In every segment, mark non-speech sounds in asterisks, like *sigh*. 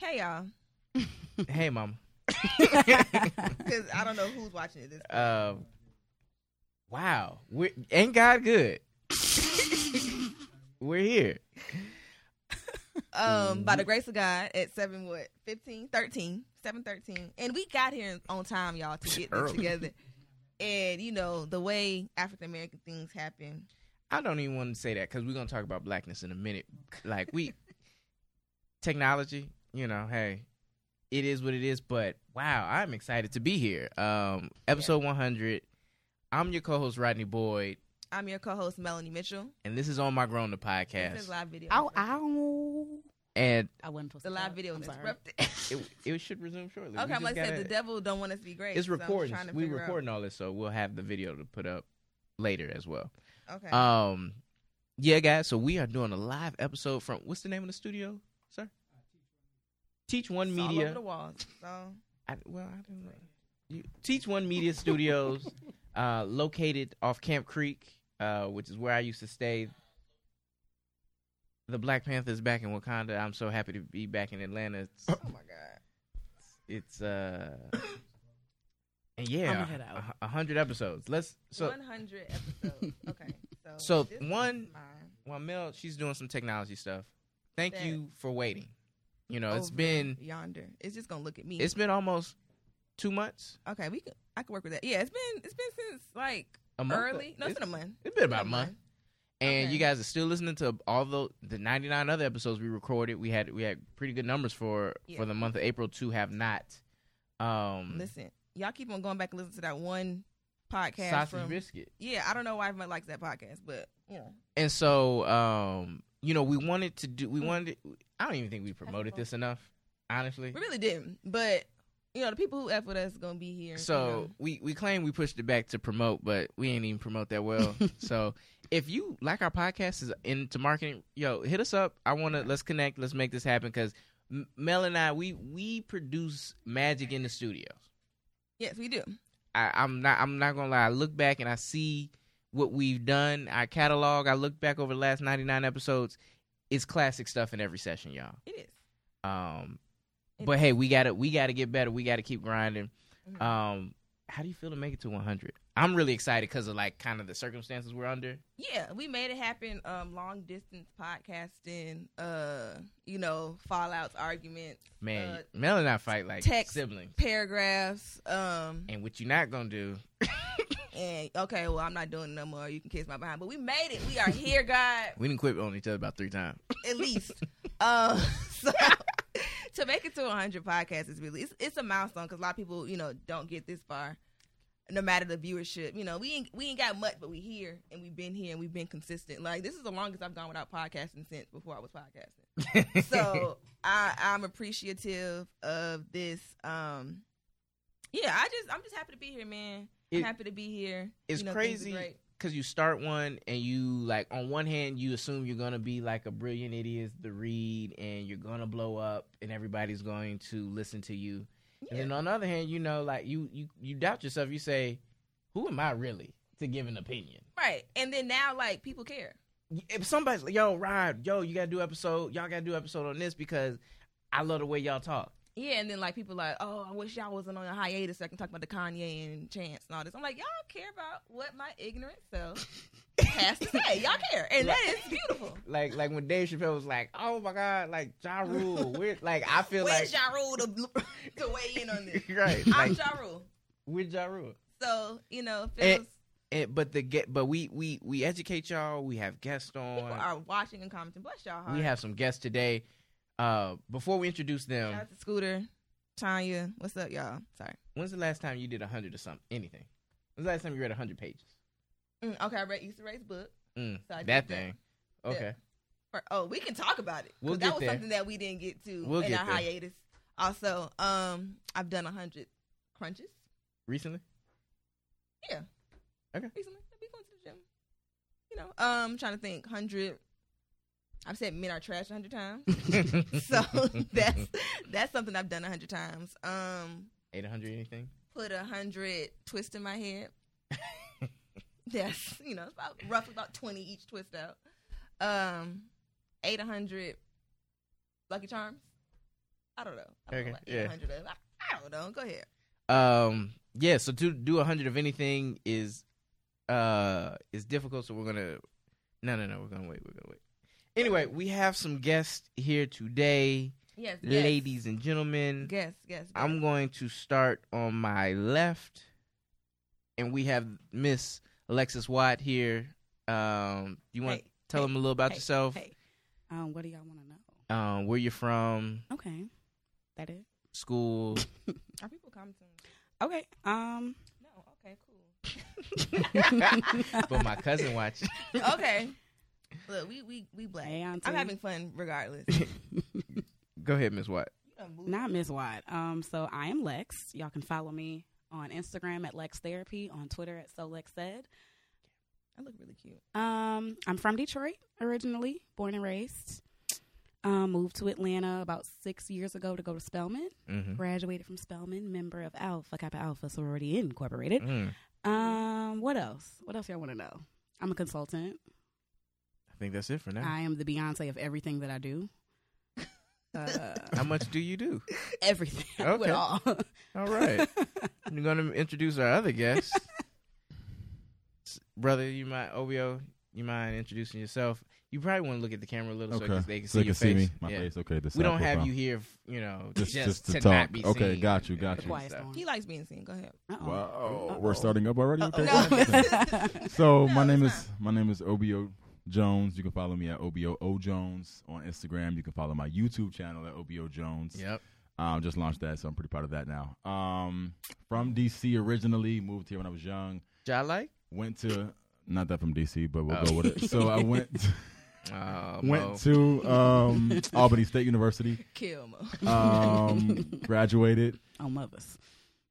Hey y'all, *laughs* hey, mom. because I don't know who's watching it. This Um, wow, we're, ain't *laughs* God good? we're here. *laughs* um, by the grace of God, at seven what 15, 13, 7.13. and we got here on time, y'all, to get this Early. together. And you know the way African American things happen. I don't even want to say that because we're gonna talk about blackness in a minute. Like we, technology, you know, hey, it is what it is. But wow, I'm excited to be here. Um, episode 100. I'm your co-host Rodney Boyd, I'm your co-host Melanie Mitchell. and this is on my grown up This is podcast. live video. Ow, ow. And I wasn't supposed The to. live clap. video I'm is *laughs* sorry. interrupted. *laughs* it, it should resume shortly. We okay, I'm just like I said gotta- the devil don't want us to be great. It's so I'm just recording. trying to we figure out- recording all this, so we'll have the video to put up later as well. Okay. Um, yeah, guys. So we are doing a live episode from what's the name of the studio, sir? Teach One It's all over Media. the walls. So I, well, I don't know. You, Teach One Media Studios, *laughs* uh, located off Camp Creek, uh, which is where I used to stay. The Black Panther is back in Wakanda. I'm so happy to be back in Atlanta. It's oh my god. it's uh, and yeah, I'ma head out. a hu- a hundred episodes. Let's *laughs* so 100 episodes. *laughs* Okay. So, So, this is one- mine. Well, Mel, she's doing some technology stuff. Thank That- you for waiting. You know, it's Over been yonder. It's just gonna look at me. it's been almost two months, okay. We could. I could work with that. Yeah. It's been. It's been since like a month. early. No, it's it's, been a month. it's been about a month, and Okay. you guys are still listening to all the the ninety nine other episodes we recorded. We had we had pretty good numbers for Yeah. for the month of April to have not. Um, Listen, y'all keep on going back and listen to that one podcast sausage from. biscuit, Yeah, I don't know why everyone likes that podcast, but you know, and so um, you know, we wanted to do. We wanted. I don't even think we promoted this enough, honestly. we really didn't. But you know, the people who f with us gonna be here. you So know. we we claim we pushed it back to promote, but we ain't even promote that well. so if you like our podcast is into marketing, yo, hit us up. I want to let's connect. Let's make this happen because Mel and I we we produce magic in the studio. yes, we do. I, I'm not I'm not gonna lie. I look back and I see what we've done. Our catalog. I look back over the last 99 episodes. It's classic stuff in every session, y'all. It is. Um, It but hey, we gotta we gotta get better. We gotta keep grinding. Mhm. Um, how do you feel to make it to 100? I'm really excited because of like kind of the circumstances we're under. Yeah, we made it happen. Um, long distance podcasting. Uh, you know, fallouts, arguments, Man, Uh, Mel and I fight like text. siblings. paragraphs. Um, And what you not gonna do? and okay, well, I'm not doing it no more. You can kiss my behind, but we made it. We are here, God. We didn't quit on each other about three times. At *laughs* least. um, *laughs* so to make it to 100 podcasts is really it's, it's a milestone because a lot of people, you know, don't get this far. No matter the viewership, you know, we ain't we ain't got much, but we here and we've been here and we've been consistent. Like this is the longest I've gone without podcasting since before I was podcasting. *laughs* so I, I'm appreciative of this. Um, yeah, I just I'm just happy to be here, man. I'm It- happy to be here. it's You know, things are crazy great. because you start one and you like on one hand you assume you're gonna be like a brilliant idiot to read and you're gonna blow up and everybody's going to listen to you. And Yeah. then on the other hand, you know, like you you you doubt yourself. You say, "Who am I really to give an opinion?" right? And then now, like people care. If somebody's like, "Yo, Rod, yo, you gotta do episode. Y'all gotta do episode on this because I love the way y'all talk." Yeah, and then like people like, oh, I wish y'all wasn't on a hiatus so I can talk about the Kanye and Chance and all this. I'm like, y'all care about what my ignorant self has to say. Y'all care, and that is beautiful. Like like when Dave Chappelle was like, "Oh my God, like Ja *laughs* Rule." We're, like I *laughs* feel Where's like Ja Rule to, *laughs* to weigh in on this? right, I'm *laughs* like Ja Rule. we're Ja Rule. so you know, it And- feels And, but the get but we we we educate y'all. We have guests people on. are watching and commenting. Bless y'all heart. We have some guests today. Uh, before we introduce them, Shout out to Scooter, Tanya. What's up, y'all? Sorry. When's the last time you did 100 or something? Anything? When's the last time you read 100 pages? Mm, okay, I read Easter Ray's book. Mm, So I did that. that thing. Okay. For- oh, we can talk about it. 'cause We'll that get was there. something that we didn't get to We'll in get our there. hiatus. Also, um, I've done a hundred crunches Recently? recently. I've been going to the gym. You know, um, trying to think. Hundred. I've said men are trash a hundred times. *laughs* *laughs* *laughs* so that's that's something I've done a hundred times. Um, 800 anything? put a hundred twists in my *laughs* head. That's you know, it's about roughly about twenty each twist out. Um, eight hundred lucky charms. I don't know. I don't Okay, know like yeah. 800 of- I, I don't know. Go ahead. Um, yeah. So to do a hundred of anything is uh is difficult. So we're gonna no no no we're gonna wait we're gonna wait. Anyway, we have some guests here today, Yes, yes. ladies and gentlemen. Yes, yes. yes. I'm going to start on my left, and we have Miss Alexis Watt here. Um, you want to Hey, tell them a little about hey, yourself, hey. Um, what do y'all want to know? um, where you're from, Okay, that it. school. Are people commenting? Okay. Um. No. Okay. Cool. but my *laughs* cousin watches. *laughs* okay. Look, we we we black. Hey, auntie. I'm having fun *laughs* regardless. Go ahead, Miss Watt. You done moved. *laughs* Not Ms. Watt. Um. So I am Lex. Y'all can follow me on Instagram at Lex Therapy, on Twitter at So Lex Said. I look really cute. Um. I'm from Detroit originally, born and raised. Um, moved to Atlanta about six years ago to go to Spelman. Mm-hmm. Graduated from Spelman, member of Alpha Kappa Alpha Sorority Incorporated. Mm. Um, what else? What else y'all want to know? I'm a consultant. I think that's it for now. I am the Beyonce of everything that *laughs* I do. Uh, How much do you do? everything. *laughs* I do Okay. it all. *laughs* All *laughs* right. You're going to introduce our other guest. S- *laughs* Brother, you mind, OBO, you mind introducing yourself? You probably want to look at the camera a little so Okay. they can see So you can your see face. me, my Yeah. face. Okay, the We side don't have profile. you here, f- you know, just, Just- just to, to not talk. be Okay, seen got you, and- got and The you. quiet stuff. storm. He likes being seen. Go ahead. Uh-oh. *laughs* Oh, Wow, Uh-oh. we're starting up already. Okay, Oh. No. got you. So No, my name it's is my name is Obo Jones. You can follow me at Obo O Jones on Instagram. You can follow my YouTube channel at Obo Jones. Yep. Um, just launched that, so I'm pretty proud of that now. Um, from DC originally, moved here when I was young. Jai like? Went to not that from DC, but we'll Oh. go with it. So I went *laughs* Oh, Mo. went to um, Albany *laughs* State University. Kill Mo. Um, graduated. Oh, mothers.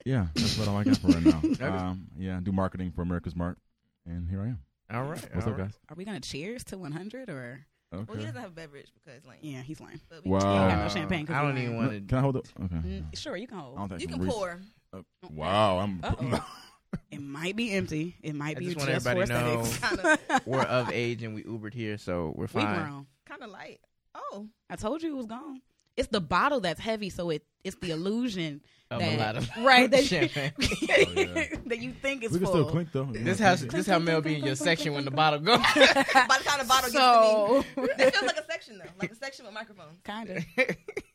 Yeah, that's what all I got for right now. *laughs* Okay. um, yeah, I do marketing for America's Mart, and here I am. All right. What's all up, right. guys? Are we gonna cheers to 100 or? Okay. Well, he doesn't have a beverage because like. Yeah, he's lying. But we, We don't Wow. have no Uh, champagne. 'cause I we don't even lying. want to. *laughs* Can I hold it? Okay. Mm, Sure, you can I'll hold. take You some can reach. pour. Wow, I'm. *laughs* Uh-oh. It might be empty. It might I be just just, want for everybody to aesthetics. Kind *laughs* of, *laughs* We're of age and we Ubered here, so we're We fine. grown. kind of light. Oh, I told you it was gone. It's the bottle that's heavy, so it it's the illusion Of that a lot of *laughs* *laughs* right that, champagne. yeah. *laughs* that you think is we can full. still clink though. This how this how Mel be in your section when the bottle *laughs* goes. by the time the bottle so gets *laughs* *laughs* to me, this feels like a section though, like a section with *laughs* microphones. kind of. I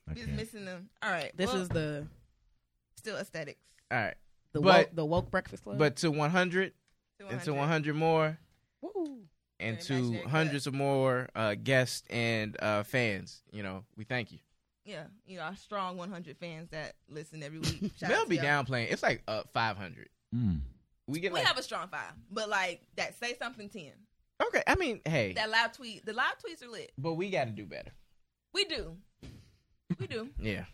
We Just can't. missing them. All right. This well, is the still aesthetics. All right, the But- woke, the woke breakfast club. but to 100, and to 100 more, Woo. and Very to imaginary hundreds of more uh, guests and uh, fans. You know, we thank you. Yeah, you know our strong 100 fans that listen every *laughs* week. Shout out Mel to be y'all. downplaying. It's like uh, 500. Mm. We get We like have a strong five, but like that say something 10. okay. I mean, hey, That live tweet, the live tweets are lit. but we got to do better. We do, we do. *laughs* Yeah,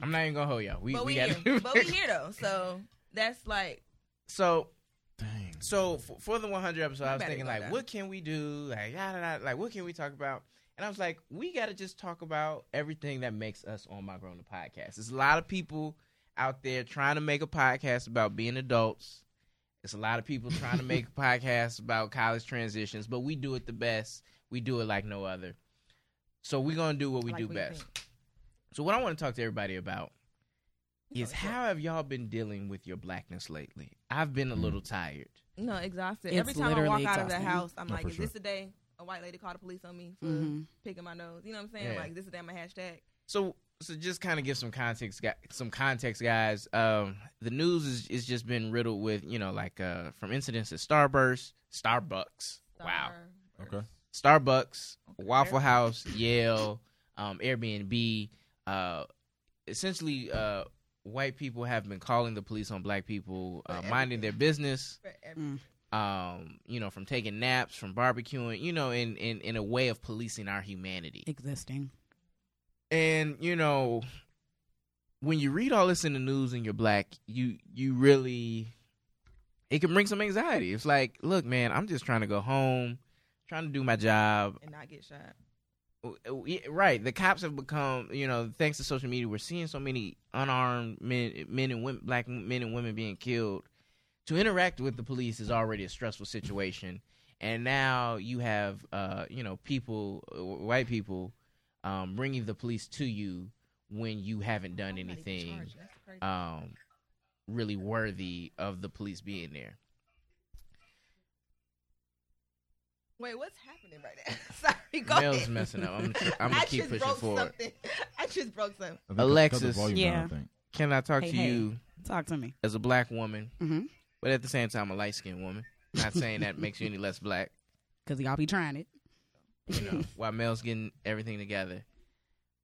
I'm not even gonna hold y'all. We but we we, got to here, do but we better. here though. So that's like So Dang. so for, for the 100 episode, You I was better thinking go like, down. what can we do? Like, yada, yada, like what can we talk about? And I was like, we got to just talk about everything that makes us on my grown up podcast. There's a lot of people out there trying to make a podcast about being adults. It's a lot of people trying *laughs* to make podcasts about college transitions, but we do it the best. We do it like no other. So we're gonna do what we Like do what you best. think. So what I want to talk to everybody about You is know, it's- how have y'all been dealing with your blackness lately? I've been a Mm. little tired. no exhausted. It's Every time I walk literally out of the exhausting. house, I'm No, like, for is sure. this the day a white lady called the police on me for Mhm. picking my nose? You know what I'm saying? Yeah. Like this is the day my hashtag. So so just kind of give some context gu- some context guys. Um the news is is just been riddled with, you know, like uh from incidents at Starburst, Starbucks. Wow. Star- Okay. Starbucks, Okay. Waffle House, Yale, um, Airbnb. Uh, essentially, uh, white people have been calling the police on black people, uh, For minding their business. for every- Mm. Um, you know, from taking naps, from barbecuing. You know, in in in a way of policing our humanity. Existing. And you know, when you read all this in the news and you're black, you you really it can bring some anxiety. It's like, look, man, I'm just trying to go home, trying to do my job. Mm. and not get shot. Yeah, right the cops have become you know thanks to social media we're seeing so many unarmed men men and women black men and women being killed to interact with the police is already a stressful situation and now you have uh you know people uh, white people um bringing the police to you when you haven't done anything um, really worthy of the police being there. Wait, what's happening right now? *laughs* Sorry, go Mel's ahead. messing up. I'm gonna- I'm gonna *laughs* I keep just pushing broke forward. Something. *laughs* I just broke something. I think cut- cut the Alexis. volume down, I Yeah. think. Can I talk Hey, to hey. you Talk to me. as a black woman, Mm-hmm. but at the same time a light skinned woman? Not saying that *laughs* makes you any less black. Because y'all be trying it. you *laughs* know, while Mel's getting everything together.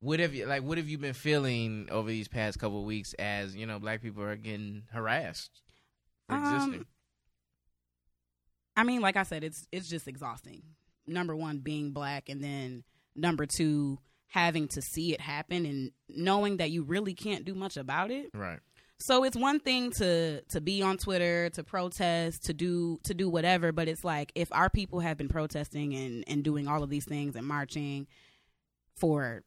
What have you like? What have you been feeling over these past couple of weeks as you know, black people are getting harassed for Um, existing? I mean, like I said, it's it's just exhausting. Number one, being black, and then number two, having to see it happen and knowing that you really can't do much about it. Right, So it's one thing to to be on Twitter, to protest, to do to do whatever, but it's like if our people have been protesting and and doing all of these things and marching for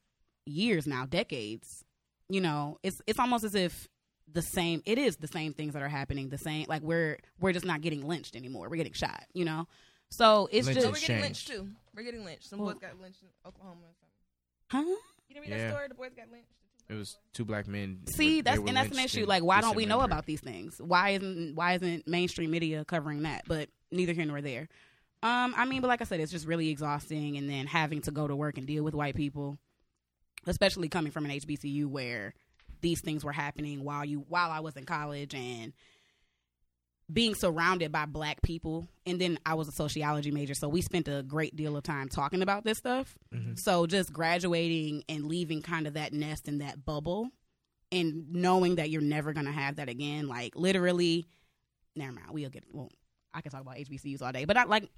years now, decades, you know, it's it's almost as if the same it is the same things that are happening, the same like we're we're just not getting lynched anymore. We're getting shot, you know. So it's So Lynch It's we're just changed. getting lynched too. We're getting lynched. Some Well- boys got lynched in Oklahoma. Or something. huh? You didn't read Yeah. that story? The boys got lynched. it was two black men. See, were- they that's were and that's an lynched issue. in Like, why don't we December. know about these things? Why isn't why isn't mainstream media covering that? But neither here nor there. Um, I mean, but like I said, it's just really exhausting, and then having to go to work and deal with white people, especially coming from an HBCU where these things were happening while you while I was in college and being surrounded by black people and then I was a sociology major so we spent a great deal of time talking about this stuff. Mhm. So just graduating and leaving kind of that nest and that bubble and knowing that you're never going to have that again like literally never mind we'll get well I can talk about HBCUs all day but I like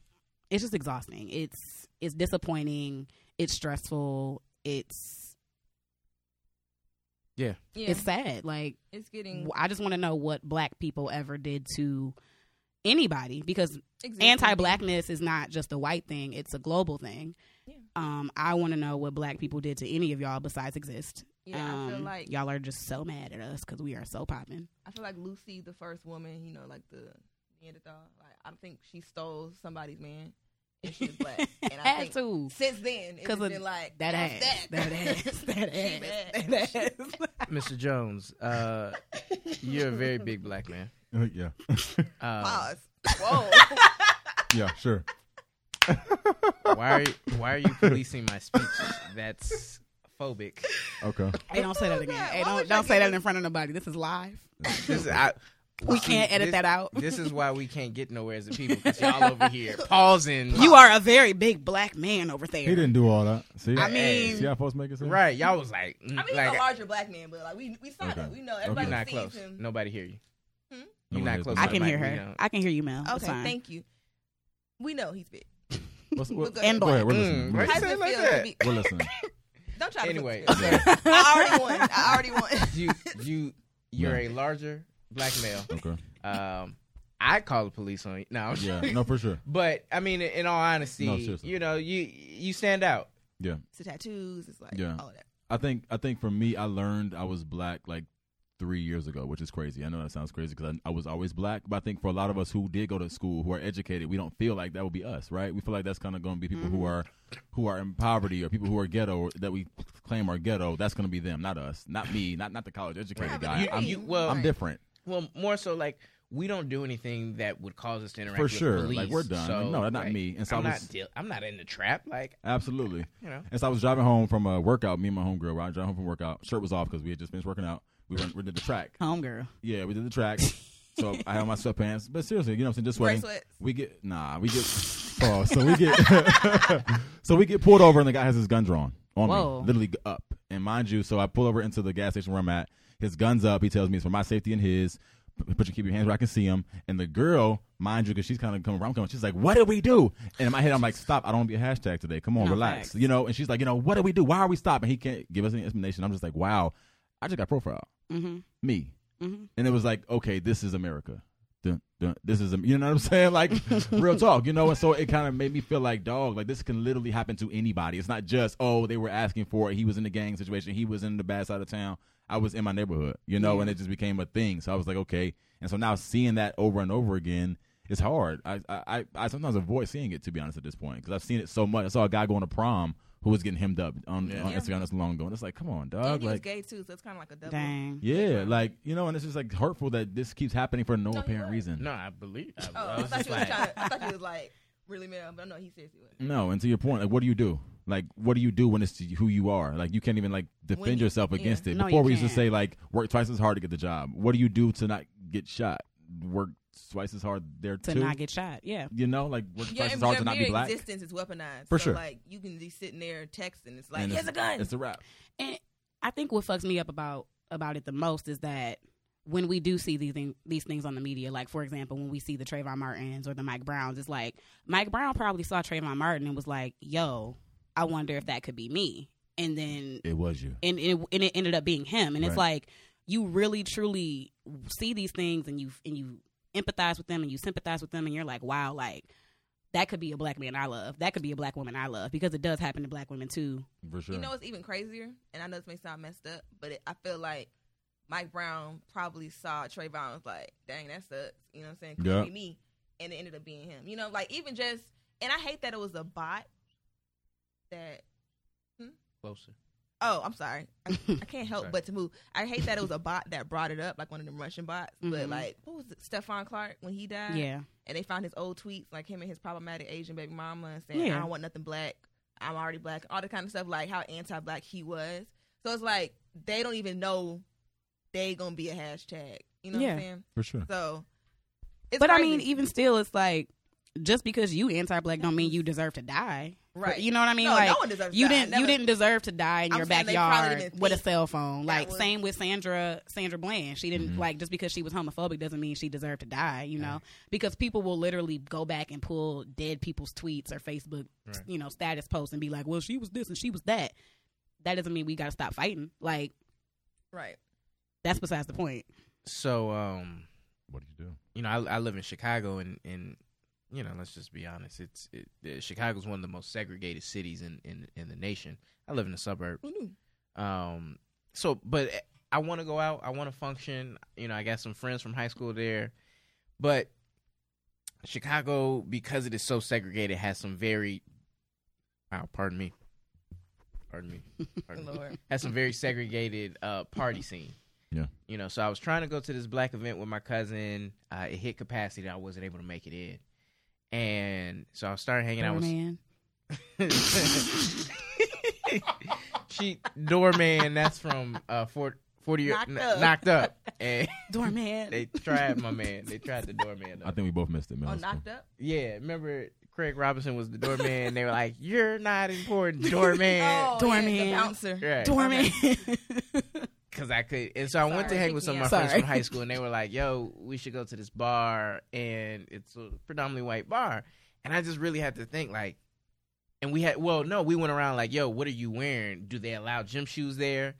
it's just exhausting. It's it's disappointing, it's stressful, it's Yeah, Mm. it's sad. Like it's getting w- I just want to know what black people ever did to anybody because exactly. anti-blackness is not just a white thing; it's a global thing. Yeah. Um, I want to know what black people did to any of y'all besides exist. Yeah, I feel Um, like y'all are just so mad at us because we are so popping. I feel like Lucy, the first woman, you know, like the Neanderthal. Like I think she stole somebody's man, and she was black. *laughs* And I Had think to since then, it's 'Cause of been like that "How's ass, *laughs* that ass, that She bad. ass, She that ass. Mr. Jones. Uh, you're a very big black *laughs* man. yeah, *laughs* Uh, Pause. Whoa. yeah, sure. Why are you, why are you policing my speech? That's phobic. Okay. Hey, don't say that Oh, again. God. Hey, Why don't would y'all don't say get that this- in front of nobody. This is live. *laughs* This is, I, We can't edit this- that out. *laughs* This is why we can't get nowhere as a people because y'all over here pausing. You are a very big black man over there. He didn't do all that. See, I see mean, how folks make it seem? right. Y'all was like, mm, I mean, like he's a larger black man, but like we we saw Okay. that. We know You're You're everybody Like, not sees close. him. Nobody hear you. Hmm? No You're one not is close. the I mic. can hear Mike, we her. don't- I can hear you, Mel. It's Okay, fine. thank you. We know he's big. What's, what, Look go at him. ahead, we're Mm, listening. We're right? How's listening. say it it like feel that? to be? We're listening. Don't try to. Anyway, put this Yeah. together. *laughs* I already won. I already *laughs* won. *laughs* you you you're a larger black male. *laughs* Okay. Um, I call the police on you. No, I'm Yeah. joking. No, for sure. but I mean, in all honesty, No, seriously. you know, you you stand out. It's the tattoos. It's like Yeah. all that. I think I think for me, I learned I was black like three years ago, which is crazy. I know that sounds crazy because I, I was always black, but I think for a lot of us who did go to school, who are educated, we don't feel like that would be us, right? We feel like that's kind of going to be people Mm-hmm. who are who are in poverty or people who are ghetto or that we claim are ghetto. That's going to be them, not us, not me, not not the college educated Right. guy. You- I'm, you- well- I'm different Well, more so like we don't do anything that would cause us to interact for with sure. police, Like we're done. So, Like, no, that's not like, me. And so I'm I not was deal- I'm not in the trap. Like absolutely. you *laughs* know, And so I was driving home from a workout. Me and my homegirl, right? Driving home from workout. Shirt was off because we had just finished working out. We were we did the track. *laughs* Homegirl. Yeah, we did the track. so I had my sweatpants. But seriously, you know what I'm saying? Just sweating. Bracelets. We get nah, we get oh, so we get *laughs* so we get pulled over and the guy has his gun drawn on Whoa. me, literally up. And mind you, so I pull over into the gas station where I'm at. His gun's up. He tells me it's for my safety and his. P- Put your keep your hands where I can see him. And the girl, mind you, because she's kind of coming around, coming. She's like, "What did we do?" And in my head, I'm like, "Stop! I don't want to be a hashtag today. Come on, No, relax." facts. You know. And she's like, "You know, what did we do? Why are we stopping?" He can't give us any explanation. I'm just like, "Wow, I just got profile Mm-hmm. me." Mm-hmm. and it was like, okay, this is America. Dun, dun, this is, you know what I'm saying? Like, real talk, you know? And so it kind of made me feel like, dog, like this can literally happen to anybody. It's not just, oh, they were asking for it. He was in the gang situation. He was in the bad side of town. I was in my neighborhood, you know? Yeah. And it just became a thing. So I was like, okay. And so now seeing that over and over again, it's hard. I, I, I- I sometimes avoid seeing it, to be honest, at this point, because I've seen it so much. I saw a guy going to prom who was getting hemmed up on, Yeah. on Yeah. Instagram that's long ago. And it's like, come on, And dog. he was Like, gay too, so it's kind of like a double. Dang. yeah, like you know, and it's just like hurtful that this keeps happening for no No, he apparent was. reason. No, I believe. I, Oh, I I was thought just you was like, trying to. I thought you was like really mad, but I know he seriously was. No, and to your point, like, what do you do? Like, what do you do when it's who you are? Like, you can't even like defend When you- yourself yeah. against it. No, you Before we used to can't. say like, work twice as hard to get the job. What do you do to not get shot? Work twice as hard there To too. not get shot. Yeah. you know, like work Yeah, twice as and hard your to not be mere black. existence is weaponized. For so, sure. Like you can be sitting there texting. It's like And here's a gun. It's a wrap. And I think what fucks me up about about it the most is that when we do see these thing, these things on the media, like for example, when we see the Trayvon Martins or the Mike Browns, it's like Mike Brown probably saw Trayvon Martin and was like, "Yo, I wonder if that could be me." And then It was you. and it, and it ended up being him. And it's Right. like you really truly see these things and you and you empathize with them and you sympathize with them and you're like, wow, like that could be a black man I love. That could be a black woman I love because it does happen to black women too. For sure. You know what's even crazier? And I know this may sound messed up, but it, I feel like Mike Brown probably saw Trayvon and was like, dang, that sucks. You know what I'm saying? Could Yeah. be me. And it ended up being him. You know, like even just, and I hate that it was a bot that, closer. oh, I'm sorry. I, I can't help Sorry. but to move. I hate that it was a bot that brought it up, like one of them Russian bots. But Mhm. like, what was it? Stefan Clark when he died? Yeah, and they found his old tweets, like him and his problematic Asian baby mama, and saying, Yeah. "I don't want nothing black. I'm already black." All the kind of stuff, like how anti-black he was. So it's like they don't even know they gonna be a hashtag. You know what I'm Yeah. saying? For sure. So, it's but I crazy. mean, e- even still, it's like just because you anti-black don't mean you deserve to die. right? You know what I mean? no, like no one deserves. to you die. didn't Never- you didn't deserve to die in I'm your saying they probably backyard didn't with a think cell phone. that Like was- same with Sandra Sandra Bland. She didn't Mm-hmm. Mhm. like just because she was homophobic doesn't mean she deserved to die, you know? Because people will literally go back and pull dead people's tweets or Facebook, Right. you know, status posts and be like, "Well, she was this and she was that." That doesn't mean we got to stop fighting. Like Right. that's besides the point. So, um, What do you do? you know, I, I live in Chicago, and and you know, let's just be honest. It's it, uh, Chicago's one of the most segregated cities in in in the nation. I live in a suburb. Who knew? Um, so, but I want to go out. I want to function. You know, I got some friends from high school there, but Chicago, because it is so segregated, has some very. Wow, pardon me. Pardon me. *laughs* Pardon me Lord. has some very segregated uh, party scene. Yeah. You know, so I was trying to go to this black event with my cousin. Uh, it hit capacity. I wasn't able to make it in. And so I started hanging out with. Birdman. *laughs* *laughs* she, doorman, that's from uh, Fort. 40 year, Knocked kn- Up. knocked up. And Doorman. they tried my man. They tried the doorman. I think we both missed it, man. Oh, That's cool. knocked up. yeah, remember Craig Robinson was the doorman. They were like, You're not important, doorman. *laughs* oh, Doorman. Yeah, the bouncer. Right. *laughs* Doorman. because I could. And so I went to Sorry. hang with some of my Yeah. friends from Sorry. high school, and they were like, "Yo, we should go to this bar," and it's a predominantly white bar. And I just really had to think, like, and we had, well, no, we went around like, "Yo, what are you wearing? Do they allow gym shoes there?"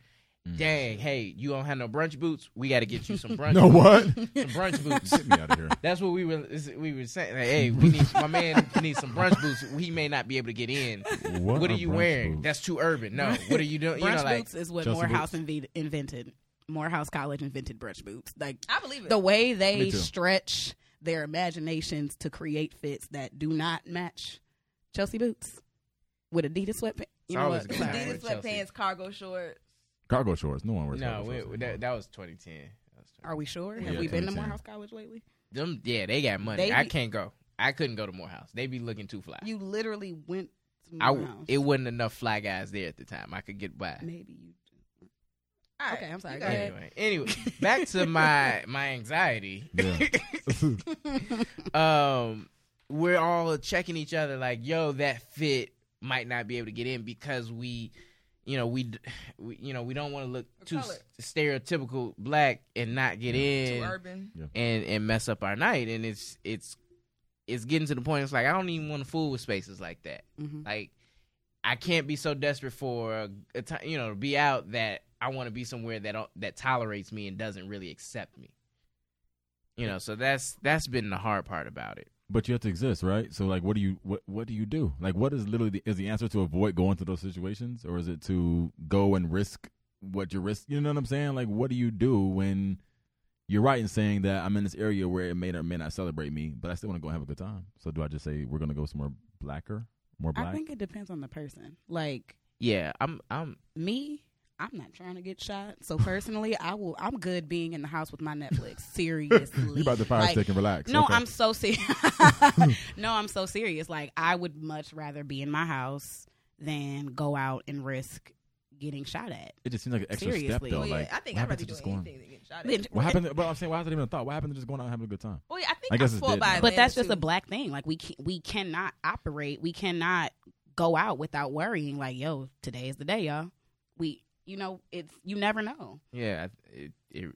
Mm. Dang, hey, you don't have no brunch boots. We got to get you some brunch. *laughs* No boots, what? *laughs* Some brunch boots. Get me out of here. That's what we were is- we were saying. Like, hey, we need my man needs some brunch boots. He may not be able to get in. What, are are you brunch wearing? boots? That's too urban. No, what are you doing? you brunch know, like boots is what Chelsea Morehouse inve- invented. Morehouse College invented brunch boots. Like I believe it. the way Me they too. stretch their imaginations to create fits that do not match Chelsea boots with Adidas sweatpants. It's You know always what? a good Sorry. time. Adidas Chelsea. sweatpants, cargo shorts. Cargo shorts. No one wears No, cargo shorts. we, that, that was 2010. That was 2010. Are we sure? Have Yeah, we been to 2010. Morehouse College lately? Them, yeah, they got money. They I be- can't go. I couldn't go to Morehouse. They be looking too fly. You literally went to I, Morehouse. it wasn't enough fly guys there at the time. I could get by. Maybe you. All right, Okay, I'm sorry, you go got ahead. it. Anyway, *laughs* anyway, back to my my anxiety. Yeah. um, we're all checking each other like, yo, that fit might not be able to get in because we, you know, we, d- we you know, we don't want to look Or too color. s- stereotypical black and not get *laughs* in. Too urban. and and mess up our night and it's it's it's getting to the point it's like i don't even want to fool with spaces like that Mhm. like i can't be so desperate for a, a ti- you know to be out that i want to be somewhere that don't- that tolerates me and doesn't really accept me you know so that's that's been the hard part about it but you have to exist, right? So like, what do you what what do you do? Like, what is literally the, is the answer to avoid going to those situations, or is it to go and risk what you risk? You know what I'm saying? Like, what do you do when you're right in saying that I'm in this area where it may or may not celebrate me, but I still want to go and have a good time. So do I just say we're gonna go somewhere blacker More I black. think it depends on the person. Like Yeah, I'm. I'm. me, I'm not trying to get shot. So personally, I will. I'm good being in the house with my Netflix. Seriously, *laughs* *laughs* you about the fire Like, stick and relax. No, Okay. I'm so serious. *laughs* no, I'm so serious. Like I would much rather be in my house than go out and risk getting shot at. It just seems like an extra step Seriously. though. well, Oh, yeah, like, I think what I'd happened rather to do just going? anything than get shot Then- at. What happened? But I'm saying, why is it even a thought? What happened to just going out and having a good time? Well, yeah, I think I I guess it's fought dead by now. Atlanta, But that's just too. a black thing. Like we can, we cannot operate. We cannot go out without worrying. Like yo, today is the day, y'all. We, you know, it's you never know. Yeah, I- it it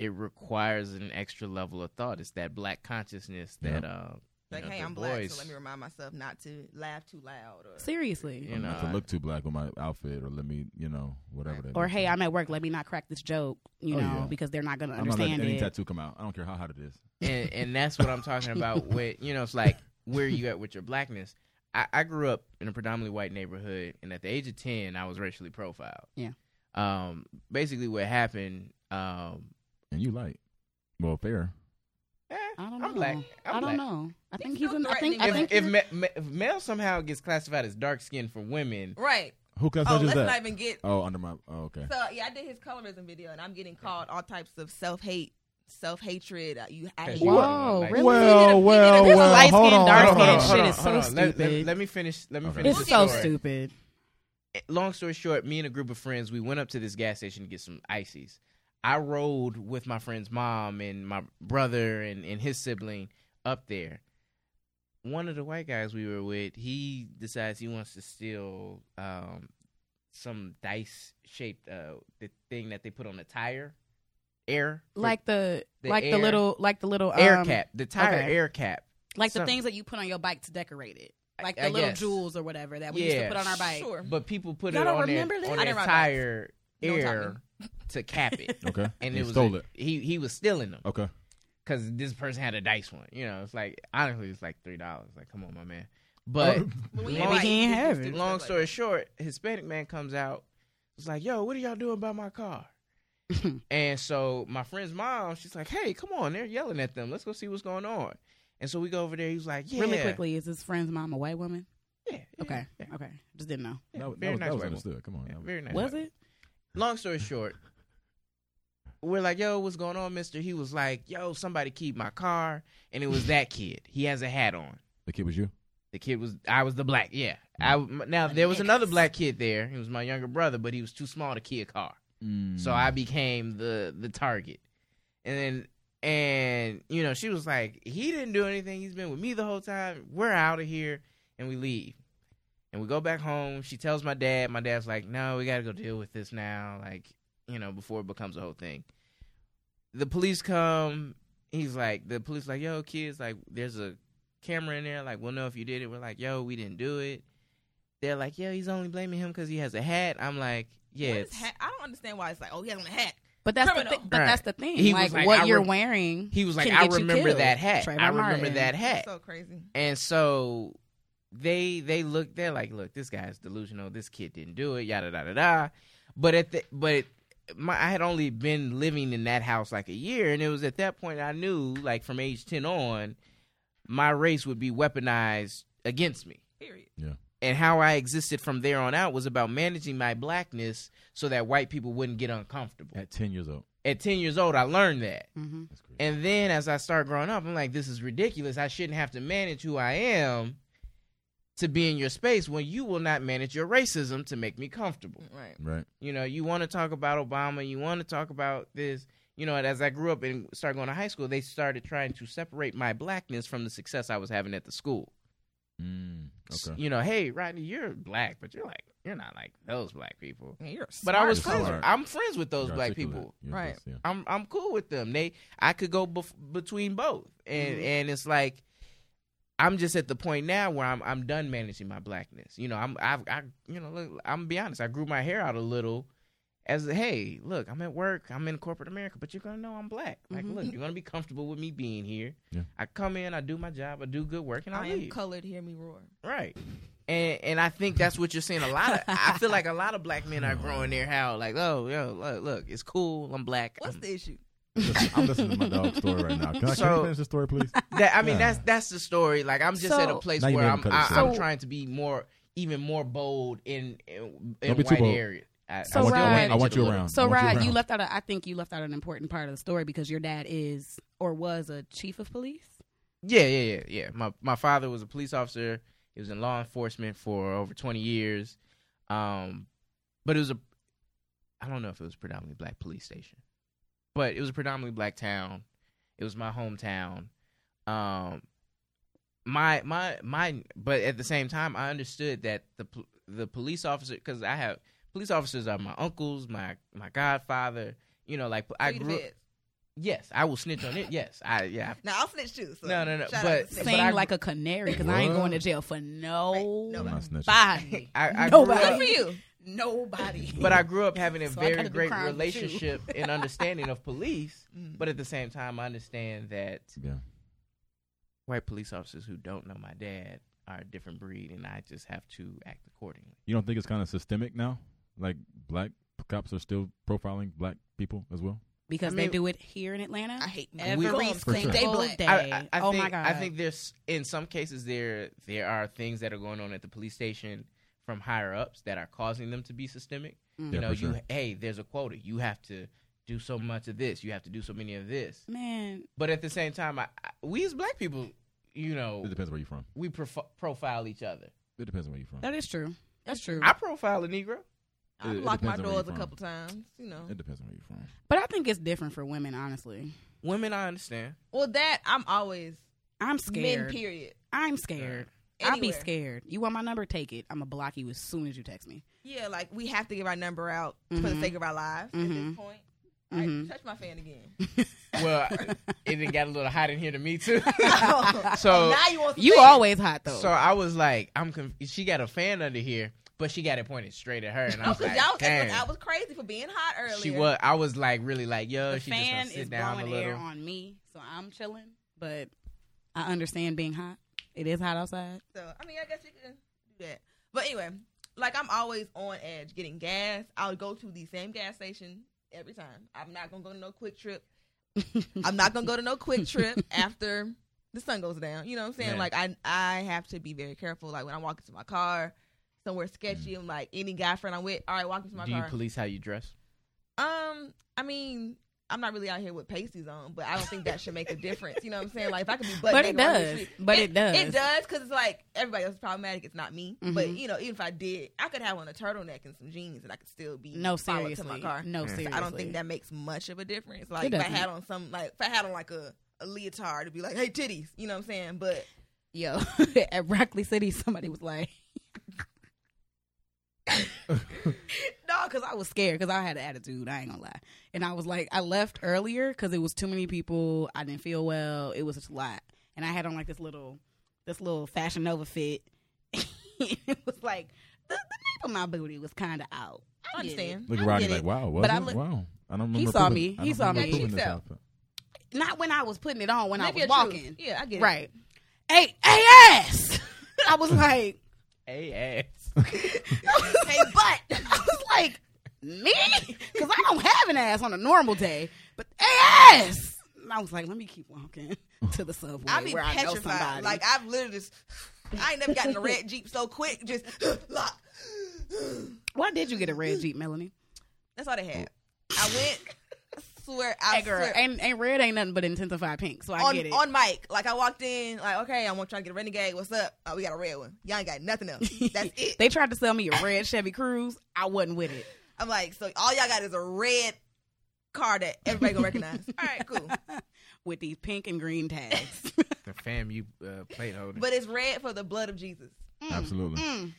it requires an extra level of thought. It's that black consciousness Yeah. that uh, you like, know, hey, the I'm black, so voice- let me remind myself not to laugh too loud. Or, Seriously. Yeah. You Or not know, to I- look too black with my outfit, or let me, you know, whatever. that uh, Or is. hey, I'm at work. Let me not crack this joke. You Oh, know, yeah. because they're not gonna I'm not letting understand any it. tattoo come out. I don't care how hot it is. and and that's what I'm talking *laughs* about. With you know, it's like where you at with your blackness. I, I grew up in a predominantly white neighborhood, and at the age of ten, I was racially profiled. Yeah. Um. Basically, what happened? Um. And you light. Well, fair. eh, I don't know. I'm black. I'm I do not black. know. I think It's he's. so An, I think. I threatening. think. If, if, he's- ma- ma- if male somehow gets classified as dark skinned for women, right. Who can oh, I let's that? not even get. Oh, under my. Oh, okay. So yeah, I did his colorism video, and I'm getting called all types of self hate, self hatred. Uh, you, I hate Whoa, you. Whoa, like- really? Well, well, This well, light skin, dark Hold on, skin hold on, shit hold is on, so hold on. Let- stupid. Let, let me finish. Let me Okay. finish. it's the so story. stupid. long story short, me and a group of friends, we went up to this gas station to get some ices. I rode with my friend's mom and my brother and, and his sibling up there. One of the white guys we were with, he decides he wants to steal um, some dice shaped uh, the thing that they put on the tire, air for- Like the, The like the air- little like the little um, air cap, the tire okay. air cap. like the Some- things that you put on your bike to decorate it, like the I little guess. jewels or whatever that we used to Yeah. put on our bike. Sure. But people put it Y'all don't on their, remember this? on I their didn't ride bikes. tire No air to cap *laughs* it. *laughs* Okay. And You it was stole a- it. He he was stealing them. Okay. because this person had a dice one. You know, it's like honestly, it's like three dollars. Like, come on, my man. *laughs* Oh, *laughs* *laughs* But But when you long, white, he ain't you have do it. stuff long like story that. short, Hispanic man comes out. It's like, yo, what are y'all doing about my car? and so my friend's mom, she's like, hey, come on, they're yelling at them. Let's go see what's going on. And so we go over there. He's like, yeah, *laughs* Really quickly, is his friend's mom a white woman? yeah, yeah, Okay, yeah, okay, just didn't know. yeah, that, was- *laughs* that very was, nice that was white woman. understood. Come on. Yeah, that was- very nice. Was white it? long story short, we're like, yo, what's going on, mister? He was like, yo, somebody keep my car. And it was that kid. He has a hat on. the kid was you. The kid was, I was the black, yeah. I, now, there was another black kid there. He was my younger brother, but he was too small to key a car. So I became the the target. And then and you know, she was like, He didn't do anything, he's been with me the whole time. We're out of here and we leave. And we go back home. She tells my dad, my dad's like, No, we gotta go deal with this now, like, you know, before it becomes a whole thing. The police come, he's like the police like, Yo, kids, like there's a camera in there, like, we'll know if you did it. We're like, Yo, we didn't do it. They're like, yo, he's only blaming him because he has a hat. I'm like, yeah, What is it's- hat? I don't understand why it's like, oh, he has on a hat. But that's the Criminal. thi- but Right. that's the thing. He was like, like, what I you're rem- wearing. He was like, can I get you remember killed. that hat. Trayvon I remember Martin. that hat. It's so crazy. and so they they look. They're like, look, this guy's delusional. This kid didn't do it. Yada yada da. But at the but my, I had only been living in that house like a year, and it was at that point I knew, like from age ten on, my race would be weaponized against me. Period. And how I existed from there on out was about managing my blackness so that white people wouldn't get uncomfortable. at ten years old. At ten years old, I learned that. Mhm. That's crazy. And then as I start growing up, I'm like, this is ridiculous. I shouldn't have to manage who I am to be in your space when you will not manage your racism to make me comfortable. Right. right. You know, you want to talk about Obama, you want to talk about this. You know, and as I grew up and started going to high school, they started trying to separate my blackness from the success I was having at the school. Mm, S- okay. You know, hey, Rodney, you're black, but you're like, you're not like those black people. Man, you're a But I smart was color. friends. Smart. I'm friends with those You're black articulate. people. You're Right. just- yeah. I'm I'm cool with them. They I could go bef- between both, and Mm-hmm. and it's like I'm just at the point now where I'm I'm done managing my blackness. You know, I'm I've I you know look, I'm gonna be honest. I grew my hair out a little. As a, hey, look, I'm at work. I'm in corporate America, but you're gonna know I'm black. Like, Mm-hmm. Mhm. look, you're gonna be comfortable with me being here. Yeah. I come in, I do my job, I do good work, and I, I am leave. colored. Hear me roar. Right. And and I think that's what you're seeing a lot of. I feel like a lot of black men are growing their hair out like, oh, yo, look, look, it's cool. I'm black. What's I'm- the issue? Listen, I'm listening to my dog's story right *laughs* now. Can I, can I So- finish the story, *laughs* please? That I mean, Yeah. that's that's the story. Like I'm just at a So- place Now you where made I'm him cut I, his I'm hair. trying to be more, even more bold in in, in Don't be too white bold. area. I, So, I want, you, I, Rod- want, I want you Oh, around. I So want Rod, around. you left out. A, I think you left out an important part of the story because your dad is or was a chief of police. Yeah, yeah, yeah, yeah. My my father was a police officer. He was in law enforcement for over twenty years. Um, but it was a I don't know if it was predominantly black police station, but it was a predominantly black town. It was my hometown. Um, my my my. But at the same time, I understood that the pol- the police officer because I have police officers are my uncles, my my godfather. You know, like I Who you the grew. feds? Yes, I will snitch on it. Yes, I yeah. I Now I'll snitch too. So No, no, no, shout out but- to snitch. But Sing I- like a canary because I ain't What? going to jail for Right. nobody. I'm not snitching. I, I grew Nobody. good up- for you. Nobody. *laughs* but I grew up having a So I very gotta do great crime with you. relationship *laughs* and understanding of police. But at the same time, I understand that Yeah. white police officers who don't know my dad are a different breed, and I just have to act accordingly. You don't think it's kind of systemic now? Like black cops are still profiling black people as well. because I they mean- do it here in Atlanta I hate my every guns. For sure. single They black. day. I, I, I oh think, my god! I think there's in some cases there there are things that are going on at the police station from higher ups that are causing them to be systemic. Yeah, Mm. you know, for sure. you hey, there's a quota. You have to do so much of this. You have to do so many of this. man, But at the same time, I, I, we as black people, you know, It depends where you're from. we prof- profile each other. It depends on where you're from. that is true. That's true. I profile a Negro. I It- it locked my depends on where doors a you're couple times. You know. It depends on where you're from. but I think it's different for women, honestly. Women, I understand. Well, that I'm always I'm men. scared. Period. I'm scared. I'll be Anywhere. scared. You want my number? Take it. I'm gonna block you as soon as you *laughs* text me. *laughs* Yeah, like we have to give our number out for the Mhm. sake of our lives at this Mhm. point. All right, Mhm. touch my fan again. Well, it done got a little hot in here to *laughs* me too. Oh, So- now you want some You fan. always hot though. so I was like, I'm. Conf- she got a fan under here, but she got it pointed straight at her, and I Oh, was cause *laughs* like, y'all was acting Dang. like I was crazy for being hot earlier. she was. I was like, really like, yo, the she fan just gonna is sit down a blowing air little. on me, so I'm chilling. But I understand being hot. It is hot *laughs* outside. So I mean, I guess you can do that. But anyway, like I'm always on edge getting gas. I'll go to the same gas station every time. I'm not gonna go to no quick trip. I'm not gonna go to no quick *laughs* trip after the sun goes down. You know what I'm saying? Yeah. Like I I have to be very careful. Like when I walk into my car, somewhere sketchy, I'm like any guy friend I'm with, all right, walk into my Mm. Do you car. police how you dress? um, I mean, I'm not really out here with pasties on, but I don't think that should make a difference. You know what I'm saying? Like if I could be butt But naked walking it the does. street- But it does. It does because it's like everybody else is problematic. It's not me. But Mhm. you know, even if I did, I could have on a turtleneck and some jeans, and I could still be No followed to seriously. my car. No Mm. seriously. I don't think that makes much of a difference. Like if I doesn't. had on some, like if I had on like a, a leotard, to be like, hey titties, you know what I'm saying? But Yo, *laughs* at Rockley City, somebody was like, *laughs* "No," because I was scared because I had an attitude. I ain't gonna lie, and I was like, I left earlier because it was too many people. I didn't feel well. It was just a lot, and I had on like this little, this little Fashion Nova fit. *laughs* it was like the, the nape of my booty was kind of out. I get it. understand. Look I at Rodney get it. like, wow, was But I it? look- wow. I don't remember. saw approving- me. I don't He saw remember me. approving Cheeks this out. outfit. Not when I was putting it on when Live I your was walking. truth. Yeah, I get it. Right. Hey, hey, ass. *laughs* I was like. Hey, *laughs* hey, but *laughs* I was like, me? Because I don't have an ass on a normal day, but hey, ass. And I was like, let me keep walking *laughs* to the subway I be where I know petrified. somebody. Like I've literally just, I ain't never gotten a red jeep so quick. Just lock. why did you get a red jeep, Melanie? That's all they had. I went. I swear, I Hey, girl, swear. ain't, ain't red ain't nothing but intensified pink, so I on get it. on mic. Like I walked in, like okay, I want trying to get a renegade. What's up? Oh, we got a red one. Y'all ain't got nothing else. *laughs* That's it. they tried to sell me a red Chevy Cruze. I wasn't with it. I'm like, so all y'all got is a red car that everybody gonna recognize. all right, cool. With these pink and *laughs* green tags. the fam, you uh, plate holder. But it's red for the blood of Jesus. Mm. Absolutely. mm,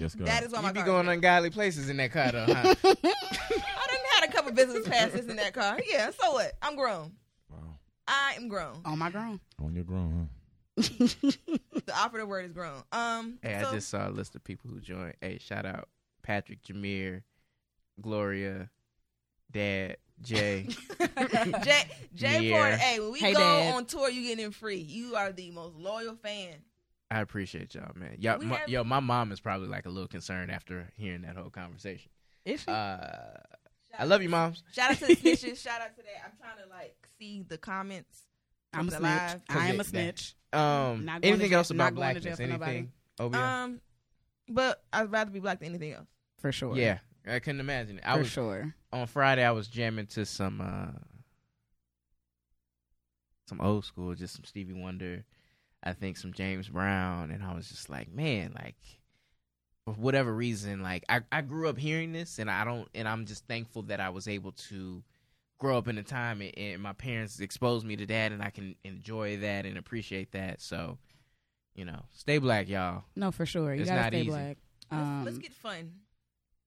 Yes, girl. That is why you my be car. going ungodly places in that car, though. Huh? I done had a couple business passes in that car. Yeah, so what? I'm grown. wow. I am grown. on Oh, *laughs* my grown. On your grown, The operative word is grown. Um, Hey, so, I just saw a list of people who joined. Hey, shout out Patrick, Jameer, Gloria, Dad, *laughs* Jay. Jay Jay Yeah. Porter, hey, when we Hey, go Dad. on tour, you getting in free. You are the most loyal fan. I appreciate y'all, man. Y'all, We my, have- *laughs* yo, my mom is probably like a little concerned after hearing that whole conversation. Is she? Uh, I love you, moms. Shout out to the snitches. Shout out to that. I'm trying to like see the comments. I'm a Alive. snitch. I am a Cause it- snitch. Um, Not going to anything jail- else not about going to jail blackness? for nobody. Uh, Anything? Oh yeah, Um, but I'd rather be black than anything else. For sure. yeah. I couldn't imagine it. I for was sure. on Friday. I was jamming to some uh some old school, just some Stevie Wonder. I think some James Brown, and I was just like, man, like for whatever reason, like I I grew up hearing this, and I don't, and I'm just thankful that I was able to grow up in a time and, and my parents exposed me to that, and I can enjoy that and appreciate that. So, you know, stay black, y'all. No, for sure. You It's gotta not stay easy. black. Let's, Um, let's get fun.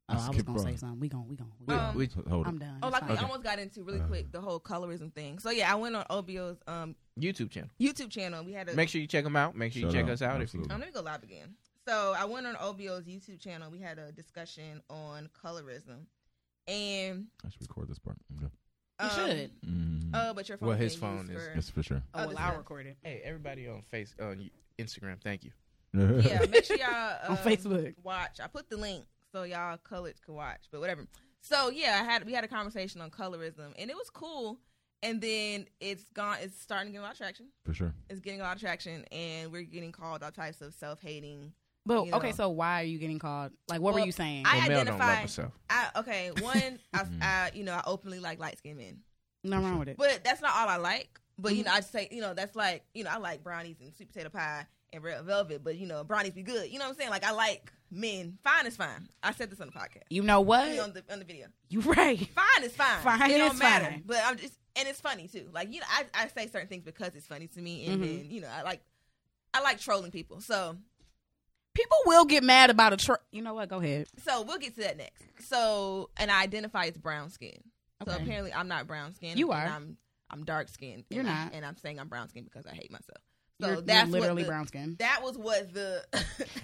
oh, Let's I was keep gonna rolling. say something. We gon' we gon' we Wait, gon' Um, Wait, hold I'm on. done. Oh, It's like we fine. Okay. almost got into really Uh. quick the whole colorism thing. So yeah, I went on OBO's um YouTube channel. YouTube channel. and We had a Make sure you check them out. Make sure you Shout check out. us out. If you, Absolutely. Um, let me go live again. So I went on OBO's YouTube channel. We had a discussion on colorism, and I should record this part. Okay. You um, should. Mm. Oh, but your phone. Well, his being phone used is- for- Yes, for sure. Oh, Oh, this well, I'll is- record it hey, everybody on Face on Instagram, thank you. *laughs* yeah, make sure y'all um, on Facebook. watch. I put the link so y'all colored can watch, but whatever. So yeah, I had we had a conversation on colorism, and it was cool. And then it's gone. It's starting to get a lot of traction. *laughs* For sure. It's getting a lot of traction, and we're getting called all types of self-hating. But You okay, know. so why are you getting called? Like, what Well, were you saying? I Well, Mel don't love identify- herself. I okay. One, *laughs* I, Mm-hmm. Mm. I you know I openly like light skinned men. no wrong with it. But that's not all I like. But you Mhm. know, I just say you know that's like you know I like brownies and sweet potato pie and red velvet. But you know brownies be good. You know what I'm saying? Like I like men. Fine is fine. I said this on the podcast. you know I mean, what? on the on the video. You *laughs* right. Fine is fine. Fine it don't is matter. fine. But I'm just and it's funny too. Like you know I, I say certain things because it's funny to me. And Mhm. then you know I like I like trolling people. So People will get mad about a tr You know what? Go ahead. so we'll get to that next. So and I identify as brown skin. So Okay. apparently I'm not brown skinned. You and are. I'm I'm dark skinned. You're and I- not. and I'm saying I'm brown skinned because I hate myself. So You're, you're that's what literally the- brown skin. That was what *laughs* the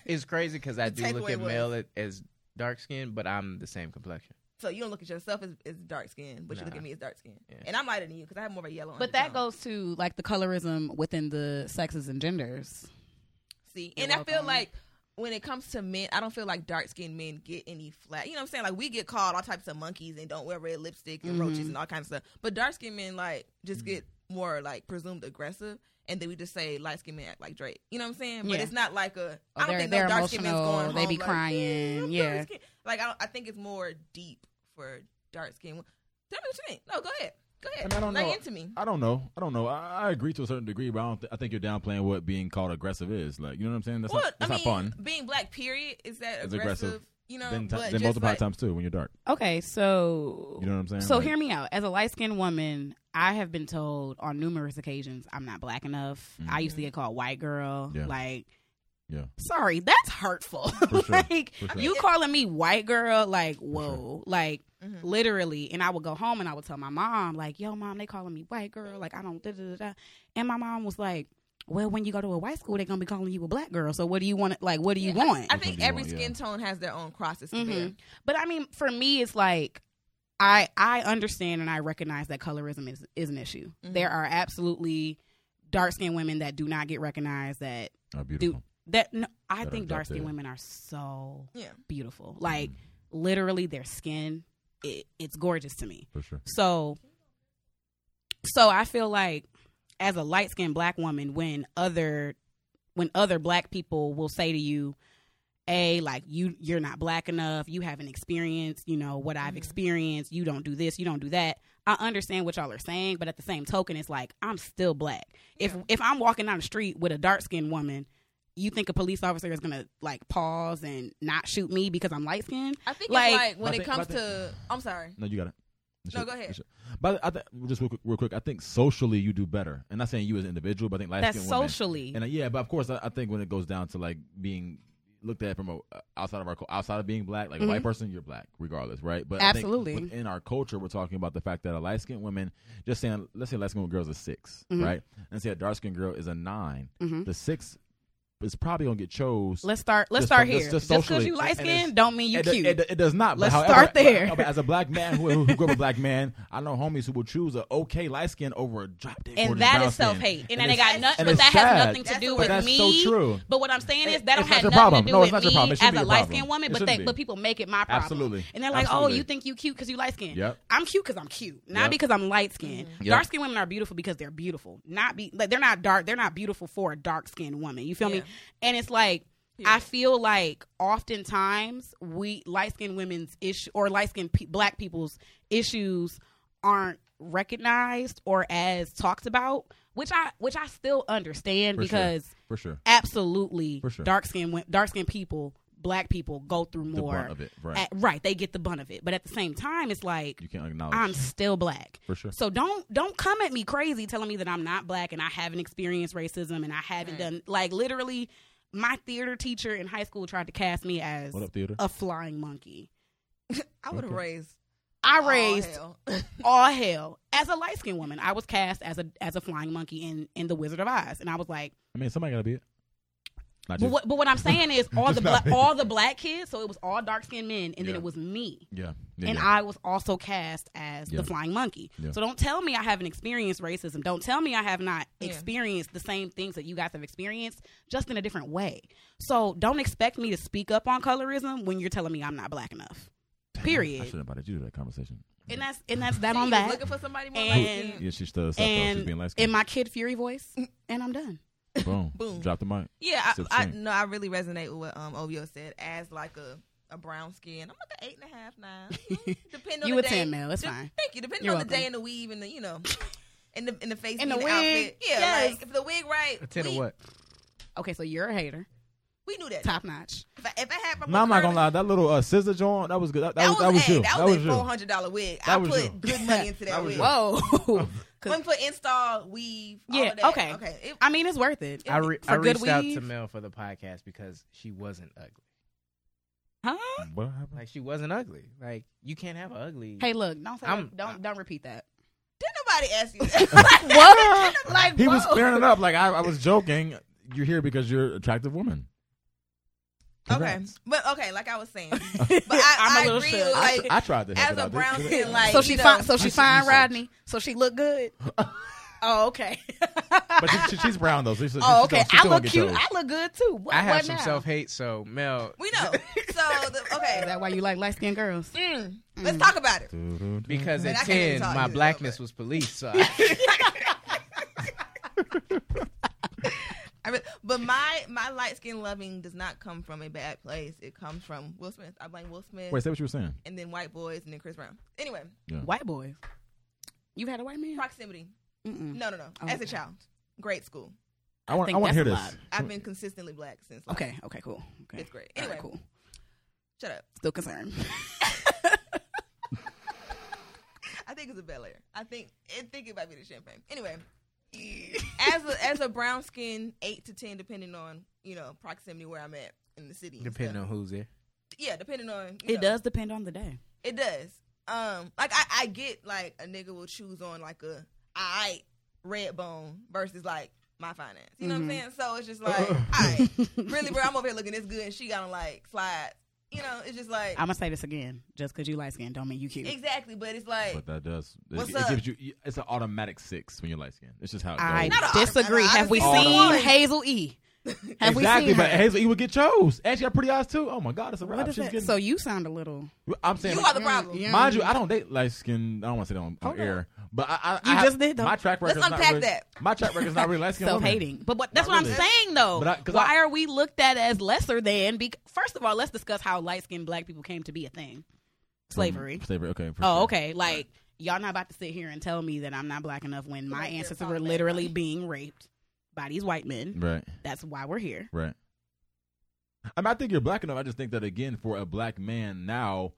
It's crazy because I The do look takeaway at was- Mel at, as dark skinned, but I'm the same complexion. so you don't look at yourself as, as dark skin, but you look Nah. at me as dark skin, Yeah. and I'm lighter than you because I have more of a yellow. But that goes to like the colorism within the sexes and genders. see, You're and I feel welcome. like when it comes to men, I don't feel like dark skinned men get any flat. You know what I'm saying? Like we get called all types of monkeys and don't wear red lipstick and roaches Mhm. and all kinds of stuff. But dark skinned men like just Mm-hmm. get more like presumed aggressive. And then we just say light skinned men act like Drake. You know what I'm saying? But Yeah. it's not like a. Oh, I don't they're- think they're no dark skinned men's emotional. going They home be like, crying. I'm Yeah. dark-skinned." Like I, don't, I think it's more deep for dark skinned. Tell me what you think. No, go ahead. Go ahead. And I don't Lay know. into me. I don't know. I don't know. I, I agree to a certain degree, but I don't. Th- I think you're downplaying what being called aggressive is. Like, you know what I'm saying? That's well, not. That's I not mean, fun. being black, period, is that It's aggressive? aggressive. You know, then ti- but then just multiply like, times two when you're dark. Okay, so You know what I'm saying? so Like, hear me out. As a light skinned woman, I have been told on numerous occasions I'm not black enough. I used to Mhm. get called white girl. Mm-hmm. Yeah. Like, Yeah. sorry, that's hurtful. *laughs* For sure. like For sure. you calling me white girl, like sure. whoa, like Mhm. literally. And I would go home and I would tell my mom, like, yo, mom, they calling me white girl. Like I don't da da da. da. And my mom was like, well, when you go to a white school, they're gonna be calling you a black girl. So what do you want? Like, what do you Yeah, want? I Which one think do you every want? Yeah. skin tone has their own crosses to Mhm. bear. But I mean, for me, it's like I I understand and I recognize that colorism is is an issue. Mhm. There are absolutely dark skinned women that do not get recognized. That Oh, beautiful. that no, I That think are adopted. Mm. dark skinned women are so Yeah. beautiful. Like literally, their skin it, it's gorgeous to me. for sure. So, so I feel like as a light skinned black woman, when other when other black people will say to you, "A like you you're not black enough. You haven't experienced you know what I've Mhm. experienced. You don't do this. You don't do that." I understand what y'all are saying, but at the same token, it's like I'm still black. If Yeah. if I'm walking down the street with a dark skinned woman. You think a police officer is gonna like pause and not shoot me because I'm light skinned? I think Like- it's like when But it the- comes but the- to. I'm sorry. No, you got it. You No, should- go you ahead. should. But I th- just real quick, real quick, I think socially you do better. And not saying you as an individual, but I think light That's skinned women. socially. And uh, yeah, but of course, I, I think when it goes down to like being looked at from a uh, outside of our cul- outside of being black, like Mhm. a white person, you're black regardless, right? But I think Absolutely. within our culture, we're talking about the fact that a light skinned woman, just saying, let's say light skinned girls a 6 Mhm. right, and say a dark skinned girl is a nine. Mhm. The six is probably gonna get chose. Let's start. Let's Just start from- just- here. just Just because socially. you light And it's- skinned don't mean you it, cute. It, it does not. but Let's however- start there. but As a black man who, who grew *laughs* up black man, I know homies who will choose a okay light skin over a drop dead. and gorgeous that brown is skin. self hate. And, then it it's- got nothing. and But it's that sad. has nothing to That's do what- with But that's me. so true. But what I'm saying is It's that don't not have your nothing problem. to do No, it's with not your me problem. It shouldn't as be a your light skinned problem. woman. It But they, shouldn't be. but people make it my problem. Absolutely. And they're like, oh, Absolutely. you think you cute because you light skinned. Yep. I'm cute because I'm cute, not Yep. Mm-hmm. because I'm light skinned. Yep. Dark skinned women are beautiful because they're beautiful. Not be like they're not dark. They're not beautiful for a dark skinned woman. You feel me? Yeah. And it's like. Yeah. I feel like oftentimes we light skinned women's issue or light skinned pe- black people's issues aren't recognized or as talked about, which I which I still understand For sure. because for sure. absolutely For sure. dark skinned dark skinned people, black people go through The more brunt of it, right? at- right, they get the bun of it. But at the same time, it's like you can't acknowledge. I'm still black. for sure. So don't don't come at me crazy telling me that I'm not black and I haven't experienced racism and I haven't Right. done like literally my theater teacher in high school tried to cast me as What up, theater? a flying monkey. I would have Okay. raised. I all raised *laughs* hell. all hell as a light skinned woman. I was cast as a as a flying monkey in in The Wizard of Oz, and I was like, I mean, somebody gotta be it. Not but you. what, but what I'm saying *laughs* is all the Just not bla- me. all the black kids. So it was all dark skinned men, and then Yeah. it was me. Yeah. yeah, and yeah. I was also cast as Yeah. the flying monkey. Yeah. So don't tell me I haven't experienced racism. Don't tell me I have not Yeah. experienced the same things that you guys have experienced, just in a different way. So don't expect me to speak up on colorism when you're telling me I'm not black enough. Damn, I period. should have invited you to that conversation. And that's and that's that So on you was that. Looking for somebody more And- light skinned. Yeah, she stood us up though. She's And being light in skinned. my kid fury voice, and I'm done. *laughs* Boom. Boom. Drop the mic. Yeah, It's I, I obscene. no, I really resonate with what um Ovio said. As like a a brown skin, I'm like an eight and a half *laughs* nine. Mm, Depending on You the a day. 10 male, it's De- fine. Thank you. Depending You're on the welcome. day and the weave and the you *laughs* know, and the and the face And the being wig, outfit. Yeah, yes. like if the wig right, A ten of we- what? Okay, so you're a hater, We knew that. *laughs* top notch. If I, if I had my No, I'm not curly- gonna lie. That little uh, scissor joint, that was good. That, that, That, was, that was hey, you. That was, a four you. hundred dollar wig. That I was put you. good *laughs* money into that, That wig. was you. Whoa. *laughs* One for install, weave. all Yeah, of that. okay. Okay. It, I mean, it's worth it. I, re- For I good reached out to weave? Mel for the podcast because she wasn't ugly. Huh? What happened? Like she wasn't ugly. Like you can't have an ugly. Hey, look, don't say I'm- that. don't don't repeat *laughs* that. didn't nobody ask you that. *laughs* *laughs* What? like He whoa. was clearing it up. Like I, I was joking. You're here because you're an attractive woman. Okay. Congrats. But okay, like I was saying. *laughs* But I, I'm I a little agree shook. with, I, like I tried to help as it a out. brown skin, like so she you know, fine. So she Research, fine, research. Rodney. So she look good. oh, okay. *laughs* but *laughs* she, she- she's brown though. So she, she, oh, she okay. don't- she I still look don't get cute. chose. I look good too. What, I have what some now? self hate, so Mel we *laughs* know. So the, Is okay, that why you like light skinned girls? Mm. let's talk about it. *laughs* Do-do-do. *laughs* because Man, at I can't even ten talk my either, blackness but- was police. *laughs* So I, I mean, but my my light skin loving does not come from a bad place. It comes from Will Smith. I blame Will Smith, Wait, say what you were saying. and then white boys, and then Chris Brown. Anyway, Mm. White boys. You had a white man. proximity. Mm-mm. No, no, no. Oh, As okay. a child, grade school. I want. I, think want to hear that's a this. lot. I've been consistently black since like Okay. Okay. Cool. Okay. fifth grade. All right, Anyway, cool. shut up. Still *laughs* concerned. I think it's a Bel Air. I think I think it might be the champagne. Anyway, as a, as a brown skin, eight to ten, depending on you know proximity where I'm at in the city. and depending stuff. on who's there. yeah, depending on you It know, does depend on the day. it does. Um, like I, I get like a nigga will choose on like a I red bone versus like my finance. You know Mhm. what I'm saying? So it's just *laughs* like, all right, *laughs* really, bro, I'm over here looking this good, and she got on like slides. You know, it's just like I'm gonna say this again. Just because you light skinned don't mean you cute. exactly, but it's like But that does. It, What's it up? gives you. you- It's an automatic six when you're light skinned. It's just how it I goes. Not a- disagree. I- I Have we disagree. seen All the- Hazel *laughs* E? Have exactly, we seen her? but Hazel, he would get chose, and she got pretty eyes too. Oh my God, it's a what wrap. is She's that? getting. So you sound a little. I'm saying, you like, are the problem. Yeah. mind you, I don't date light skinned. I don't want to say that on, on Hold on. air, but I, I, You I have- just did, though. My track Let's record. unpack really, that. My track record's not really light skinned. self hating. But what, that's Not what really. I'm saying though. But I- 'cause Why I- are we looked at as lesser than? Be- First of all, let's discuss how light skinned black people came to be a thing. Slavery. Slavery. Okay. for Oh, sure. okay. Like y'all not about to sit here and tell me that I'm not black enough when my Right, you're ancestors were problematic, literally right? being raped by these white men. Right. That's why we're here. Right. I mean, I think you're black enough. I just think that again, for a black man now,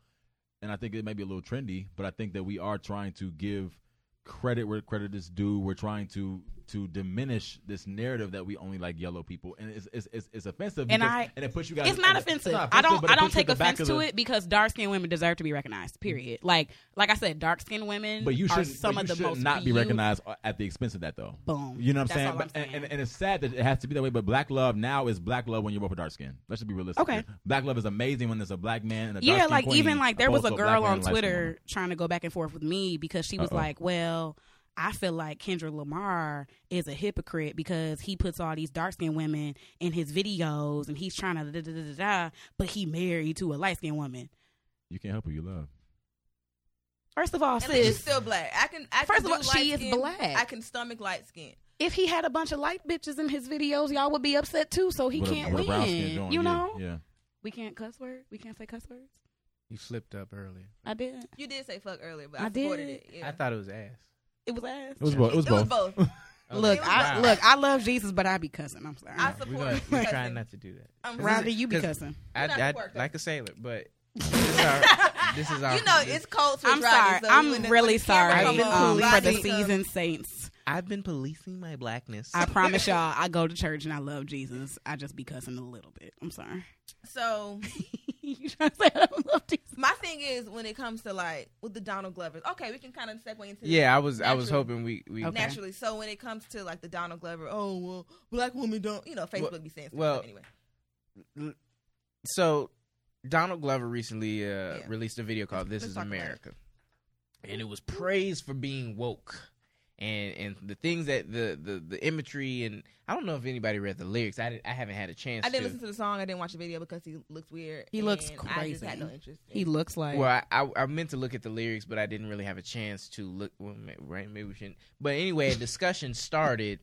and I think it may be a little trendy, but I think that we are trying to give credit where credit is due. We're trying to to diminish this narrative that we only like yellow people, and it's it's, it's, it's offensive. And because- I- and it puts you guys. It's not it's offensive. not I offensive, don't. but it I don't puts you take at the back offense of to the- Mm-hmm. it because dark skinned women deserve to be recognized. Period. Like, like I said, dark skinned women But you are should some but of the you should most not be viewed- recognized at the expense of that, though. Boom. You know what I'm That's saying? all But- saying. And, and, and it's sad that it has to be that way, but black love now is black love when you're both dark skin. Let's just be realistic. Okay. here. Black love is amazing when there's a black man and a yeah, dark-skinned like queen even like there was a opposed to black girl man on and a light-skinned Twitter woman. trying to go back and forth with me because she was Uh-oh. like, "Well, I feel like Kendrick Lamar is a hypocrite because he puts all these dark skinned women in his videos and he's trying to da da da da, da but he married to a light skinned woman." You can't help who you love. First of all, At least she's sis, still black. I can. I can First of do all, she light is skin. black. I can stomach light skin. if he had a bunch of light bitches in his videos, y'all would be upset too. So he With a- can't with a brown skin win. joint, You yeah, know, Yeah. we can't cuss words. We can't say cuss words. You flipped up earlier. I did. You did say fuck earlier, but I, I did. supported it. Yeah. I thought it was ass. It was ass. It was both. It was it was both. both. Look, It was I wild. look, I love Jesus, but I be cussing. I'm sorry. I We're, support. gonna, it. we're trying not to do that. *laughs* I'm This Rather *laughs* right. is- you be 'cause cussing. I, not I, worked up. like a sailor, *laughs* but this is our. This is our You know it's cold. Switch I'm sorry. Rodney, so you I'm and the- really when the camera sorry I've come been on, um, cool light for the skin. season saints. I've been policing my blackness. *laughs* I promise y'all, I go to church and I love Jesus. I just be cussing a little bit. I'm sorry. So *laughs* you trying to say I don't love Jesus? my thing is when it comes to like with the Donald Glovers. Okay, we can kind of segue into yeah, I was. I was Naturally. hoping we. we Okay. naturally. So when it comes to like the Donald Glover, oh well, black women don't, you know, Facebook Well- be saying stuff well, like- anyway. So Donald Glover recently uh, Yeah. released a video called "This let's Is talk about it. America," and it was praised for being woke. And, and the things that the, the, the imagery and I don't know if anybody read the lyrics. I, did, I haven't had a chance. I didn't to. listen to the song. I didn't watch the video because he looks weird. He looks and I just had crazy. no interest. in He it. looks like Well, I, I I meant to look at the lyrics, but I didn't really have a chance to look. Well, ma- right? Maybe we shouldn't. But anyway, a discussion started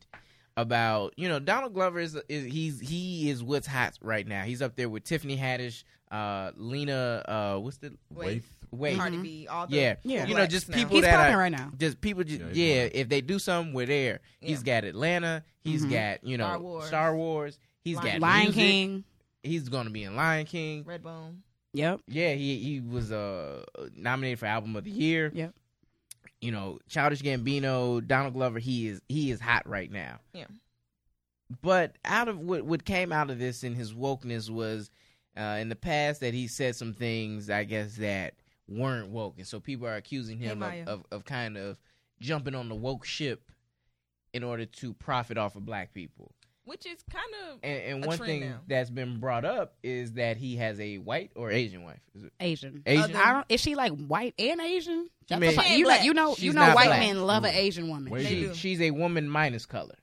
about you know Donald Glover is, is he's he is what's hot right now. He's up there with Tiffany Haddish, uh, Lena. Uh, what's the Wait, wait? Cardi B, all the Yeah, Mm-hmm. Yeah. You know, blacks just now. people he's that popping are- right now. Just people, just Yeah, yeah. he's one of if they do something, we're there. He's got Atlanta. He's Mhm. got you know Star Wars. Star Wars. He's Lion- got Lion music. King. He's gonna be in Lion King. Redbone. Yep. Yeah, he he was uh nominated for album of the year. Yep. You know, Childish Gambino, Donald Glover, he is he is hot right now. Yeah. But out of what what came out of this in his wokeness was uh in the past that he said some things I guess that weren't woke and so people are accusing Hey, him Maya. of, of of kind of jumping on the woke ship in order to profit off of black people. Which is kind of And, and A one trend thing now. that's been brought up is that he has a white or Asian wife. Is it Asian. Asian? Other- I don't. Is she like white and Asian? That's Man, the part- She ain't you know, black. you know, you She's know, not white black. Mm-hmm. men love an Ooh. Asian woman. Wait. They She- do. she's a woman minus color.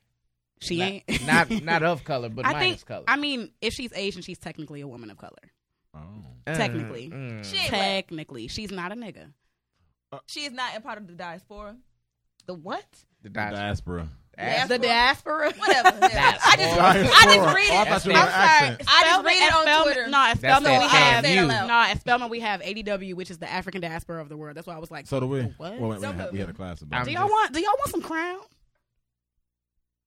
She not, *laughs* ain't not *laughs* not of color, but I minus think. color. I mean, if she's Asian, she's technically a woman of color. Oh. Uh, technically. mm. she ain't black. Technically, she's not a nigga. She is not a part of the diaspora. The what? The The diaspora. diaspora. Diaspora. The diaspora. *laughs* Whatever. I just, I Diaspora. just read it. Oh, I thought you I'm were sorry. accent. I just Spellman- read it at on Spellman- Twitter. No, at That's Spelman we that have same you. no at Spelman we have ADW, which is the African diaspora of the world. That's why I was like, So do we. What? Well, wait, So we, had, we had a good. class about I'm do it. y'all just- want? Do y'all want some crown?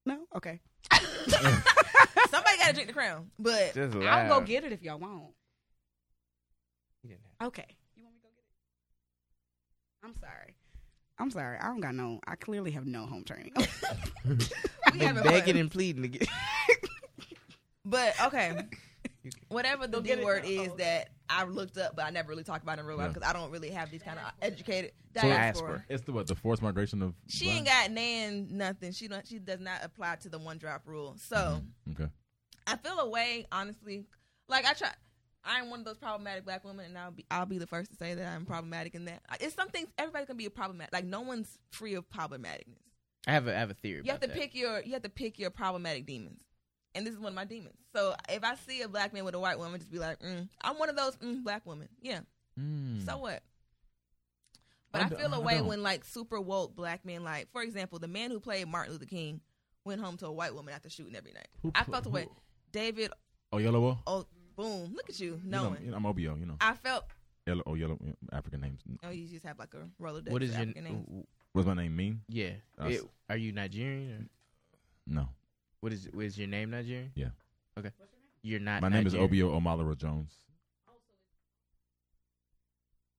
No, okay. *laughs* Somebody got to drink the crown. But Just I'll loud. go get it if y'all want. He didn't have- Okay, you want me to go get it? I'm sorry. I'm sorry. I don't got no. I clearly have no home training. we Been having begging fun. and pleading to get. But okay. *laughs* Whatever the Don't D get it word now. is Oh. that I looked up, but I never really talked about it in real life Yeah. because I don't really have these kind of educated So- diaspora. It's the what? The forced migration of. She ain't got nan nothing. She don't. She does not apply to the one drop rule. So Mm-hmm. Mm, Okay. I feel a way, honestly. Like I try. I'm one of those problematic black women, and I'll be I'll be the first to say that I'm problematic in that. It's some things everybody can be a problematic. Like no one's free of problematicness. I have a I have a theory. You have about to that. pick your you have to pick your problematic demons, and this is one of my demons. So if I see a black man with a white woman, just be like, mm, I'm one of those mm, black women. Yeah. Mm. So what? But I I, d- feel I a way don't. when like super woke black men, like for example, the man who played Martin Luther King went home to a white woman after shooting every night. Who I pl- felt the who- way David Mm. Oh, yellow. Wall? Oh, boom! Look at you You know, knowing. you know, I'm OBO. You know. I felt. Yellow, oh, yellow yeah, African names. Oh, you just have like a roller. What is your African name? What's my name mean? yeah? Us. It- are you Nigerian? Or No, what is what is your name Nigerian? Yeah. Okay. You're not. my name is Nigerian. OBO Omalara Jones.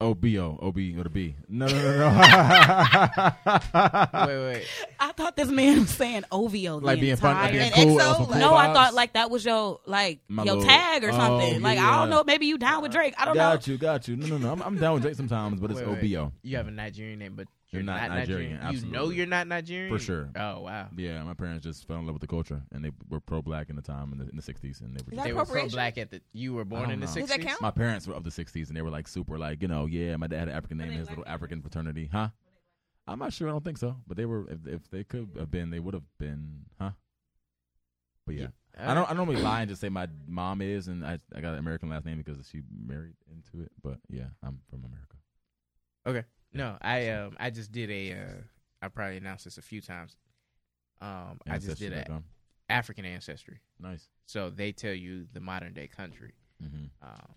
OBO, OB or the B. No, no, no, no. Wait, wait. *laughs* *laughs* I thought thought this man was saying OVO. The like being fun, like entire- being And XO, cool. on some cool like- no, I vibes. thought like that was your like My your little- tag or Oh, something. like I don't yeah. know. Maybe you down with Drake. I don't know. got you, got you. No, no, no. I'm, I'm down with Drake sometimes, but it's Wait, wait. OBO. You have a Nigerian name, but you're, You're not Nigerian, You know absolutely. you're not Nigerian For sure. Oh wow. Yeah, my parents just fell in love with the culture, and they were pro black in the time in the, in the '60s, and they were. Is Just, that They were pro appropriation? black at the. You were born don't in the know. Does sixties. that count? my parents were of the '60s, and they were like super, like you know, yeah. My dad had an African name, they in his black little African fraternity, huh? I'm not sure. I don't think so. But they were, if, if they could have been, they would have been, huh? But yeah, Uh, I don't. *clears throat* I normally lie and just say my mom is, and I I got an American last name because she married into it. But yeah, I'm from America. No, I um I just did a. Uh, I probably announced this a few times. Um, I just did a Ancestry.com. African ancestry. Nice. So they tell you the modern day country. hmm Um,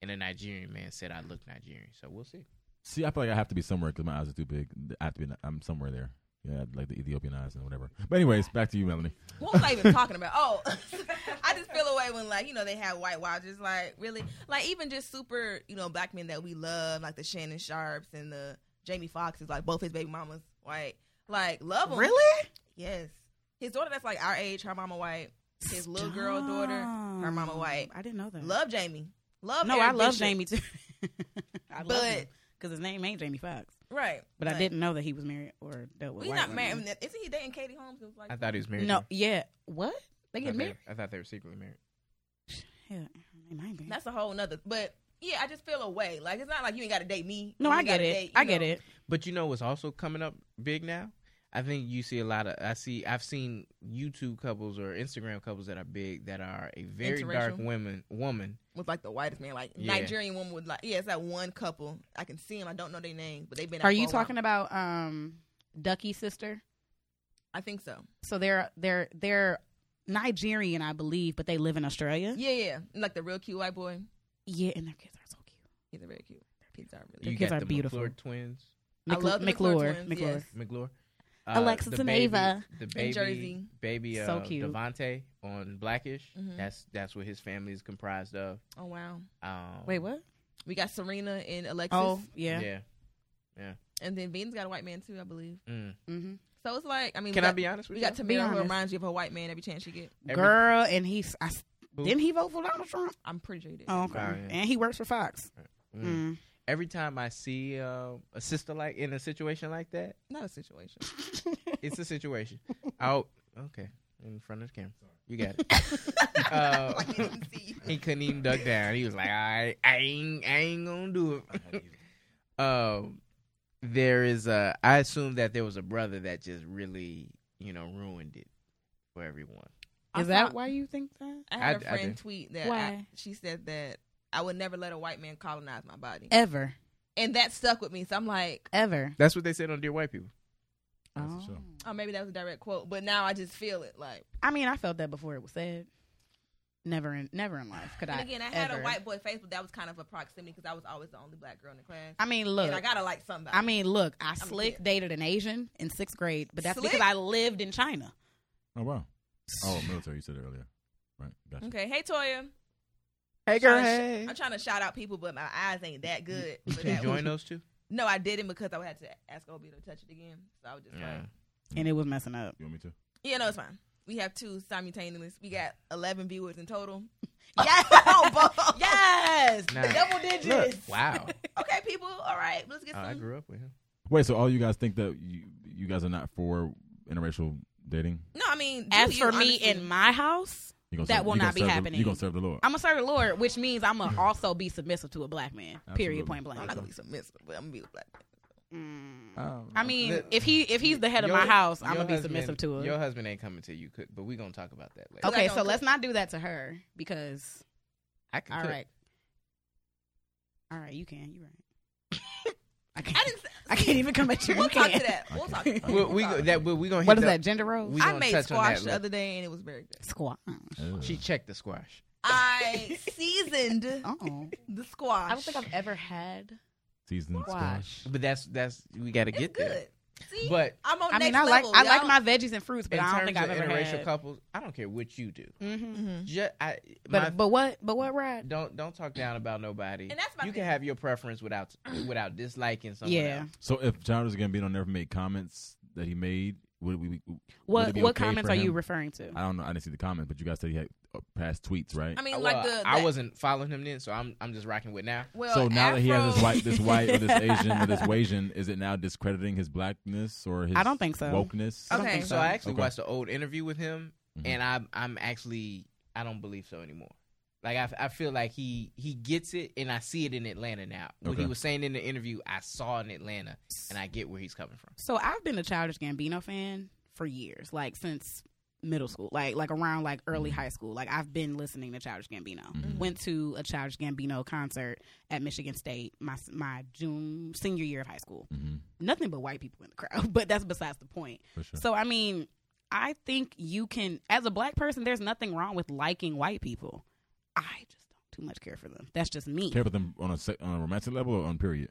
and a Nigerian man said I look Nigerian. So we'll see. See, I feel like I have to be somewhere because my eyes are too big. I have to be. I'm somewhere there. Yeah, like the Ethiopian eyes and whatever. But anyways, back to you, Melanie. What was I *laughs* even talking about? Oh, *laughs* I just feel away when like you know they had white watchers. Like really, like even just super you know black men that we love, like the Shannon Sharps and the Jamie Foxxes, like both his baby mamas white. Like love them Really? Yes, his daughter that's like our age, her mama white. His little girl daughter, her mama white. I didn't know that. Love Jamie. Love no, Eric I love Bishop. Jamie too. *laughs* I But- love because his name ain't Jamie Foxx. Right, But I didn't know that he was married or dealt with. We white not women. married. I mean, Isn't he dating Katie Holmes? It was Like, I thought he was married. No, to- yeah. What? They I thought get married? I thought they were secretly married. Yeah, they might be. that's a whole nother. But yeah, I just feel away. Like it's not like you ain't got to date me. No, You I ain't get gotta it. date, I you get know. it. But you know what's also coming up big now? I think you see a lot of I see I've seen YouTube couples or Instagram couples that are big that are a very dark Interracial. women woman. with like the whitest man, like Yeah. Nigerian woman with like yeah, it's that one couple. I can see them. I don't know their name, but they've been. out Are for you a talking while. about um Ducky's sister? I think so. So they're they're they're Nigerian, I believe, but they live in Australia. Yeah, yeah, like the real cute white boy. Yeah, and their kids are so cute. He's a very cute. Kids are really. You kids got are the beautiful. McClure twins, I love the McClure McClure. twins, yes. McClure. Alexis Uh, the and baby- Ava the baby, Jersey. baby, uh, So cute. Devante on Blackish. Mhm. That's that's what his family is comprised of. Oh wow, Um, Wait, what? we got Serena and Alexis, Oh, yeah. Yeah. and then Venus got a white man too, I believe. Mm. hmm So it's like I mean, Can we I got, be honest with we you? got Be Tamara who honest. reminds you of a white man every chance you get. Every- Girl, and he's I, s- Who? didn't he vote for Donald Trump? I'm pretty sure you did. Oh, okay. Fine. And he works for Fox. Mm. Mm. Every time I see uh, a sister like in a situation like that, Not a situation. *laughs* Mm. *laughs* it's a situation. Out. Okay. In front of the camera. You got it. uh, *laughs* like I didn't see you. he couldn't even duck down. He was like, I, I ain't, I ain't gonna do it. *laughs* um, there is a. I assume that there was a brother that just really, you know, ruined it for everyone. I Is that thought- why you think that? I had I- a I friend did. tweet that I, Why? she said that I would never let a white man colonize my body, Ever, and that stuck with me. So I'm like, ever. That's what they said on Dear White People. That's for sure. Oh, maybe that was a direct quote, but now I just feel it. Like, I mean, I felt that before it was said. Never in, never in life could and I. again, I had ever- a white boy face, but that was kind of a proximity because I was always the only black girl in the class. I mean, look. and I gotta like somebody. I mean, look. I a slick kid. dated an Asian in sixth grade, but that's Slick? because I lived in China. Oh wow. Oh, military. You said it earlier. Right. Gotcha. okay, hey Toya, Hey, girl, hey. I'm trying to shout out people, but my eyes ain't that good. You for can that join one. those two. No, I didn't because I had to ask Obi to touch it again. So I was just Yeah. like, and it was messing up. You want me to? yeah, no, it's fine. We have two simultaneous. We got 11 viewers in total. *laughs* *laughs* Yes, Oh, yes, *laughs* Nah. double digits. Wow. Okay, people. All right, let's get Oh, I some. grew up with him. Wait. So all you guys think that you you guys are not for interracial dating? No, I mean, do As you, for me honestly. in my house, You gonna That serve- will you gonna not be serve the- happening. you gonna serve the Lord. I'm gonna serve the Lord, which *laughs* means I'm gonna also be submissive to a black man. Period, Absolutely. point I'm blank. not gonna be submissive, but I'm gonna be a black. Mm. Oh, I mean, The- if he if he's the head of my uh, Your- house, I'm your gonna be husband- submissive to Your him. husband ain't coming till you cook, but we're gonna talk about that later. Oh, Okay, I so don't let's cook. not do that to her because I can all cook. right, all right, you can, *laughs* you right. I can't, I didn't. Say, I can't even come at you. We'll You talk can. to that. We'll talk. Okay. We'll, we We'll go, talk. that we gonna hit What is the- that? Gender roles? we I gonna made touch on that squash the later. other day and it was very good. Squash. She checked the squash. *laughs* I seasoned Oh, the squash. I don't think I've ever had season squash. But that's that's we got to It's get good. there. See, But I'm on I next mean, I like level. I like y'all. my veggies and fruits, but in I don't terms think I've of ever interracial had. couples, I don't care what you do. hmm Mhm. Ju- I, But my- but what but what ride? don't don't talk down about nobody. And that's my you thing. can have your preference *clears throat* without without disliking someone. Yeah. else. So if Childish Gambino never made comments that he made Would we, we- Would What it be what okay comments for are you him? referring to? I don't know. I didn't see the comment, but you guys said he had uh, past tweets, right? I mean, Well, like the, the I wasn't following him then, so I'm I'm just rocking with now. well, so now that he has this Afro- *laughs* white, this *laughs* white, or this Asian, or this Wasian, is it now discrediting his blackness or his I don't think so. wokeness? I don't Okay. think So I actually Okay. watched an old interview with him, Mhm. and I'm I'm actually I don't believe so anymore. Like I, I feel like he he gets it, and I see it in Atlanta now. What he Okay. was saying in the interview, I saw in Atlanta, and I get where he's coming from. So I've been a Childish Gambino fan for years, like since middle school, like like around like early Mhm. high school. Like I've been listening to Childish Gambino. Mhm. Went to a Childish Gambino concert at Michigan State my my June senior year of high school. Mhm. Nothing but white people in the crowd, *laughs* but that's besides the point. For sure. So I mean, I think you can as a black person there's nothing wrong with liking white people. I just don't too much care for them. That's just me. Care with them on a se- on a romantic level or on period.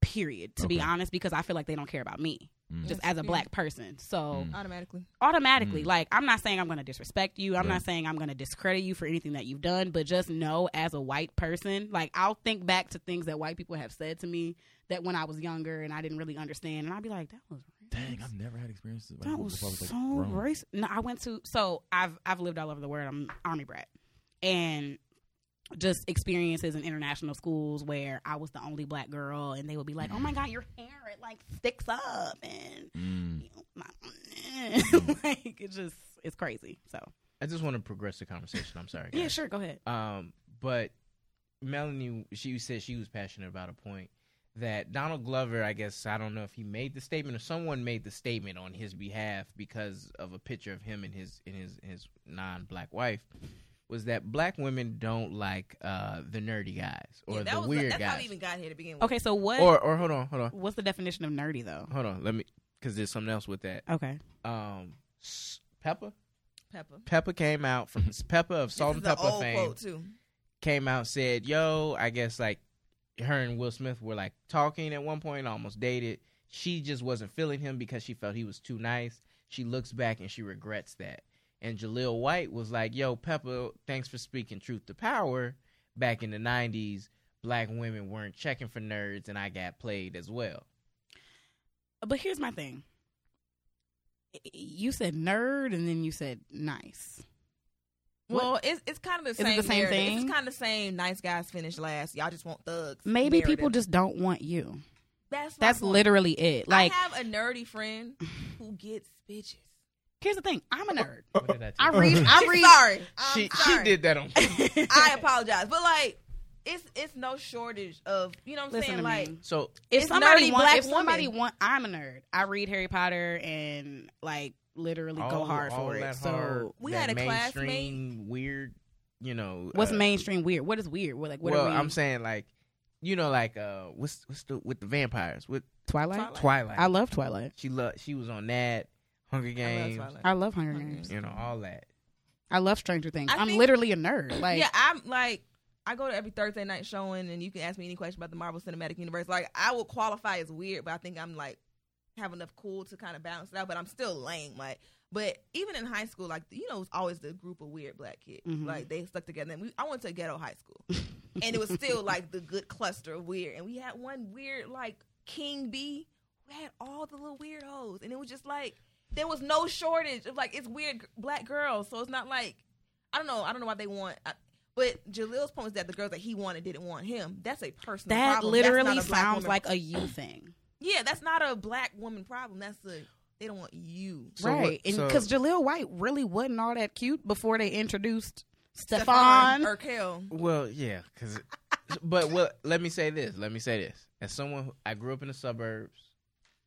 Period, to be Okay. honest, because I feel like they don't care about me Mm. just That's as a fair. black person. So Mm. automatically. automatically. Mm. Like, I'm not saying I'm going to disrespect you. I'm Yeah. not saying I'm going to discredit you for anything that you've done, but just know as a white person, like, I'll think back to things that white people have said to me that when I was younger and I didn't really understand. And I'd be like, that was racist. Dang, I've never had experiences. like that this was before I was, like, so grown. racist. No, I went to, so I've, I've lived all over the world. I'm army brat. And just experiences in international schools where I was the only black girl, and they would be like, "Oh my god, your hair it like sticks up," and Mm. *laughs* Mm-hmm. like it just it's crazy. So I just want to progress the conversation. I'm sorry. Guys. yeah, sure, go ahead. Um, but Melanie, she said she was passionate about a point that Donald Glover, I guess, I don't know if he made the statement or someone made the statement on his behalf because of a picture of him and his and his his non-black wife. Was that black women don't like uh, the nerdy guys or yeah, that the was weird that's how we guys? even got here to begin with. Okay, so what? Or or hold on, hold on, what's the definition of nerdy though? hold on. Let me because there's something else with that. Okay, Um, S- Peppa Pepper. Peppa came out from Peppa of Salt this and is an Pepper old fame. quote too. came out said, "Yo, I guess like her and Will Smith were like talking at one point, almost dated. She just wasn't feeling him because she felt he was too nice. She looks back and she regrets that." And Jaleel White was like, "Yo, Peppa, thanks for speaking truth to power. Back in the '90s, black women weren't checking for nerds, and I got played as well." but here's my thing. Y- You said nerd, and then you said nice. What- Well, it's it's kind of the it same. the same narrative. thing? It's kind of the same. Nice guys finish last. Y'all just want thugs. Maybe narrative. people just don't want you. That's my That's point. literally it. Like, I have a nerdy *sighs* friend who gets bitches. here's the thing. I'm a nerd. What did I Uh, I tell you? *laughs* read. *laughs* I I'm read. Oh. *laughs* sorry. I'm She she sorry. did that on. I apologize, but like, it's it's no shortage of you know what I'm Listen saying. to Like, me. So If It's somebody nerdy want, black if somebody woman. want, I'm a nerd. I read Harry Potter and like literally go all- hard all for it. that So hard, We that had a classmate- mainstream weird, you know. What's uh, mainstream weird? What is weird? What like what well, are we? I'm saying like, you know, like uh, what's what's the with the vampires with Twilight? Twilight? I love Twilight. she loved. She was on that Hunger Games. I love Twilight. I love Hunger Hunger Games. You know all that. I love Stranger Things. I I'm think- literally a nerd. Like yeah, I'm like. I go to every Thursday night showing, and you can ask me any question about the Marvel Cinematic Universe. Like, I will qualify as weird, but I think I'm like have enough cool to kind of balance it out. But I'm still lame. Like, but even in high school, like you know, it was always the group of weird black kids. Mhm. Like they stuck together. And we, I went to a ghetto high school, and it was still like the good cluster of weird. And we had one weird like King B. We had all the little weird hoes, and it was just like there was no shortage of like it's weird g- black girls. So it's not like I don't know. I don't know why they want. I, but Jaleel's point is that the girls that he wanted didn't want him. That's a personal. that problem. That's literally not a black sounds woman- like a you thing, yeah, that's not a black woman problem. That's a they don't want you. So what- right? And so- because Jaleel White really wasn't all that cute before they introduced Stephon Stefan. Urkel. Well, yeah, because. but well, let me say this. Let me say this. As someone, who, I grew up in the suburbs.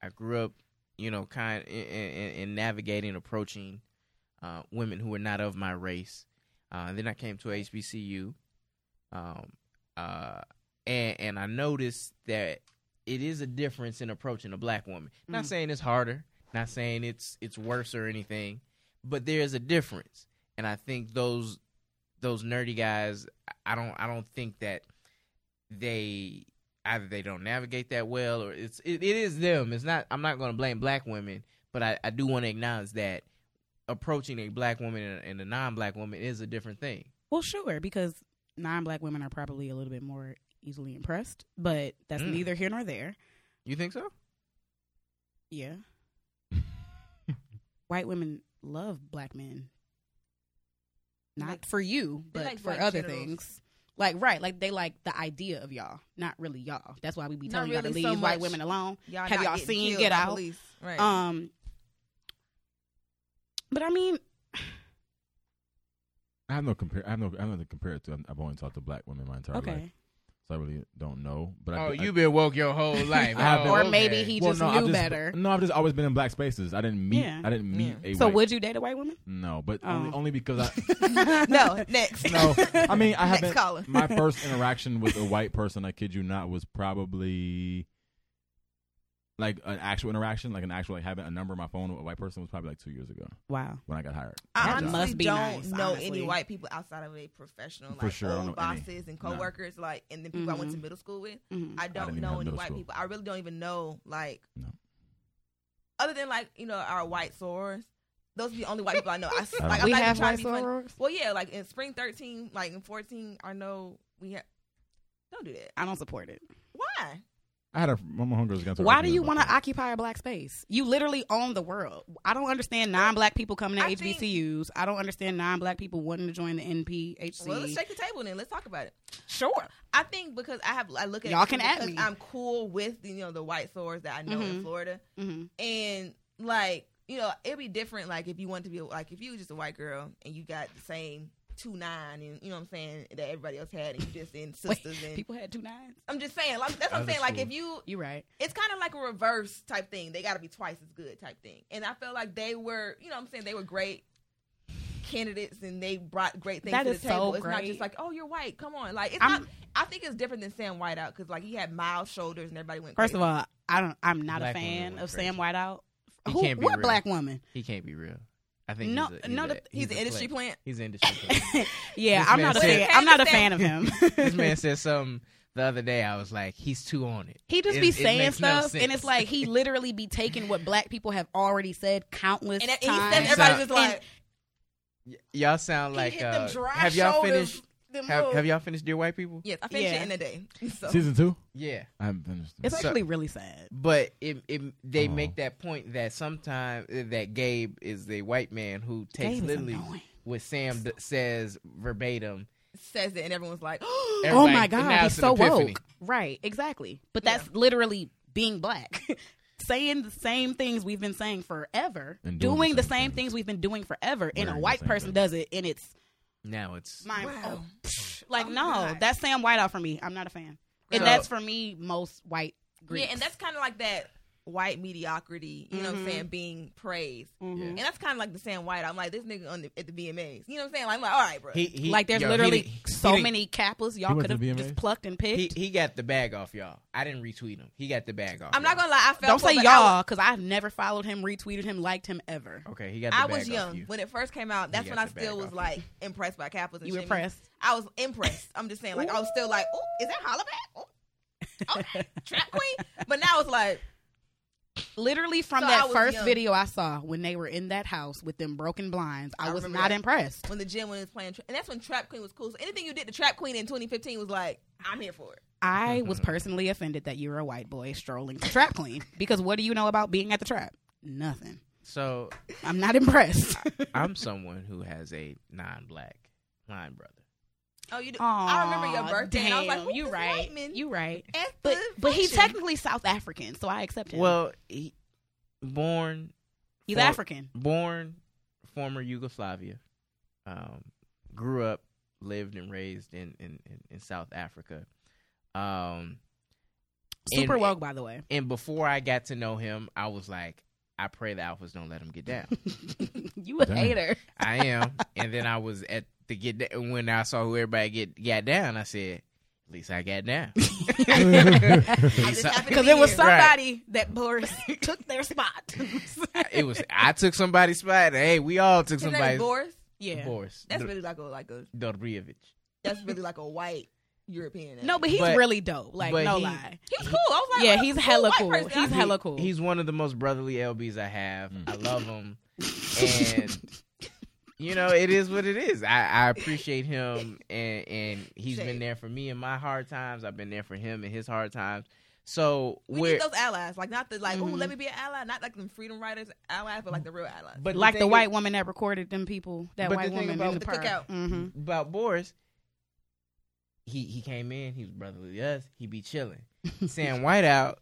I grew up, you know, kind in, in, in navigating, approaching uh, women who were not of my race. Uh, then I came to HBCU, um, uh, and and I noticed that it is a difference in approaching a black woman. Not Mm. saying it's harder. Not saying it's it's worse or anything, but there is a difference, and I think those those nerdy guys I don't I don't think that they either they don't navigate that well or it's it, it is them. It's not I'm not going to blame black women, but I, I do want to acknowledge that approaching a black woman and a, and a non-black woman is a different thing. Well, sure, because non-black women are probably a little bit more easily impressed, but that's Mm. neither here nor there. *laughs* You think so? Yeah. white women love black men. Not Like- for you, They but like for white other genitals. things. Like right, like they like the idea of y'all, not really y'all. That's why we be Not telling y'all to really leave so white much. women alone. Y'all Have not y'all getting seen killed Get by Out? Police. Right. Um, but I mean, I have no compare. I have no. I have nothing to compare it to. I'm- I've only talked to black women my entire life, okay, so I really don't know. But I, Oh, I, you been woke your *laughs* whole life. I have Oh, been- or maybe okay. he Well, just no, I've knew better. No, I've just always been in black spaces. I didn't meet. Yeah. I didn't meet Yeah. a. So white, would you date a white woman? No, but Oh. only, only because I. *laughs* *laughs* no, next. No, I mean *laughs* I next haven't. caller. my first interaction with a white person, I kid you not, was probably like an actual interaction, like an actual like having a number on my phone with a white person was probably like two years ago Wow. when I got hired. I That honestly job. must be don't nice, know honestly. any white people outside of a professional, For like sure, I don't old know any. bosses and coworkers, like, and then people I went to Mhm. middle school with. Mhm. I don't even have know any middle white school. people. I really don't even know, like, No. other than like you know our white sorors. Those are the only white people I know. *laughs* I, s- I like, don't- I'm we not even have trying white to be funny. sorors. Well, yeah, like in spring thirteen, like in fourteen, I know we have. Don't do that. I don't support it. Why? I had a my hunger was against. Why do you want to occupy a black space? You literally own the world. I don't understand non-black people coming to I think- HBCUs. I don't understand non-black people wanting to join the NPHC. Well, let's shake the table then. Let's talk about it. sure. I think because I have I look at Y'all it can at because me. I'm cool with the, you know the white sorors that I know in Mhm. Florida, hmm and like you know it'd be different. Like if you want to be a- like if you was just a white girl and you got the same two nine and you know what I'm saying that everybody else had and you just *laughs* in sisters and People had two nines. I'm just saying like that's what I'm Other saying. Like if schools. you You're right. it's kind of like a reverse type thing. They got to be twice as good type thing. And I felt like they were, you know what I'm saying, they were great candidates and they brought great things That to is the so table. it's not great. just like, oh, you're white. Come on. Like, it's not, I'm- I think it's different than Sam Whiteout because, like, he had mild shoulders and everybody went First of crazy. all, I don't. I'm not Black a women fan went of crazy. Sam Whiteout. He Who? can't be What real. black woman? *laughs* He can't be real. I think No- he's a, he's no, a- the- he's, an a industry flake. plant. He's an industry *laughs* plant. yeah, This I'm man not a said- fan. I'm not a Can't fan of him. this man said something the other day. I was like, he's too on it. He just It- be it saying makes no stuff, and sense. it's like he literally be taking what black people have already said countless And, and he times. said, everybody's Sound- just like, Y- y'all sound He like hit them uh, dry have y'all shoulders, finished? them Have, little- have y'all finished Dear White People? yes, I finished Yeah. it in a day. *laughs* So, season two? Yeah, I haven't finished. *laughs* it. It's So- actually really sad. but it, it they Oh. make that point that sometimes that Gabe is a white man who takes Gabe is literally *gasps* annoying. what Sam d- says verbatim. says it and everyone's like, Oh Everybody- my and now god, he's it's an so epiphany. woke. Right, exactly. But Yeah. that's literally being black. *laughs* saying the same things we've been saying forever, And doing, the same things. we've been doing forever, and a Wearing the white same person things. does it, and it's Now it's mind Wow. oh, psh, like Oh, no, God. that's Sam Whiteout for me. I'm not a fan, and So- that's for me most white Greeks. yeah, and that's kind of like that white mediocrity, you know what I'm Mhm. saying, being praised. Mhm. And that's kind of like the Sam White. I'm like, this nigga on the, at the VMAs. You know what I'm saying? Like, I'm like, all right, bro. he, he, like there's yo, he literally didn't- he so didn't- many Kappas y'all went could to have the just VMAs? plucked and picked. He he got the bag off y'all. I didn't retweet him. He got the bag off. I'm not y'all. gonna lie. I felt Don't for, say but y'all because I've never followed him, retweeted him, liked him ever. Okay, he got. The I, I bag was off young you. when it first came out. That's got when I the bag still was off like impressed by Kappas and You shit. impressed? I was impressed. I'm just saying, like I was still like, oh, is that Hollaback? Ooh, *laughs* okay, trap queen. But now it's like, Literally from So I that was first young. video I saw when they were in that house with them broken blinds, I, I was remember not that. impressed. when the gym when it was playing, tra- and that's when Trap Queen was cool. So anything you did to Trap Queen in 2015 was like, I'm here for it. I was personally offended that you were a white boy strolling to Trap Queen because what do you know about being at the trap? Nothing. So I'm not impressed. I'm someone who has a non-black line brother. Oh, you. Do- *laughs* Um, I remember your Aw, birthday. and I was like, damn, who you this right. white man You right. at But the but he's function? technically South African, so I accept him. Well, he, born he's for- African. born former Yugoslavia, um, grew up, lived and raised in in, in, in South Africa. Um, and- Super woke, by the way. And before I got to know him, I was like, I pray the alphas don't let him get down. *laughs* you a Damn. hater. I am. and then I was at the get da- when I saw who everybody get got down. I said, at least I got down. *laughs* I just happened to Because be it was here. somebody that Boris *laughs* took their spot. *laughs* it was I took somebody's spot. Hey, we all took His name somebody's is Boris. *laughs* yeah. Boris. That's Dr- really like a like a Dobrievic. that's really like a white European. No, but he's But- really dope. Like, but no he- lie. he's cool. I was like, Yeah, oh, he's a hella white cool. person. He's I- hella cool. He's one of the most brotherly LBs I have. Mm. I love him. And you know, it is what it is. I, I appreciate him and and he's been Shade. there for me in my hard times. I've been there for him in his hard times. So We we're need those allies, like not the like. Oh, Mhm. let me be an ally, not like them freedom writers allies, but like the real allies. but like the thing white woman that recorded them people, But that the white thing woman about in the, the park. cookout- Mm-hmm. about Boris, he he came in, he was brotherly to us, he be chilling. Sam White out,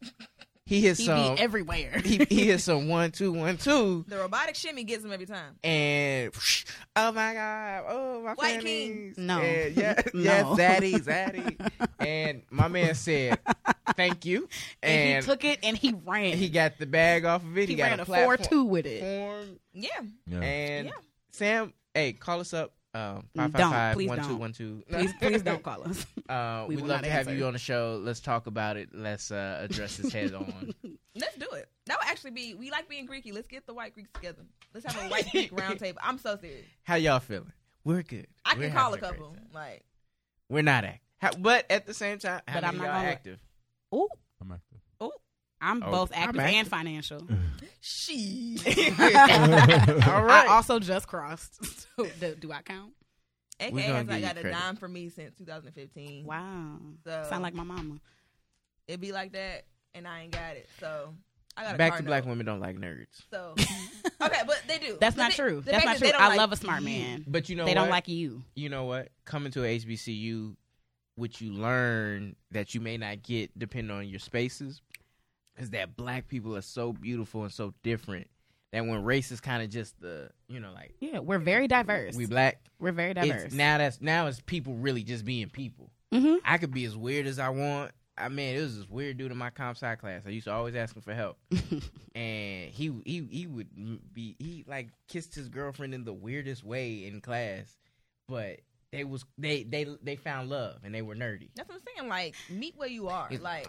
he hits He some be everywhere. he, he hits some one two one two the robotic shimmy gets them every time. and oh my god, oh my White fannies. king. No. And yeah, *laughs* No. yeah, zaddy, zaddy. and my man said, Thank you. *laughs* *laughs* and, he And, took it and he ran. he got the bag off of it. He, He got ran a a platform, four two with *laughs* it. form, Yeah, Yeah. And Yeah. Sam, hey, call us up. Um, Don't. 555 Please don't. 1212. *laughs* Please, please don't call us. Uh, We we'd will love not to have answer. you on the show. Let's talk about it. Let's uh, address this head *laughs* on. let's do it. That would actually be. We like being Greeky. Let's get the white Greeks together. Let's have a white Greek round table. I'm so serious. How y'all feeling? We're good. I We're can call a having great couple. time. Like We're not active, how, but at the same time, how But many I'm not y'all gonna- active? Ooh, I'm active. I'm Oh, both I'm active and active. financial. *laughs* she. *laughs* All I right. also just crossed. *laughs* So do, do I count? AKA We gonna has give not you got a credit. dime for me since 2015. Wow. So- Sound like my mama. It be like that, and I ain't got it. So I got a Back car to black note. women don't like nerds. So *laughs* okay, but they do. That's The not fa- true. the That's fact not that they true. don't I like- love a smart man. But you know They what? don't like you. you know what? Coming to a HBCU, what you learn that you may not get depending on your spaces is that black people are so beautiful and so different that when race is kind of just the you know like Yeah, we're very diverse. we black We're very diverse. it's, now that's now it's people really just being people. Mm-hmm. hmm I could be as weird as I want. I mean, it was this weird dude in my comp sci class. I used to always ask him for *laughs* help, and he he he would m- be he like kissed his girlfriend in the weirdest way in class, but they was they they they found love and they were nerdy. That's what I'm saying. Like meet where you are. It's- Like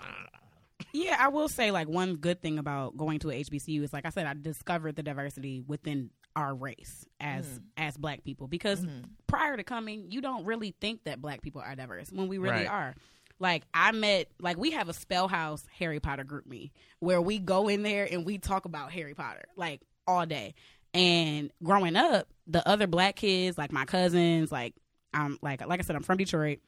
Yeah, I will say like one good thing about going to a HBCU is like I said, I discovered the diversity within our race as Mhm. as black people because Mhm. prior to coming, you don't really think that black people are diverse when we really Right. are. Like I met like we have a spell house Harry Potter group me where we go in there and we talk about Harry Potter like all day. And growing up, the other black kids, like my cousins, like I'm like like I said, I'm from Detroit.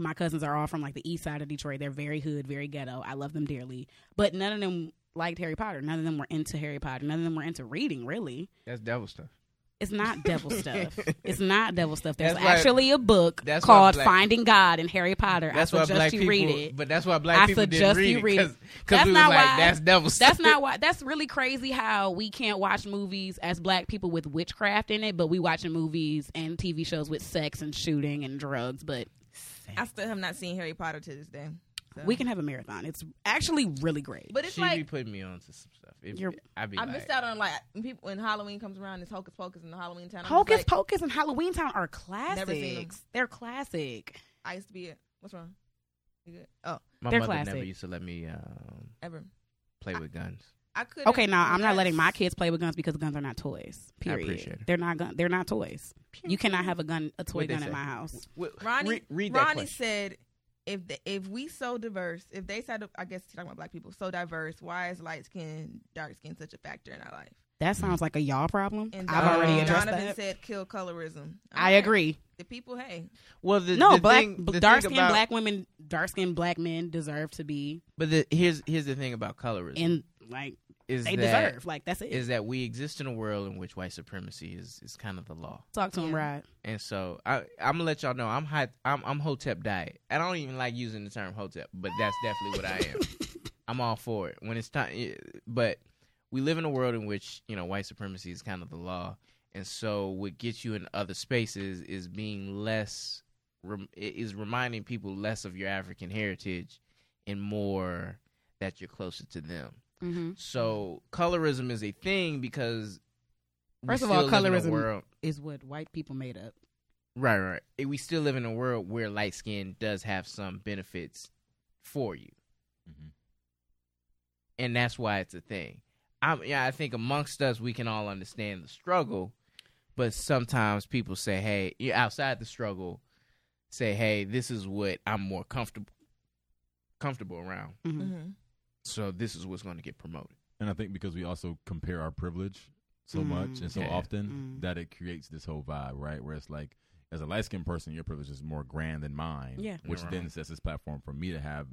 My cousins are all from like the east side of Detroit. They're very hood, very ghetto. I love them dearly. But none of them liked Harry Potter. None of them were into Harry Potter. None of them were into reading, really. That's devil stuff. *laughs* It's *laughs* not devil stuff. It's not devil stuff. There's That's why- actually a book that's why called black- Finding God in Harry Potter. That's I why suggest black you people. read it. But that's why black I people didn't suggest read you it read it. because That's we was not like why- that's devil stuff. *laughs* That's not why. That's really crazy how we can't watch movies as black people with witchcraft in it, but we watching movies and TV shows with sex and shooting and drugs. But I still have not seen Harry Potter to this day. So. we can have a marathon. It's actually really great. but it's she be like putting me on to some stuff. It- You're- I be I like, missed out on like when people when Halloween comes around. It's Hocus Pocus in the Halloween town. I'm just Hocus like, Pocus and Halloween Town are classics. Never seen 'em. They're classic. I used to be it. What's wrong? You good? Oh, My They're mother never classic. used to let me um, ever. play with guns. I could. Okay, now I'm not letting my kids play with guns because guns are not toys. Period. appreciate it. They're not gun. They're not toys. You Mm-hmm. cannot have a gun, a toy What'd they gun at say? my house. W- Ronnie, re- read that Ronnie question. said, "If the, if we so diverse, if they said, I guess she's talking about black people, so diverse, why is light skin, dark skin such a factor in our life?" That Mm-hmm. sounds like a y'all problem. And I've Donovan, already Um, addressed Donovan that. said, "Kill colorism." I Okay. agree. The people, hey, Well, the, no, the black, thing- the thing dark skinned about- black women, dark skinned black men deserve to be But the, here's here's the thing about colorism in like is they that deserve. Like that's it. is that we exist in a world in which white supremacy is is kind of the law, Talk to him, Yeah. Rod. and so I I'm gonna let y'all know I'm hot I'm I'm hotep diet. I don't even like using the term hotep, but that's definitely what *laughs* I am. I'm all for it when it's time. eh, But we live in a world in which you know white supremacy is kind of the law, and so what gets you in other spaces is being less rem- is reminding people less of your African heritage and more that you're closer to them. Mm-hmm. So colorism is a thing because we First of all, still live in a colorism- world, Is what white people made up. right, right. Eh, We still live in a world where light skin does have some benefits for you, Mhm. and that's why it's a thing. I'm, yeah, I think amongst us we can all understand the struggle, but sometimes people say, "Hey, you're outside the struggle." Say, "Hey, this is what I'm more comfortable comfortable around." hmm mhm. So this is what's going to get promoted. And I think because we also compare our privilege so much Mm. and so Yeah. often Mm. that it creates this whole vibe, right? Where it's like, as a light skinned person, your privilege is more grand than mine. Yeah. Which You're then right. sets this platform for me to have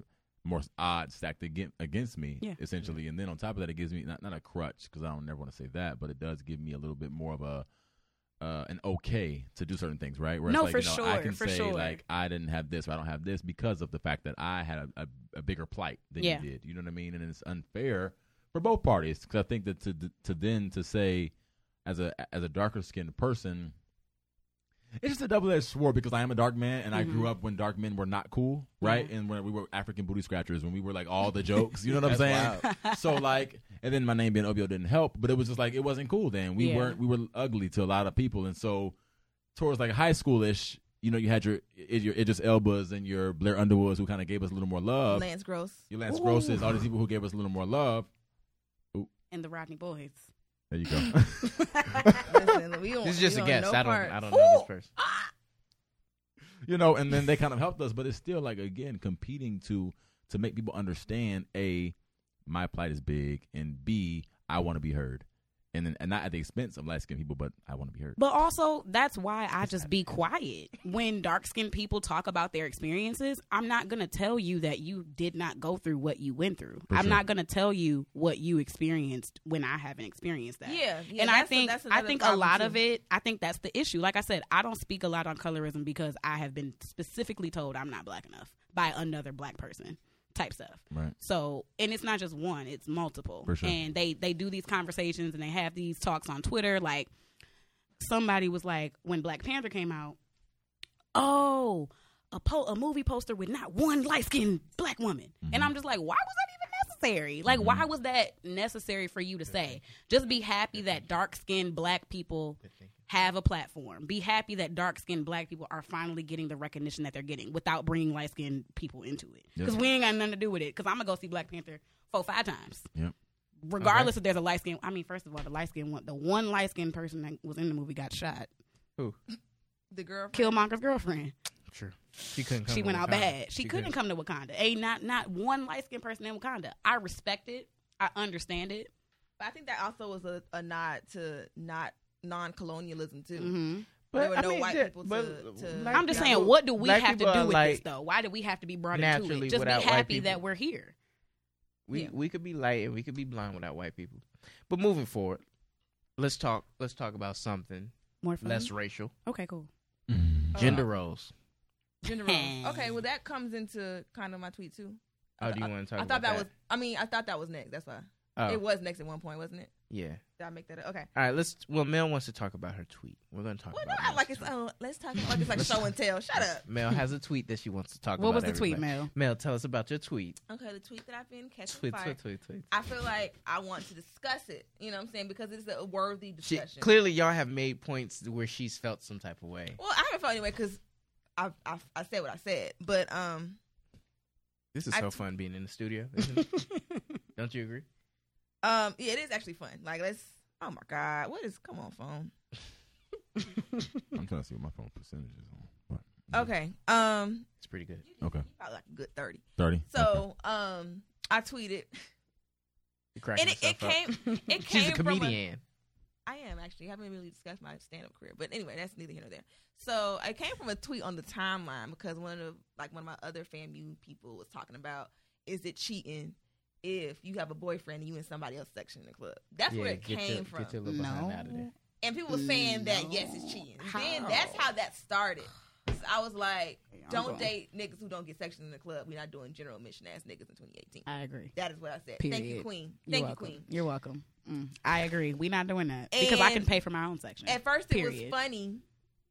more odds stacked against, against me, Yeah. essentially. And then on top of that, it gives me not, not a crutch because I don't never want to say that, but it does give me a little bit more of a uh, an okay to do certain things, right? Where No, it's for like, you know, I sure, can for say sure. like I didn't have this, or I don't have this because of the fact that I had a, a, a bigger plight than Yeah. you did. You know what I mean? And it's unfair for both parties because I think that to to then to say as a as a darker skinned person. It's just a double edged sword because I am a dark man and I Mhm. grew up when dark men were not cool, right? And when we were African booty scratchers, when we were like all the jokes, you know what I'm saying? That's Mm-hmm. so like, and then my name being Obio didn't help, but it was just like it wasn't cool then. We Yeah. weren't we were ugly to a lot of people, and so towards like high schoolish, you know, you had your your Idris Elbas and your Blair Underwoods who kind of gave us a little more Uh, love. Lance *laughs* Gross. Your Lance Ooh. Grosses, all these people who gave us a little more love. *laughs* and the Rodney Boys. There you go. *laughs* Listen, we don't, This is just we don't a guess. know I don't. parts. I don't know this Ooh! person. *laughs* you know and then they kind of helped us but it's still like again competing to to make people understand a my plight is big and b i want to be heard and then and not at the expense of light skinned people but i want to be heard But also, that's why I just be quiet. When dark skinned people talk about their experiences, I'm not going to tell you that you did not go through what you went through. For I'm sure. not going to tell you what you experienced when I haven't experienced that. Yeah, yeah, and I that's a- think that's I another think a problem, lot too. of it. I think that's the issue. Like I said, I don't speak a lot on colorism because I have been specifically told I'm not black enough by another black person type stuff. right So, and it's not just one; it's multiple. For sure. And they they do these conversations and they have these talks on Twitter. Like somebody was like, when Black Panther came out, oh, a po- a movie poster with not one light skinned black woman, Mm-hmm. and I'm just like, why was that even necessary? Like, why was that necessary for you to say? Just be happy that dark skinned black people have a platform. Be happy that dark skinned black people are finally getting the recognition that they're getting without bringing light skinned people into it. Yep. Because we ain't got nothing to do with it. Because I'm going to go see Black Panther four, five times. Yep. Regardless if there's a light skin. I mean, first of all, the light skin one, the one light skinned person that was in the movie got shot. The girl. Killmonger's girlfriend. True. She couldn't. Come she to went out Wakanda. bad. She, couldn't couldn't. come to Wakanda. A not not one light skinned person in Wakanda. I respect it. I understand it. But I think that also was a, a nod to not non-colonialism too. hmm There were no white yeah, people to- to- black Like, I'm just yeah. people- saying, what do we Black have to people do are with like- this though? Why do we have to be brought into Naturally it? Just be without white happy that people. we're here. we Yeah. we could be light and we could be blind without white people. But moving forward, let's talk. Let's talk about something More less racial. Okay, cool. Uh, Gender roles. Gender *laughs* roles. Okay, well that comes into kind of my tweet too. Oh, do you want to talk? I thought about that, was. I mean, I thought that was next. That's why Oh, it was next at one point, wasn't it? yeah. Did I make that up? Okay. All right. Let's. Well, Mel wants to talk about her tweet. We're going to talk Well, no, about. I Mel's like it's. tweet. Oh, let's talk. Like it's like show and tell. Shut up. Mel has a tweet that she wants to talk What about. was the tweet, everybody. Mel? Mel, tell us about your tweet. Okay, the tweet that I've been catching Tweet, fire. tweet, tweet, tweet. I feel like I want to discuss it. You know what I'm saying? Because it's a worthy She, discussion. clearly, y'all have made points where she's felt some type of way. well, I haven't felt anyway because I, I I said what I said, but um. This is I so t- fun being in the studio. *laughs* isn't it? Don't you agree? Um, yeah, it is actually fun. Like, let's. Oh my God, what is? Come on, phone. i'm trying to see what my phone percentage is on what Okay. Um, It's pretty good. okay probably like a good thirty. 30 So, um, I tweeted, You're cracking and it, it yourself up. came. It came She's a from comedian. I am actually. I haven't really discussed my stand up career, but anyway, that's neither here nor there. So it came from a tweet on the timeline because one of the, like one of my other FAMU people was talking about is it cheating if you have a boyfriend and you in somebody else's section in the club? That's where it get came your, from. Get your little behind out of there. and people were saying that yes, it's cheating. Then that's how that started. So I was like, I'm don't *laughs* going. date niggas who don't get sections in the club. We're not doing general mission ass niggas in 2018. I agree. That is what I said. Thank you, Period. Queen. You're Thank you, welcome. Queen. You're welcome. Mm, I agree. We're not doing that because I And- can pay for my own section. At first, it was Period. funny,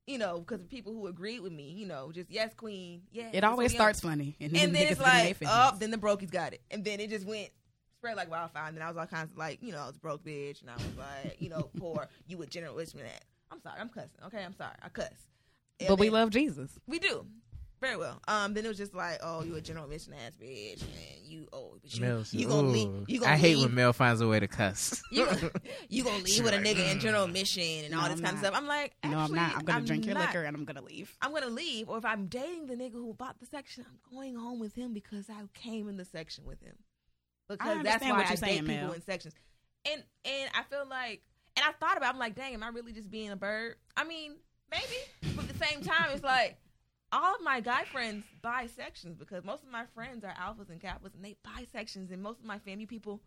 you know, because the people who agreed with me, you know, just yes, Queen, yes. It always That's what we starts funny, and on. then, And then niggas it's get in their like, feelings. oh, then the brokies got it, and then it just went spread like wildfire. And then I was all kinds of like, you know, I was a broke bitch, and I was like, you *laughs* know, poor. You would general wish me that. I'm sorry, I'm cussing. Okay, I'm sorry, I cuss. And but we then- love Jesus. We do. Very well. Um, then it was just like, oh, you a general mission ass bitch, and you oh, but you Mel's- you gonna leave? ooh. You gonna I hate leave- when Mel finds a way to cuss. You gonna, you gonna She leave with a like, nigga in mm. general mission and all No, this I'm kind of not. stuff? I'm like, no, I'm actually, not. I'm gonna drink your not. liquor and I'm gonna leave. I'm gonna leave, or if I'm dating the nigga who bought the section, I'm going home with him because I came in the section with him. Because that's understand why what I you're saying, date people Mel. in sections. And and I feel like, and I thought about, it, I'm like, dang, am I really just being a bird? I mean, maybe, but at the same time, it's like, all of my guy friends buy sections because most of my friends are alphas and kappas and they buy sections and most of my family people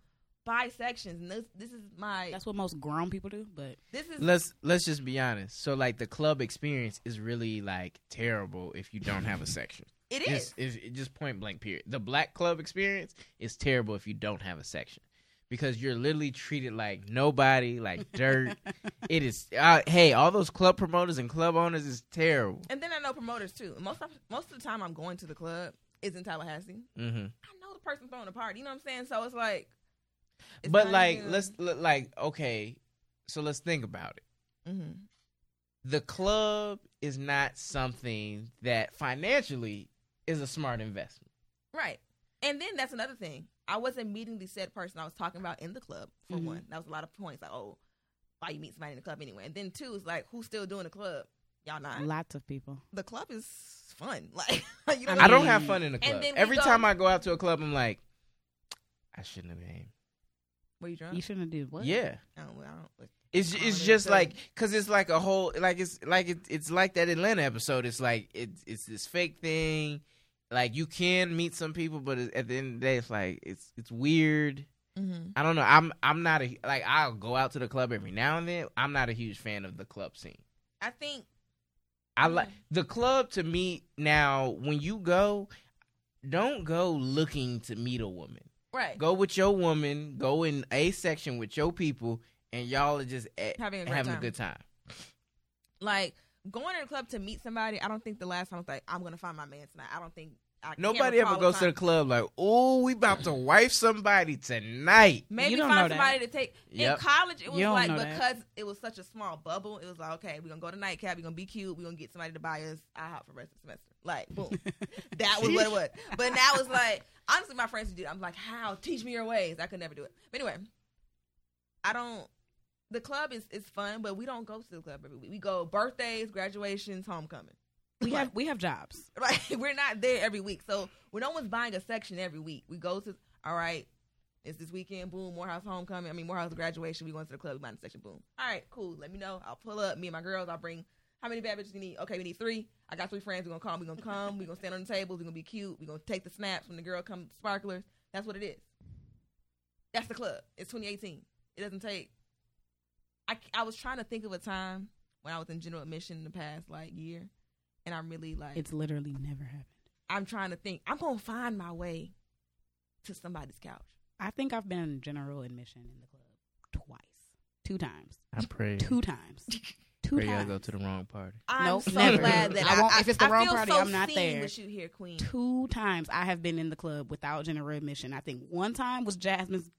buy sections and this this is my That's what most grown people do, but this is Let's let's just be honest. So like the club experience is really like terrible if you don't have a section. it It's, is it's, it's just point blank period. The black club experience is terrible if you don't have a section because you're literally treated like nobody, *laughs* like dirt. it is. Uh, hey, all those club promoters and club owners is terrible. and then I know promoters too most of, most of the time I'm going to the club is in Tallahassee I hmm know the person throwing the party you know what I'm saying so it's like it's But not like, even- let's l- like okay. So let's think about it. Mhm. The club is not something that financially is a smart investment. Right. And then that's another thing. I wasn't meeting the said person I was talking about in the club, for Mm-hmm. Mhm. one. That was a lot of points. Like, oh, why you meet somebody in the club anyway? And then two is like, who's still doing the club? Y'all not. lots of people. The club is fun. *laughs* Like, you know what I don't mean? have fun in the And club. then we Every go- time I go out to a club, I'm like, I shouldn't have came. Were you drunk? You shouldn't have did what? Yeah. I don't, I don't, It's Oh, it's they just say. like because it's like a whole like it's like it, it's like that Atlanta episode. It's like it's it's this fake thing. Like you can meet some people, but it's, at the end of the day, it's like it's it's weird. mm-hmm. I don't know. I'm I'm not a like I'll go out to the club every now and then. I'm not a huge fan of the club scene. I think, I like Mm-hmm. the club to me now. When you go, don't go looking to meet a woman right. go with your woman, go in a section with your people, and y'all are just a- Having a great having a time. good time. Like, going to the club to meet somebody, I don't think the last time I was like, I'm going to find my man tonight. I don't think. I can't Nobody ever recall goes to time- the club like, "Oh, we about to wife somebody tonight." Maybe You don't find know that. somebody to take. Yep. In college, it was You don't like know because that. it was such a small bubble. It was like, okay, we're gonna go to nightcap. We're gonna be cute. We're gonna get somebody to buy us IHOP for the rest of the semester. Like, *laughs* boom, that was what it was. But now it's like, honestly, my friends who did. it, I'm like, how? Teach me your ways. I could never do it. But anyway, I don't. The club is is fun, but we don't go to the club every week. We go birthdays, graduations, homecoming. We have we have jobs. *laughs* Like we're not there every week. So when no one's buying a section every week, we go to all right. It's this weekend, boom, Morehouse homecoming. I mean Morehouse graduation. We going to the club, we buying a section, boom. All right, cool. Let me know. I'll pull up. Me and my girls, I'll bring how many bad bitches we need? Okay, we need three. I got three friends. We're gonna come. We're gonna come. We're gonna stand on the tables. We're gonna be cute. We're gonna take the snaps when the girl comes sparklers. That's what it is. That's the club. It's 2018. It doesn't take. I, I was trying to think of a time when I was in general admission in the past like year, and I'm really like It's literally never happened. I'm trying to think. I'm gonna find my way to somebody's couch. I think I've been in general admission in the club twice, two times, I pray. *laughs* two times, two times, the wrong party. I'm Nope, so never. glad that I I, won't- I- if it's the I wrong feel party, so I'm not seen there. With you here, Queen. two times I have been in the club without general admission. I think one time was Jasmine's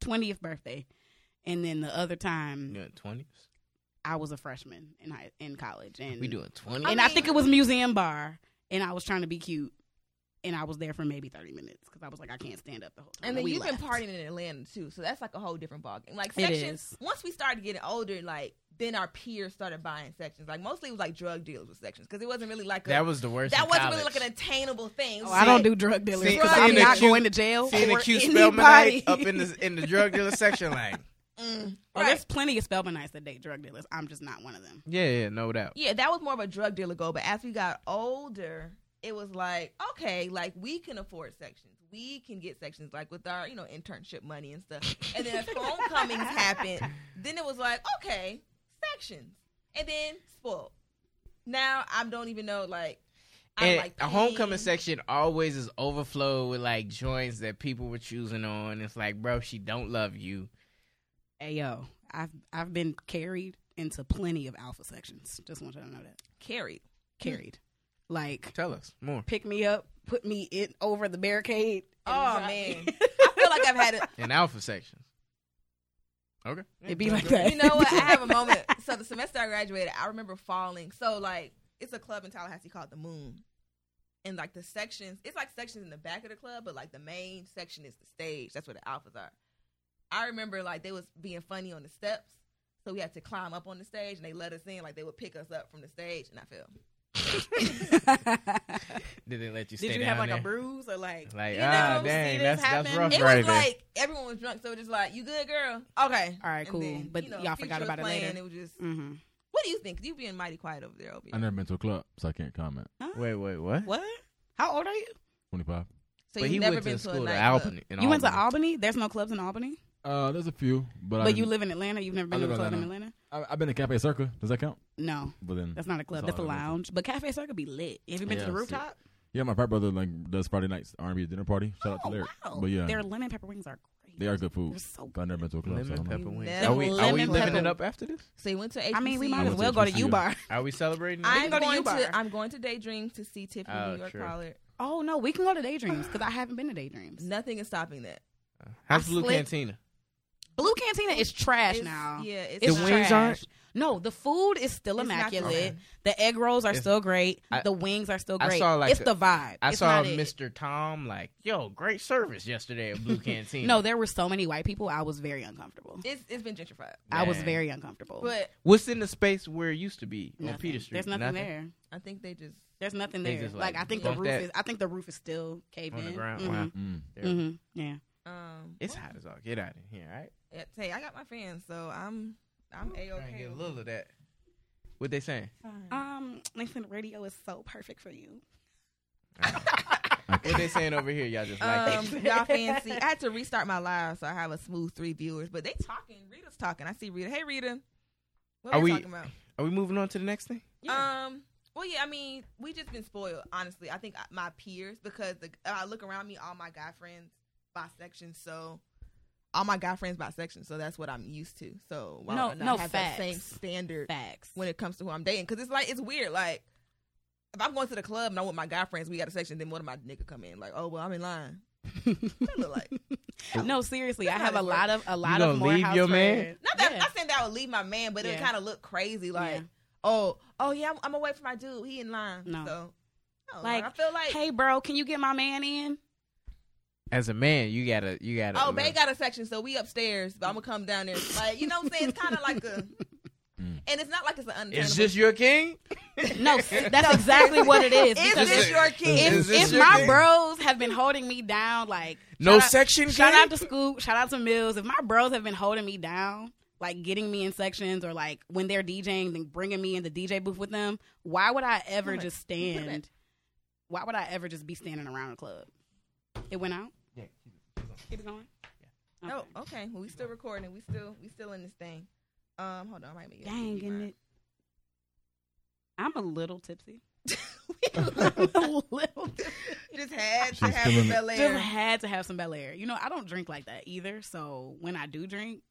twentieth birthday, and then the other time twenties. I was a freshman in high, in college, and We doing twenties. I and I mean- think it was Museum Bar, and I was trying to be cute, and I was there for maybe thirty minutes because I was like, I can't stand up the whole time. And then we you've left. been partying in Atlanta too, so that's like a whole different ballgame. Like It sections. is. Once we started getting older, like then our peers started buying sections. Like mostly it was like drug dealers with sections because it wasn't really like a, That was the worst. that in wasn't college. really like an attainable thing. It Oh, was I like- don't do drug dealers See- because I'm seeing a not cute- going to jail. seeing for the cute Spellmanite anybody. up in the in the drug dealer section. *laughs* Like, Mm, *laughs* Well, right. there's plenty of Spellmanites that date drug dealers. I'm just not one of them. yeah, yeah, no doubt. Yeah, that was more of a drug dealer goal. But as we got older, it was like, okay, like we can afford sections. We can get sections like with our, you know, internship money and stuff. And then *laughs* as homecomings happened, then it was like, okay, sections. And then spoiled. Now I don't even know like I and like a homecoming pink. section always is overflowed with like joints that people were choosing on. It's like, bro, she don't love you. Ayo, I've I've been carried into plenty of alpha sections. Just want you to know that carried. carried, like Tell us more. pick me up, put me in over the barricade. and Oh drop me. man. I feel *laughs* like I've had it In alpha section. Okay. It be like that. You know what? I have *laughs* a moment. So the semester I graduated, I remember falling. So like, it's a club in Tallahassee called the Moon, and like the sections, it's like sections in the back of the club, but like the main section is the stage. That's where the alphas are. I remember like they was being funny on the steps, so we had to climb up on the stage, and they let us in. Like they would pick us up from the stage, and I fell. *laughs* Did they let you stay Did you down have like there? a bruise or like? Like, you ah, know, see dang, this that's, that's happen? rough It right was there. like everyone was drunk, so it was just like, "You good, girl? Okay, All right, And cool. But y'all Future forgot was about it playing, later. It was just Mm-hmm. what do you think? You being mighty quiet over there, Obi. I never been to a club, so I can't comment. Wait, wait, what? What? How old are you? Twenty five. So but you've he never went been to to a school at nightclub. Albany. in You went to Albany. Albany? There's no clubs in Albany, Uh, there's a few, but, I but you didn't- live in Atlanta. You've never been to I a live in club in Atlanta. I, I've been to Cafe Circa. Does that count? No, But then, that's not a club. That's That's, a all I know. lounge. But Cafe Circle be lit. Have you been Yeah, to the that's it. rooftop? yeah, my frat brother like does Friday nights R&B dinner party. Shout out to Oh Lyric. wow! But yeah, their lemon pepper wings are great. they are good They're food. so But I good. never been to a club. so I Lemon don't know. pepper wings. Never Are we, are we Lemon living it pepper. up after this? So you went to HBCU. I mean, we I might as went to well go to HBCU. U Bar. Are we celebrating? this? can I'm go to going U-Bar. to I'm going to Daydream to see Tiffany Oh, New York true. Pollard. *laughs* Oh no, we can go to Daydreams because I haven't been to Daydreams. Nothing is stopping that. How's I Blue slipped- Cantina? Blue Cantina is trash It's- now. Yeah, it's It's The not- wings aren't? trash. No, the food is still It's not immaculate. Okay. The egg rolls are It's- still great. I- the wings are still I great. saw, like, it's a- the vibe. I It's saw not it. Mr. Tom like, yo, great service yesterday at *laughs* Blue Cantina. No, there were so many white people. I was very uncomfortable. It's it's been gentrified, I was Dang. very Oh. uncomfortable. but What's in the space where it used to be on Nothing. Peter Street? there's nothing, there. I think they just There's nothing They there. just, like, like, I think the bumped roof that is. I think the roof is still caved on the in. ground. Mhm. Wow. Mm. There- Mhm. Yeah. um. It's well, hot as all. Get out of here, all right? yeah, Hey, I got my fans, so I'm I'm a Trying to okay. get a little of that. What they saying? Um, Nathan, radio is so perfect for you. What they saying over here? Y'all just *laughs* like Um, *laughs* y'all fancy. I had to restart my live, so I have a smooth three viewers. But they talking. Rita's talking. I see Rita. Hey, Rita. What Are are we- we talking about? Are we moving on to the next thing? Um. Well, yeah. I mean, we just been spoiled, honestly. I think I- my peers, because the, I look around me, all my guy friends by section, so all my guy friends by section, so that's what I'm used to. So why No, don't I no, have facts. that same standard Facts. when it comes to who I'm dating? Because it's like it's weird. Like if I'm going to the club and I'm with my guy friends, we got a section. Then one of my nigga come in, like, oh well, I'm in line. What it look like? *laughs* no, seriously, I That's have how a it lot of a lot You of gonna more leave house your man? friends. Not that Yeah. I'm not saying that I would leave my man, but it Yeah. kind of look crazy. Like, Yeah. oh, oh yeah, I'm, I'm away from my dude. He in line. No. So, I don't know. Like, I feel like Hey, bro, can you get my man in? As a man, you gotta, you gotta. Oh, they look. got a section, so we upstairs, but I'm gonna come down there. Like, you know what I'm saying? It's kind of like a, *laughs* Mm. and it's not like it's an unattainable. Is this your king? *laughs* No, s- that's exactly what it is. Is because this it- your kid? if, is this if your my thing? bros have been holding me down, like No shout out- section Shout king? out to Scoop. Shout out to Mills. If my bros have been holding me down, like getting me in sections, or like when they're DJing and bringing me in the DJ booth with them, why would I ever Hold on. just Who put stand? Why would I ever just be standing around a club? It went out. Yeah, Keep it going. No, Oh, okay. Well, we still recording. We still we still in this thing. Um, hold on, I might make Dang it. I'm a little tipsy. *laughs* it. a little. tipsy. *laughs* just had to She's have feeling some it. Bel Just Air. had to have some Bel Air. You know, I don't drink like that either. So when I do drink,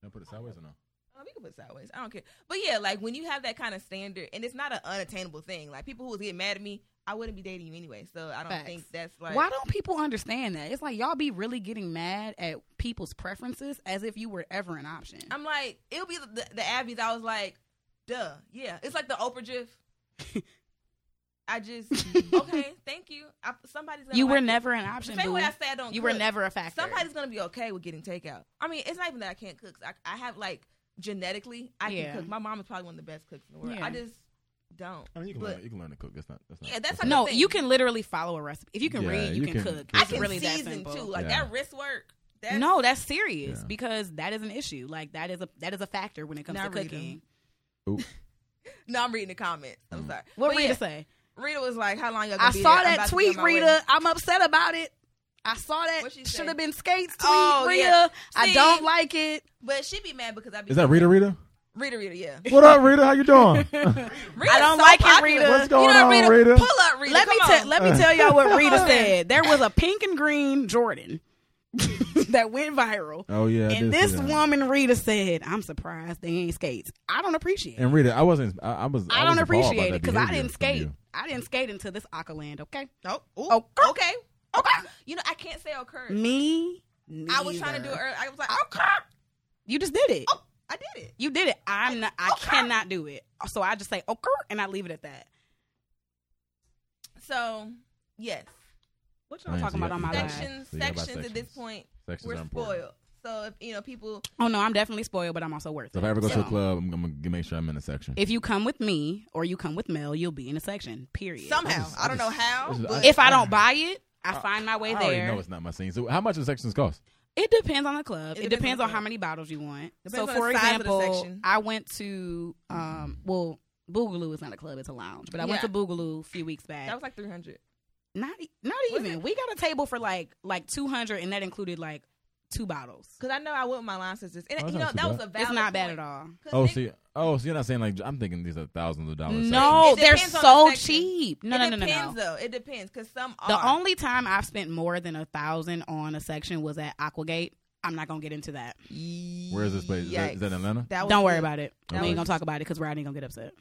Can I put it sideways or no? Oh, we can put sideways. I don't care. But yeah, like when you have that kind of standard, and it's not an unattainable thing. Like people who would get mad at me, I wouldn't be dating you anyway. So I don't Facts. think that's like why don't people understand that? It's like y'all be really getting mad at people's preferences as if you were ever an option. I'm like, it'll be the, the, the Abbeys. I was like, duh, yeah. It's like the Oprah GIF. *laughs* I just okay, thank you. I, somebody's gonna you like were it. never an the option. same boo. way I say I don't. You were cook. never a factor. Somebody's gonna be okay with getting takeout. I mean, it's not even that I can't cook. 'cause I, I have like genetically, I Yeah. can cook. My mom is probably one of the best cooks in the world. Yeah. I just don't. I mean, you can But- learn. You can learn to cook. That's not. That's not. Yeah, that's not- like no, the thing. you can literally follow a recipe. If you can Yeah, read, you, you can, can cook. cook I It's can really that season simple. too. Like Yeah. that wrist work. That's, no, that's serious Yeah. because that is an issue. Like that is a that is a factor when it comes Now to read 'em. cooking. no, I'm reading the comments. I'm Mm. sorry. What But Rita yeah, say? Rita was like, "How long y'all?" Gonna I be saw there? I'm that about to be on tweet, my way." Rita. I'm upset about it. I saw that What'd she say? should have been skates tweet, Oh, Rita. yeah. I See? don't like it. But she be mad because I be Is that Rita? *laughs* Rita? Rita, Rita, yeah. What up, Rita? How you doing? Rita's I don't so like it, popular. Rita. What's going you know, on, Rita, Rita? Pull up, Rita. let me Come tell on. let me *laughs* tell y'all what Rita on. said. There was a pink and green Jordan *laughs* that went viral. oh yeah. I And did see this that. woman Rita said, "I'm surprised they ain't skates. I don't appreciate. it. And Rita, I wasn't. I, I was. I was don't appalled by appreciate that it because I behavior didn't from skate. you. I didn't skate until this Aqualand. Okay, Oh, ooh, Okay. okay. okay. You know, I can't say occurred. Me, I was trying to do it neither. earlier. I was like, okay. You just did it. Oh, I did it. You did it. I'm not. I Okay. cannot do it. So I just say okay, and I leave it at that. So, yes. What I y'all ain't talking see about on my that. live? Sections, So you got about sections at this sections. point, Sections we're are important. spoiled. So, if, you know, people, Oh no, I'm definitely spoiled, but I'm also worth So it. if I ever go to So, a club, I'm, I'm gonna make sure I'm in a section. if you come with me or you come with Mel, you'll be in a section. Period. somehow, I, just- I don't know just- how, I just- I but Oh, if I don't buy it, I, find my way I already there. know it's not my scene. So how much do sections cost? It depends on the club. It It, depends on depends, the on club. how many bottles you want. Depends so, on for the size of the example, section. I went to um well Boogaloo is not a club; it's a lounge. But I went Yeah. to Boogaloo a few weeks back. That was like three hundred. not e- not Was even. it? We got a table for like like two hundred, and that included like two bottles. Cause I know I went with my line sisters, and Oh, that's you know not too that was bad. a valid. It's not bad point. at all. 'Cause Oh, niggas- see, oh, so you're not saying like I'm thinking these are thousands of dollars. No, It they're depends on the so section. cheap. No, it no, no, no, depends, no. Though it depends, cause some are. The only time I've spent more than a thousand on a section was at Aquagate. I'm not gonna get into that. Where is this place? Is that- is that in Yikes. Atlanta? That was Don't worry the- about it. that we ain't was- gonna talk about it because Rodney gonna get upset.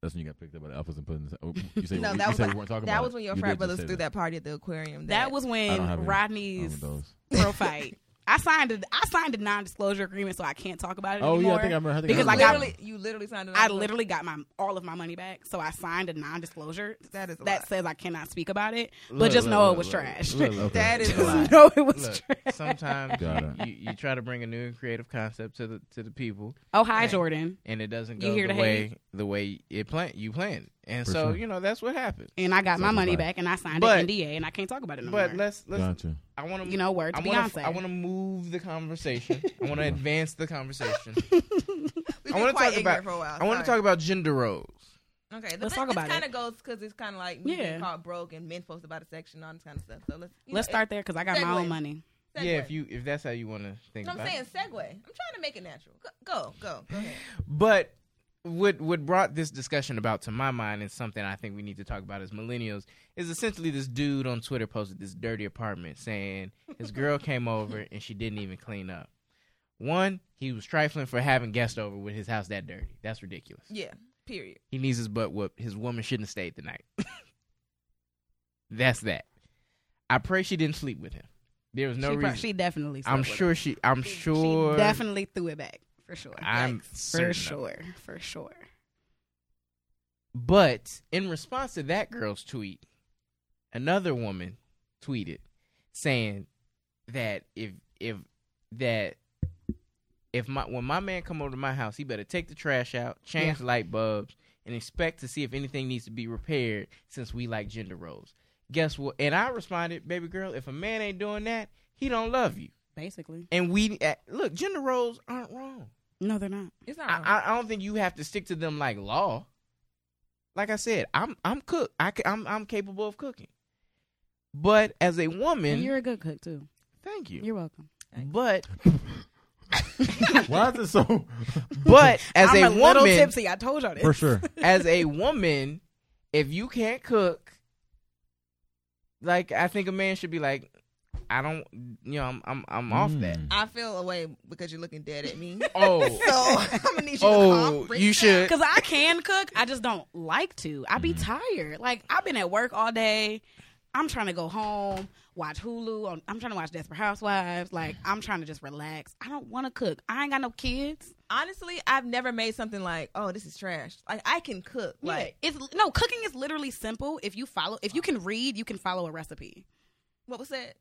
That's when you got picked up by the alphas and put in. The, oh, you say, *laughs* No, you, that was say like- we weren't talking about That was it. when your You frat did just brothers say threw that party at the aquarium. That, was I don't when have any. I Rodney's remember those. *laughs* pro fight. I signed a I signed a non disclosure agreement, so I can't talk about it Oh yeah, anymore. I think I remember. I think Because I I got- remember. literally, you literally signed it. I off. literally got my all of my money back, so I signed a non disclosure That is a that lot. says I cannot speak about it. But Look, just look, know look, it was look, trash. look, look, That look, is look. a *laughs* just lot. know it was Look, trash. sometimes Got you, you try to bring a new and creative concept to the to the people, Oh hi Jordan. and it doesn't You go here the to hate. way the way it plan you planned, and For so sure. you know that's what happened. And I got my Sounds money like- back and I signed But- an NDA and I can't talk about it no But more. let's let's Gotcha. I want to You know, word to I want Beyonce. to I want to move the conversation. I want to *laughs* advance the conversation. We've I been wanna quite talk about- ignorant for a while. I want to talk about gender roles. About, okay, Let's talk about Kind of goes because it's kind of like me Yeah. being called broke and men supposed about a section and all this kind of stuff. So let's you Let's know, start there because I got my segue. own money. it- Segue. Yeah, if you if that's how you want to think No, I'm about saying it. segue. I'm trying to make it natural. Go, go, go, go *sighs* ahead. But what what brought this discussion about to my mind and something I think we need to talk about as millennials is essentially this dude on Twitter posted this dirty apartment saying his *laughs* girl came over and she didn't even clean up. One, he was trifling for having guests over with his house that dirty. That's ridiculous. Yeah. Period. He needs his butt whooped. His woman shouldn't have stayed the night. *laughs* That's that. I pray she didn't sleep with him. There was no she, pro- reason. she definitely. slept I'm with sure him. she. I'm She sure. definitely threw it back for sure. I'm certain of for it. sure, for sure. But in response to that girl's tweet, another woman tweeted saying that if if that if my when my man come over to my house, he better take the trash out, change the light bulbs, and expect to see if anything needs to be repaired since we like gender roles. Guess what? And I responded, baby girl, if a man ain't doing that, he don't love you. Basically, And we uh, look, gender roles aren't wrong. no, they're not. It's not. I, Wrong. I- I don't think you have to stick to them like law. Like I said, I'm I'm cook. I am I'm capable of cooking. But as a And woman, you're a good cook too. thank you. You're welcome. But *laughs* Why is it so? *laughs* *laughs* but as I'm a, little woman, tipsy. I *laughs* told y'all this. For sure. *laughs* as a woman, if you can't cook, like I think a man should be like, I don't, you know, I'm I'm I'm off that. Mm. I feel away because you're looking dead at *laughs* me. *laughs* Oh, So *laughs* I'm gonna need you to calm. oh, breathe you down. *laughs* should. Because I can cook, I just don't like to. I Mm-hmm. be tired. Like I've been at work all day. I'm trying to go home, watch Hulu. I'm- I'm trying to watch Desperate Housewives. Like I'm trying to just relax. I don't want to cook. I ain't got no kids. Honestly, I've never made something like, "Oh, this is trash." Like I can cook. Like, Like it's no cooking is literally simple. If you follow, if you can read, you can follow a recipe. what was that?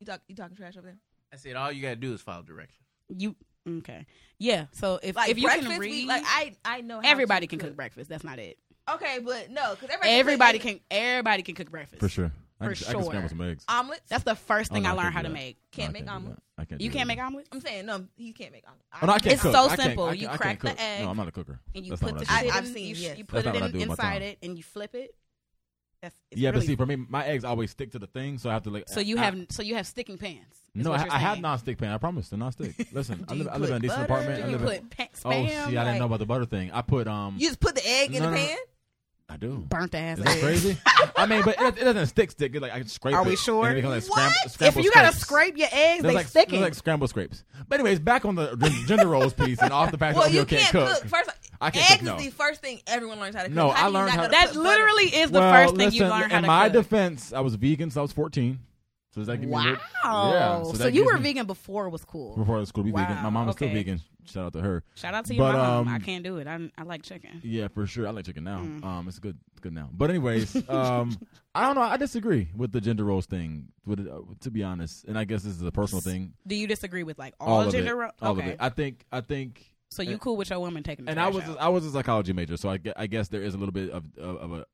You talk, you talking trash over there? I said all you gotta do is follow directions. You okay? Yeah. So if Like if you breakfast, can read, we, like I, I know how everybody to can cook breakfast. That's not it. Okay, but no, because everybody, Everybody can can everybody can cook breakfast. For sure. I For can, I can sure. scramble some eggs. make omelets. That's the first Oh, thing no, I I learned can't how do to that. make. can't make do that. omelets. I can't. You do can't that. make omelets. I'm saying no, he can't make omelets. Oh, no, I can't It's cook. so I can't- simple. I You can't- I crack can't the cook. egg, No, I'm not a cooker. and you That's not put the what shit I do. in. I- I've seen, you, sh- yes. you put That's not it what I in, do with my inside time. it, and you flip it. That's it's Yeah, really, but see, for me, my eggs always stick to the thing, so I have to *laughs* like. so you I- have so you have sticking pans. is No, what I, you're I have saying. non-stick pan. I promise, *laughs* they're non-stick. Listen, I Do you live, I live in a put decent butter? apartment. I Do You live in- put pa- oh, see, spam. I didn't know like, about the butter thing. I put um, You just put the egg in No, the no, no. pan. *laughs* I do. burnt ass. Is that egg. crazy? I mean, but it, it doesn't stick. Stick. It's like I can scrape. Are it, we sure? and it becomes, like, What? scram- If scrambled you gotta scrapes. scrape your eggs, Those they like, sticking. those like scramble scrapes. But anyways, back on the *laughs* gen- gender roles piece and off the fact Well, that we you can't cook. First, I can't eggs cook, no. is the first thing everyone learns how to cook. No, How I do you not learned how know to- that put butter? literally is the well, first thing you listen, learn how in to my cook. defense, I was vegan since I was 14. So does that give me a wow. little- Yeah, so so that you gives were me- vegan before it was cool. before I was cool to be vegan. My Wow, mom was still okay. vegan. Shout out to her. Shout out to your But, mom. um, I can't do it. I I like chicken. Yeah, for sure. I like chicken now. Mm. Um, it's good, it's good now. *laughs* But anyways, um, I don't know. I disagree with the gender roles thing. With it, uh, to be honest, and I guess this is a personal thing. Do you disagree with like all, All, of gender? it. ro- All okay. of it. I think. I think. so you cool with your woman taking? The and I trash was out. I was a psychology major, so I gue- I guess there is a little bit of of, of a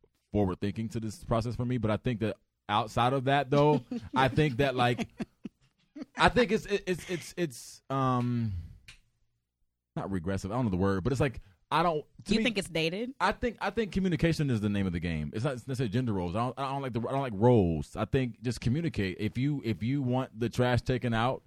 *laughs* forward thinking to this process for me. But I think that outside of that, though, I think that like I think it's it- it's it's it's um not regressive. I don't know the word, but it's like I don't. To you me, think it's dated? I think I think communication is the name of the game. It's not necessarily gender roles. I don't, I don't like the I don't like roles. I think just communicate. If you if you want the trash taken out,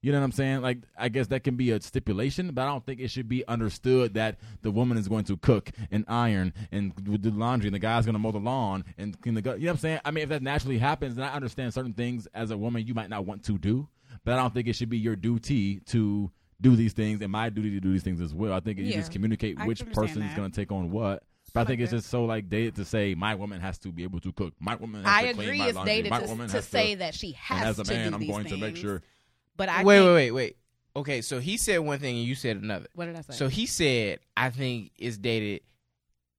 you know what I'm saying. Like I guess that can be a stipulation, but I don't think it should be understood that the woman is going to cook and iron and do laundry, and the guy's going to mow the lawn and clean the. Gut. You know what I'm saying? I mean, if that naturally happens, then I understand certain things as a woman you might not want to do, but I don't think it should be your duty to. Do these things, and my duty to do these things as well. I think you Yeah. just communicate I which can understand person is that. going to take on what. But I think like it's that. just so like dated to say my woman has to be able to cook. My woman. Has I to clean agree. my It's laundry. dated my to, woman to has say that she And has as a to man, do I'm these going to make things. sure. But I wait, think, wait, wait, wait. Okay, so he said one thing and you said another. What did I say? So he said, I think it's dated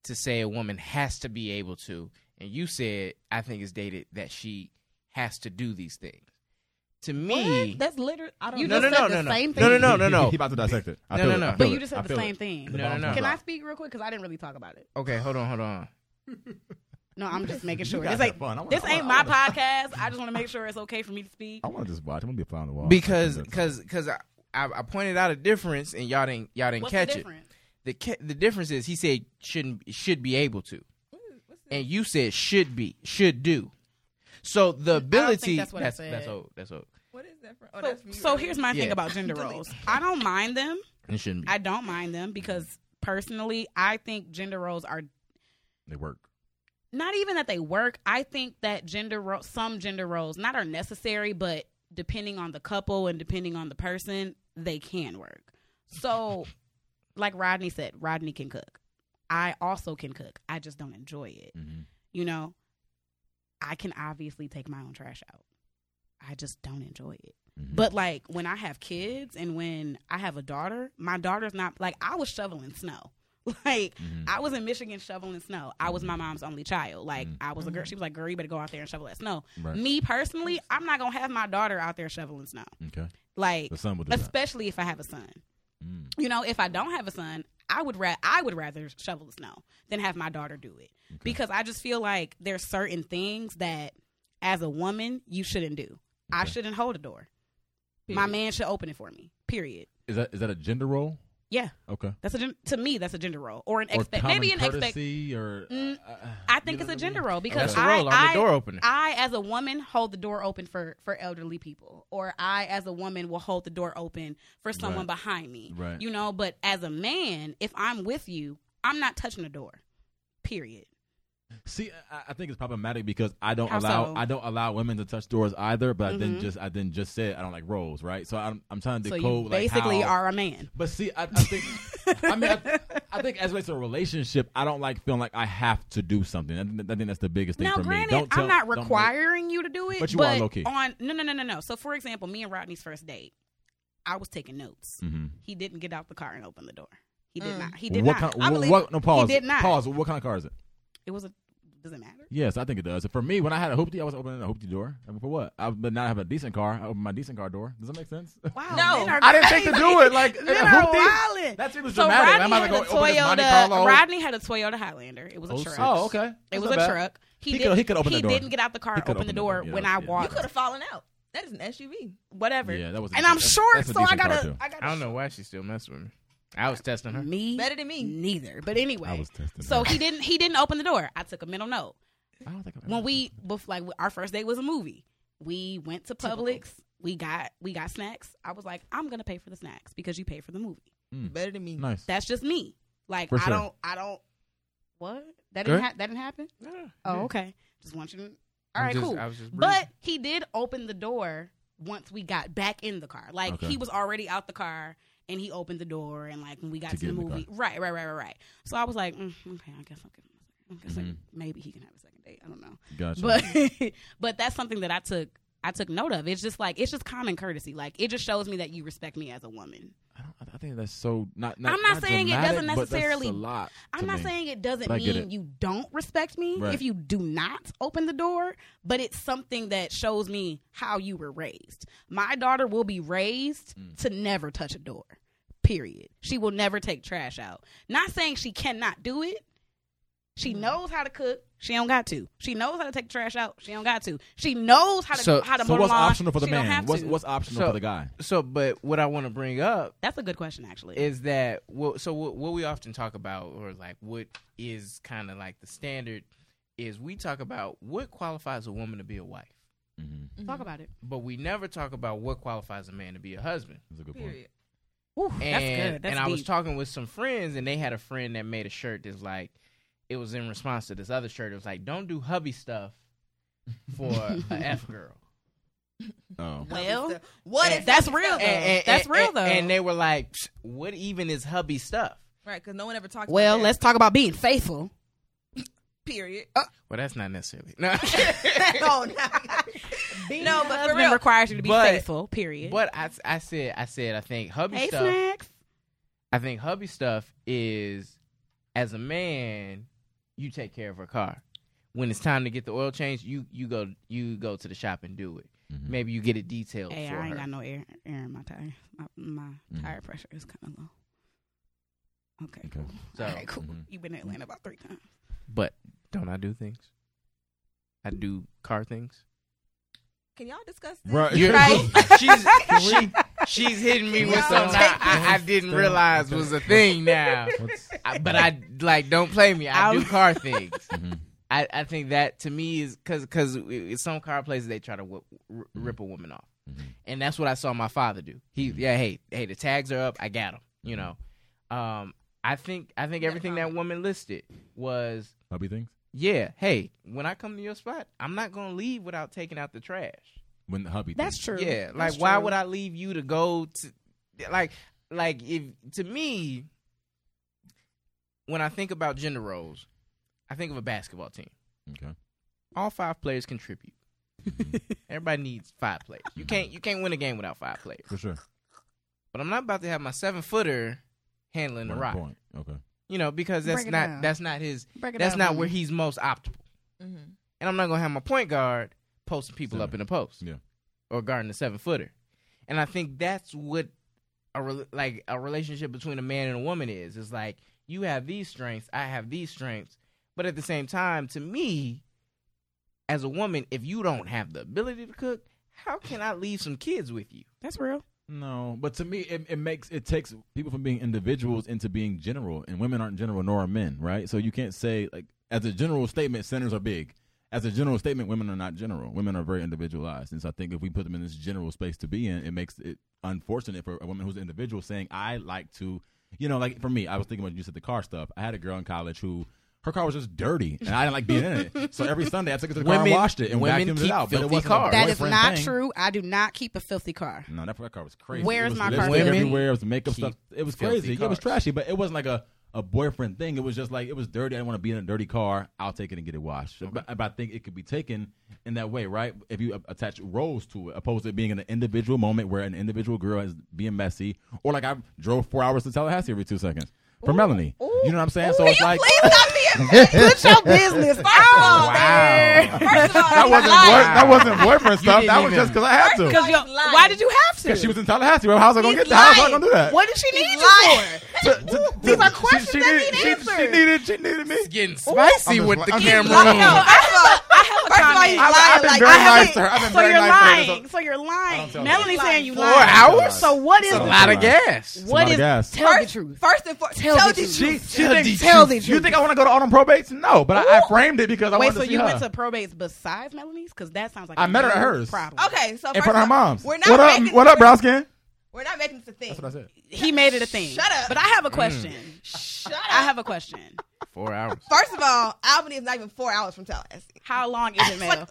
to say a woman has to be able to. And you said, I think it's dated that she has to do these things. To me, What? That's literally. I don't No, you no, just no, said no, the no. same thing. No, no, no, no, no. *laughs* He about to dissect it. I No, feel no, it. no. I feel But But it. you just I said the feel it. same thing. *laughs* The No, no, bombs no. was Can I dropped. speak real quick? Because I didn't really talk about it. okay, hold on, hold on. No, I'm just making sure. guys This ain't, have fun. I wanna- this I wanna- ain't I my podcast. I just want to make sure it's okay for me to speak. I want to just watch. I'm gonna be a fly on the wall. Because, That's- because, because I, I, I pointed out a difference and y'all didn't, y'all didn't What's catch the it. difference? The ca- the difference is he said shouldn't should be able to, what's and you said should be should do. So the think ability that's what I that's said. that's old that's old. What is that from? Oh, that's from you, So right? here's my thing Yeah. about *laughs* gender Delete. roles. I don't mind them. It shouldn't be. I don't mind them because personally, I think gender roles are they work. not even that they work. I think that gender ro- some gender roles not are necessary, but depending on the couple and depending on the person, they can work. So, *laughs* like Rodney said, Rodney can cook. I also can cook. I just don't enjoy it. Mhm. You know, I can obviously take my own trash out. I just don't enjoy it. Mhm. But like when I have kids and when I have a daughter, my daughter's not like I was shoveling snow. *laughs* Like Mhm. I was in Michigan shoveling snow. I was my Mm-hmm. mom's only child. Like Mhm. I was a girl. She was like, "Girl, you better go out there and shovel that snow." Right. Me personally, I'm not gonna have my daughter out there shoveling snow. okay. Like The sun will do that. especially if I have a son. Mm. You know, if I don't have a son, I would ra- I would rather shovel the snow than have my daughter do it Okay. because I just feel like there's certain things that as a woman you shouldn't do. I Okay. shouldn't hold a door. My Period. man should open it for me. Period. Is that is that a gender role? Yeah, Okay. that's a gen- to me that's a gender role or an Or expect common maybe an expect. courtesy or. Mm, uh, uh, I you think it's know what a I gender mean? Oh, role because that's a I, role. I'm I, the door opener. I as a woman hold the door open for for elderly people, or I as a woman will hold the door open for someone Right. behind me. Right. You know, but as a man, if I'm with you, I'm not touching the door. Period. See, I, I think it's problematic because I don't How allow so? I don't allow women to touch doors either. But I then Mhm. just I then just said I don't like roles, right? So I'm I'm trying to so decode you like basically how- are a man. But see, I, I think *laughs* *laughs* I mean I, I think as it relates to a relationship, I don't like feeling like I have to do something. I, think- I think that's the biggest thing Now, for granted, me. Don't tell, I'm not don't make- requiring you to do it, But you are low-key. On no, no, no, no, no. So, for example, me and Rodney's first date, I was taking notes. Mhm. He didn't get out the car and open the door. He Mm. did not. He did What not. kind? I what, believe what- no pause. He did not. Pause. What kind of car is it? It was a. Does it *laughs* matter? Yes, I think it does. For me, when I had a hoopty, I was opening a hoopty door. I mean, for what? I, but now I have a decent car. I open my decent car door. Does that make sense? *laughs* Wow. No. men are I didn't think to *laughs* crazy. do it. Like Men a are hoopty. wildin'. That seems So dramatic. Rodney I'm about had to a go open this Monte Toyota. Carlo. Rodney had a Toyota Highlander. It was a truck. Oh, okay. It That's was not a bad. truck. He He didn't. could- he could open the he door. didn't get out the car. He could Open, the door Yeah, when that I was- yeah. You walked. could have fallen out. That is an SUV. Whatever. Yeah, that was. a and I'm decent- short, that's a so I decent car, gotta. too. Uh-huh. I gotta. I don't know why she still messing with me. I was testing her. Me. Better than me. *laughs* Neither. But anyway. I was testing. so *laughs* her. he didn't. He didn't open the door. I took a mental note. I don't think I've when ever- we bef- like our first date was a movie. We went to Publix. We got we got snacks. I was like, I'm gonna pay for the snacks because you pay for the movie. Better than me. Hmm, nice. That's just me. Like For I sure. don't I don't what that didn't Good. ha- that didn't happen. Mm-hmm. Oh okay. Just want you to. All I'm right, just- cool. I was just But he did open the door once we got back in the car. Like Okay. he was already out the car and he opened the door and like when we got To to, get the in the movie. right, right, right, right, right. So I was like, mm, okay, I guess I'll give him a second. I guess I- Mhm. maybe he can have a second date. I don't know Gotcha. but *laughs* but that's something that I took I took note of. It's just like it's just common courtesy. Like it just shows me that you respect me as a woman. I, don't, I think that's so not. not I'm not saying it dramatic, doesn't but that's necessarily- a lot. I'm to not me. saying it doesn't But I get mean it. you don't respect me Right. if you do not open the door, but it's something that shows me how you were raised. My daughter will be raised Mm. to never touch a door. Period. She Mm. will never take trash out. Not saying she cannot do it. She knows how to cook. She don't got to. She knows how to take the trash out. She don't got to. She knows how to So- how to So mow the what's lawn. optional for the She don't man? have What's to. what's optional So- for the guy? So, but what I want to bring up That's a good question, actually. is that what so what, what we often talk about or like what is kind of like the standard is we talk about what qualifies a woman to be a wife Mm-hmm. Talk about it. but we never talk about what qualifies a man to be a husband That's a good point. Period. Ooh, and, that's good. That's and i was deep. talking with some friends and they had a friend that made a shirt that's like it was in response to this other shirt it was like don't do hubby stuff *laughs* for a f girl Oh, Well, Stuff. what and- is That's hubby real, stuff? though. That's real, and- though. and they were like "Psh, what even is hubby stuff Right, because no one ever talks. about well, that. let's Uh, talk about being faithful. period. *laughs* Oh, well that's not necessarily *laughs* no no, not- *laughs* no, but for Husband real, requires you to be But- faithful. Period. But I, I said, I said, I think hubby hey, stuff. snacks. I think hubby stuff is, as a man, you take care of her car. When it's time to get the oil change, you you go you go to the shop and do it. Mhm. Maybe you get it detailed Mm-hmm. Hey, for I ain't her. got no air, air in my tire. My, my Mm. tire pressure is kind of low. Okay. Okay. *laughs* Cool. So- All right, cool. Mhm. You've been in Atlanta about three times. But don't I do things? I do car things. can y'all discuss this? Right. You're- Right. *laughs* she's she, she's hitting me with Y'all something I, take I, I didn't Stop. realize was a thing now. What's- I, but I like don't play me. I do I'll- *laughs* car things. Mhm. I, I think that to me is because because some car places they try to w- r- rip a woman off, Mhm. and that's what I saw my father do. He Mm-hmm. yeah hey hey the tags are up I got them you know, um I think I think Yeah, everything that woman listed was Hubby things yeah hey when I come to your spot I'm not gonna leave without taking out the trash when the hubby. That's things. true. yeah like why would I leave you to go to like like if to me when I think about gender roles I think of a basketball team Okay. all five players *laughs* contribute. Everybody needs five players. You can't you can't win a game without five players. For sure. But I'm not about to have my seven footer handling the One rock. Point. Okay. You know, because that's Break it not down. that's not his Break it that's down not for where me. he's most optimal. Mhm. And I'm not gonna have my point guard posting people up in the post. Yeah. Or guarding the seven footer. And I think that's what a rel like a relationship between a man and a woman is. It's like you have these strengths, I have these strengths, but at the same time, to me, as a woman, if you don't have the ability to cook, how can I leave some kids with you? That's real. No, but to me, it, it makes it takes people from being individuals into being general, and women aren't general nor are men, right? So you can't say like as a general statement, centers are big. As a general statement, women are not general. Women are very individualized, and so I think if we put them in this general space to be in, it makes it unfortunate for a woman who's an individual saying, "I like to," you know, like for me, I was thinking when you said the car stuff. I had a girl in college who. Her car was just dirty, and I didn't like being in it. So every Sunday, I took it to the car and Women- washed it and women vacuumed it keep out. But it filthy wasn't a cars. That That is boyfriend not thing. true. I do not keep a filthy *laughs* car. No, that car was crazy. Where It is was my lipstick car? Women Everywhere it was makeup keep stuff. It was filthy crazy. It cars. was trashy, but it wasn't like a, a boyfriend thing. It was just like it was dirty. I didn't want to be in a dirty car. I'll take it and get it washed. But, but I think it could be taken in that way, right? If you a- attach roles to it, opposed to it being an individual moment where an individual girl is being messy, or like I drove four hours to Tallahassee every two seconds for Melanie. You know what I'm saying? so Will it's you like please stop *laughs* being Put your business *laughs* out Wow. First of all, that wasn't boy, that wasn't boyfriend stuff. didn't That was even- just because I had to. First of Because all, yo, he's lying. why did you *laughs* have to? She was in Tallahassee. Well, how's I gonna He's get? How's I lying. gonna do that? What did she need He's you for? lying. to, to, These to- are questions she, she that needed, need she, she answers. needed she needed me. It's getting I'm spicy just with li- the I'm just camera Like, lying. on. no, first of all, first of all, comment. he's I've- lying. I've been like, very I haven't- nice to her. I've been So very you're nice to her. lying. So you're lying. tell Melanie's you. saying you Four lying. hours? So what is It's It's a a the lot lot of of gas. lot What of is gas. tell the first- truth? First and foremost, Tell tell the the truth. She, truth. she Tell thinks the tell truth. You think I want to go to autumn probates? No, but I, I framed it because I Wait, wanted so to see you her. went to probates besides Melanie's? Because that sounds like I a met her at real hers. Problem. Okay, so in first front of her off, mom's. We're not what up? making- What up, brown skin? We're not making this a thing. That's what I said. He made it a thing. Shut up. But I Mm. have a question. Shut up. I have a question. Four hours. First of all, Albany is not even four hours from Tallahassee. How long is *laughs* it, Mel?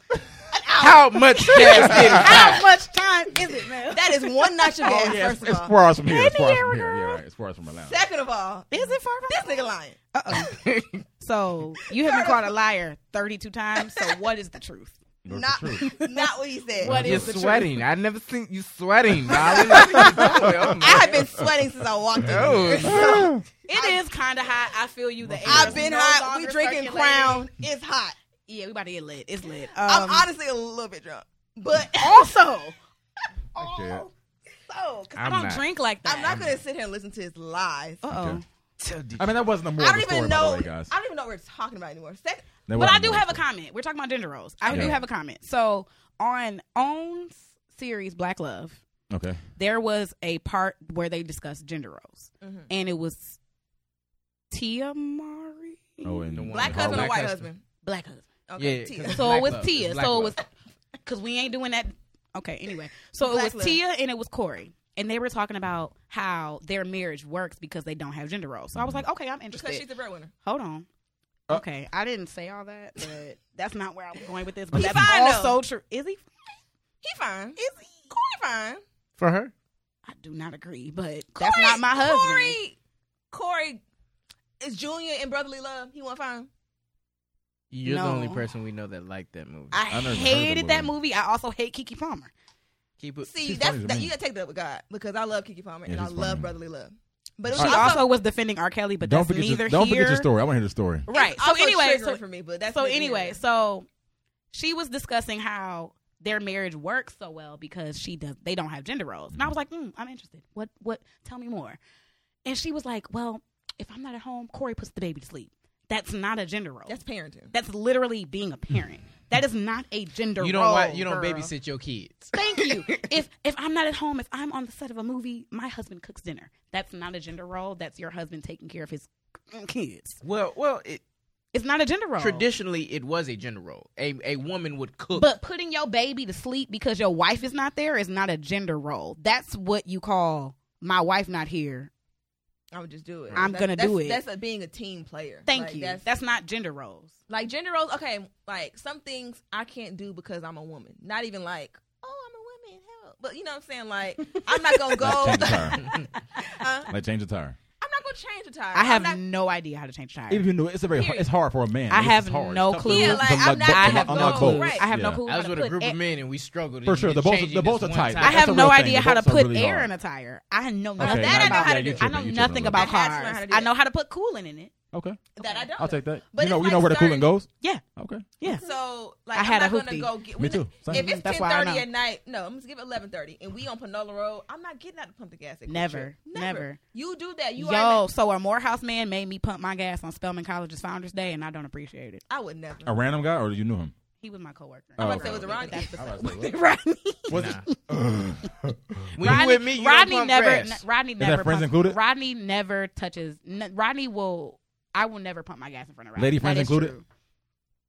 How much gas did it? *laughs* How much time is it, Mel? That is one notch of gas. first of Oh, it's all, four hours from here. It's four hours Indiana from here. girl. Yeah, right. It's four hours from Atlanta. second of all, Is it far from this nigga lying. So you have been called a liar 32 times. So what is *laughs* the truth? That's not, the *laughs* truth. not what he said. What You're is the truth? sweating. I never seen you sweating. Molly. I I have been sweating since I walked in. Oh, So, It is kind of hot. I feel you. The air I've is been no hot. We longer drinking circulating. Crown. It's hot. Yeah, we about to get lit. It's lit. I'm Oh, Um, honestly a little bit drunk, but also, I can't. *laughs* so 'cause I I'm don't not. drink like that. I'm not gonna sit here and listen to his lies. Uh oh. I mean, that wasn't a moral I of don't the story, even by know. the way, I guys. don't even know what we're talking about anymore. Second, That But I wasn't do right. have a comment. We're talking about ginger rolls. I do Okay. have a comment. So on Own's series Black Love, Okay. there was a part where they discussed ginger rolls, Mm-hmm. Mhm. and it was Tia Mari. Oh, and The one- Black Oh, husband or black white husband. husband? black husband. Okay, Yeah, Tia. 'cause- *laughs* So Black it was love. Tia. It's black So it was love. because we ain't doing that. Okay, anyway. So Black it was love. Tia and it was Corey. And they were talking about how their marriage works because they don't have gender roles. So I was like, okay, I'm interested. because she's the breadwinner. Hold on. Uh, okay, I didn't say all that, *laughs* but that's not where I was going with this. But He that's fine, also true. Is he? He fine. Is he? Corey fine. *laughs* for her. I do not agree, but Corey, that's not my husband. Corey, Corey is Junior in Brotherly Love. He won't fine. You're the only No. person we know that liked that movie. I, I never heard of the hated that movie. movie. I also hate Kiki Palmer. Keep it. See, She's that's funny to that, me. you gotta take that up with God because I love Kiki Palmer Yeah, and I she's love funny. Brotherly Love. But it She was also was defending R. Kelly, but don't that's forget neither your, don't here. forget your story. I want to hear the story. Right. it's So also anyway, triggering so, for me, but that's so neither here anyway, nor there. so she was discussing how their marriage works so well because she does they don't have gender roles. And I was like, mm, I'm interested. What what tell me more. And she was like, Well, if I'm not at home, Corey puts the baby to sleep. That's not a gender role. that's That's, parenting. literally being a parent. that is not a gender You role. don't wa- you don't girl. babysit your kids. *laughs* Thank you. if if I'm not at home, if I'm on the set of a movie, my husband cooks dinner. That's not a gender role. That's your husband taking care of his kids. Well, well, it, It's not a gender role. traditionally it was a gender role. A a woman would cook. *laughs* But putting your baby to sleep because your wife is not there is not a gender role. That's what you call my wife not here. I would just do it. I'm That's- gonna that's- do it. That's a, being a team player. Thank Like, you. That's, That's, not gender roles. like gender roles. Okay, like some things I can't do because I'm a woman. Not even like oh I'm a woman. Help. But you know what I'm saying? Like I'm not *laughs* gonna go. Like change *laughs* the tire. Huh? Like change the tire. I'm not gonna change the tire. I have I'm not, no idea how to change tires. Even if you know it, it's a very hard, Period. it's hard for a man. I It's have just hard. no It's tough to clue. look- Yeah, like, to I'm look- not- to I I'm look- have to not no look clue. both. Right. I have no Yeah. clue. I how was to with put a group air- of men and we struggled. For sure, the bolts- the bolts are tight. I That's a have real no thing. idea The how to bolts are put really air hard. in a tire. I know Okay, nothing. now I know about how to it. do it. I know You tripping, you nothing tripping a about little bit. I cars. actually know how to do I it. know how to put coolant in it. Okay, that I don't. I'll take that. But you know, it's you know like where the starting- coolant goes. Yeah, Okay, yeah. So like I had I'm a not gonna hoopty. go get. me we're not- too. Same. If it's That's ten why I thirty know. at night, no, I'm just give it eleven thirty, and we on Panola Road. I'm not getting out to pump the gas. at Never, Quick Trip. never. You do that, you Yo, are. so a Morehouse man made me pump my gas on Spelman College's Founders Day, and I don't appreciate it. I would never. *laughs* a random guy, or you *laughs* knew him? He was my coworker. Oh, I'm okay. gonna say it was Ronnie. *laughs* That's I *laughs* was the like, Rodney. Was Nah. *laughs* it? When you with me, you Rodney don't pump never. grass. n- Rodney that never. friends pumps- included? Rodney never touches. N- Rodney will. I will never pump my gas in front of Rodney. Lady That friends is included? true.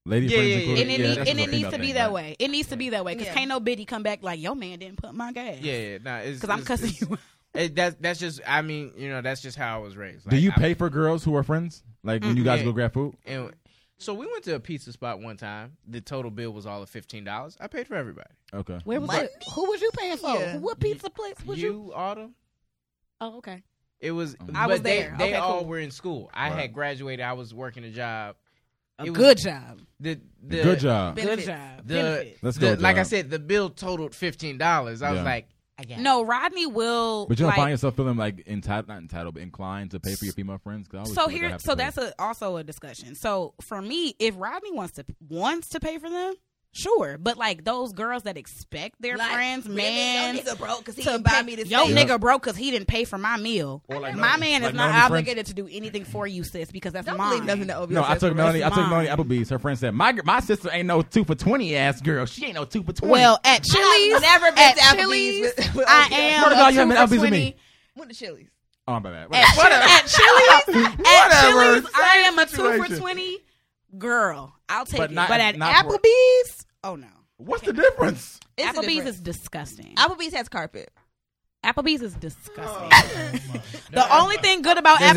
Lady Yeah, friends yeah, yeah. included. And it, Yeah, need- that's and what it I needs to think, be right? that way. It needs to be that way because Yeah. can't no biddy come back like yo man didn't pump my gas. yeah, yeah, nah, *laughs* it's- because I'm it's- cussing it's- you. out. It, that's that's just I mean you know that's just how I was raised. Do Like, you I- pay for girls who are friends? Like when you guys Yeah. go grab food? And so we went to a pizza spot one time. The total bill was all of fifteen dollars. I paid for everybody. Okay. Where was Money? it? Who was you paying for? Yeah. What pizza place was you? You autumn. Oh okay. It was. I but was they- there. They, Okay, all cool. were in school. I Right. had graduated. I was working a job. A It was- good job. The, the Good job. Benefits. Good job. The- Benefits. Let's go. the- like I John. said, the bill totaled fifteen dollars. I was Yeah. like, I got No, Rodney will. But you don't like, find yourself feeling like entitled, not entitled, but inclined to pay for your female friends. 'Cause I always so feel like I here have to so pay. that's a, also a discussion so for me if rodney wants to wants to pay for them sure but like those girls that expect their Like, friends really, man Yo, nigga broke because he to didn't buy pay- me this. yo thing. Yeah. nigga broke because he didn't pay for my meal Or like my Melanie- man like is not Melanie friends. obligated to do anything for you sis because that's Don't mine believe nothing that OBS No, I says took for Melanie. us. I took mine. Melanie Applebee's. Her friend said, "My gr- my sister ain't no two for twenty ass girl. She ain't no two for 20. well at chili's I have never been at to Applebee's chili's with- with i OBS. am Swear to God, a two you haven't for been to Applebee's with 20. me. Went to Chili's. oh my bad. at, Whatever. at *laughs* Chili's, at Whatever. Chili's, I am a two for Situation. twenty girl. I'll take But it. not- but at not for- Applebee's, oh no, What's the difference? It's a Applebee's difference. is disgusting. Applebee's has carpet. Applebee's is Oh, disgusting. *laughs* No, the only thing good about Does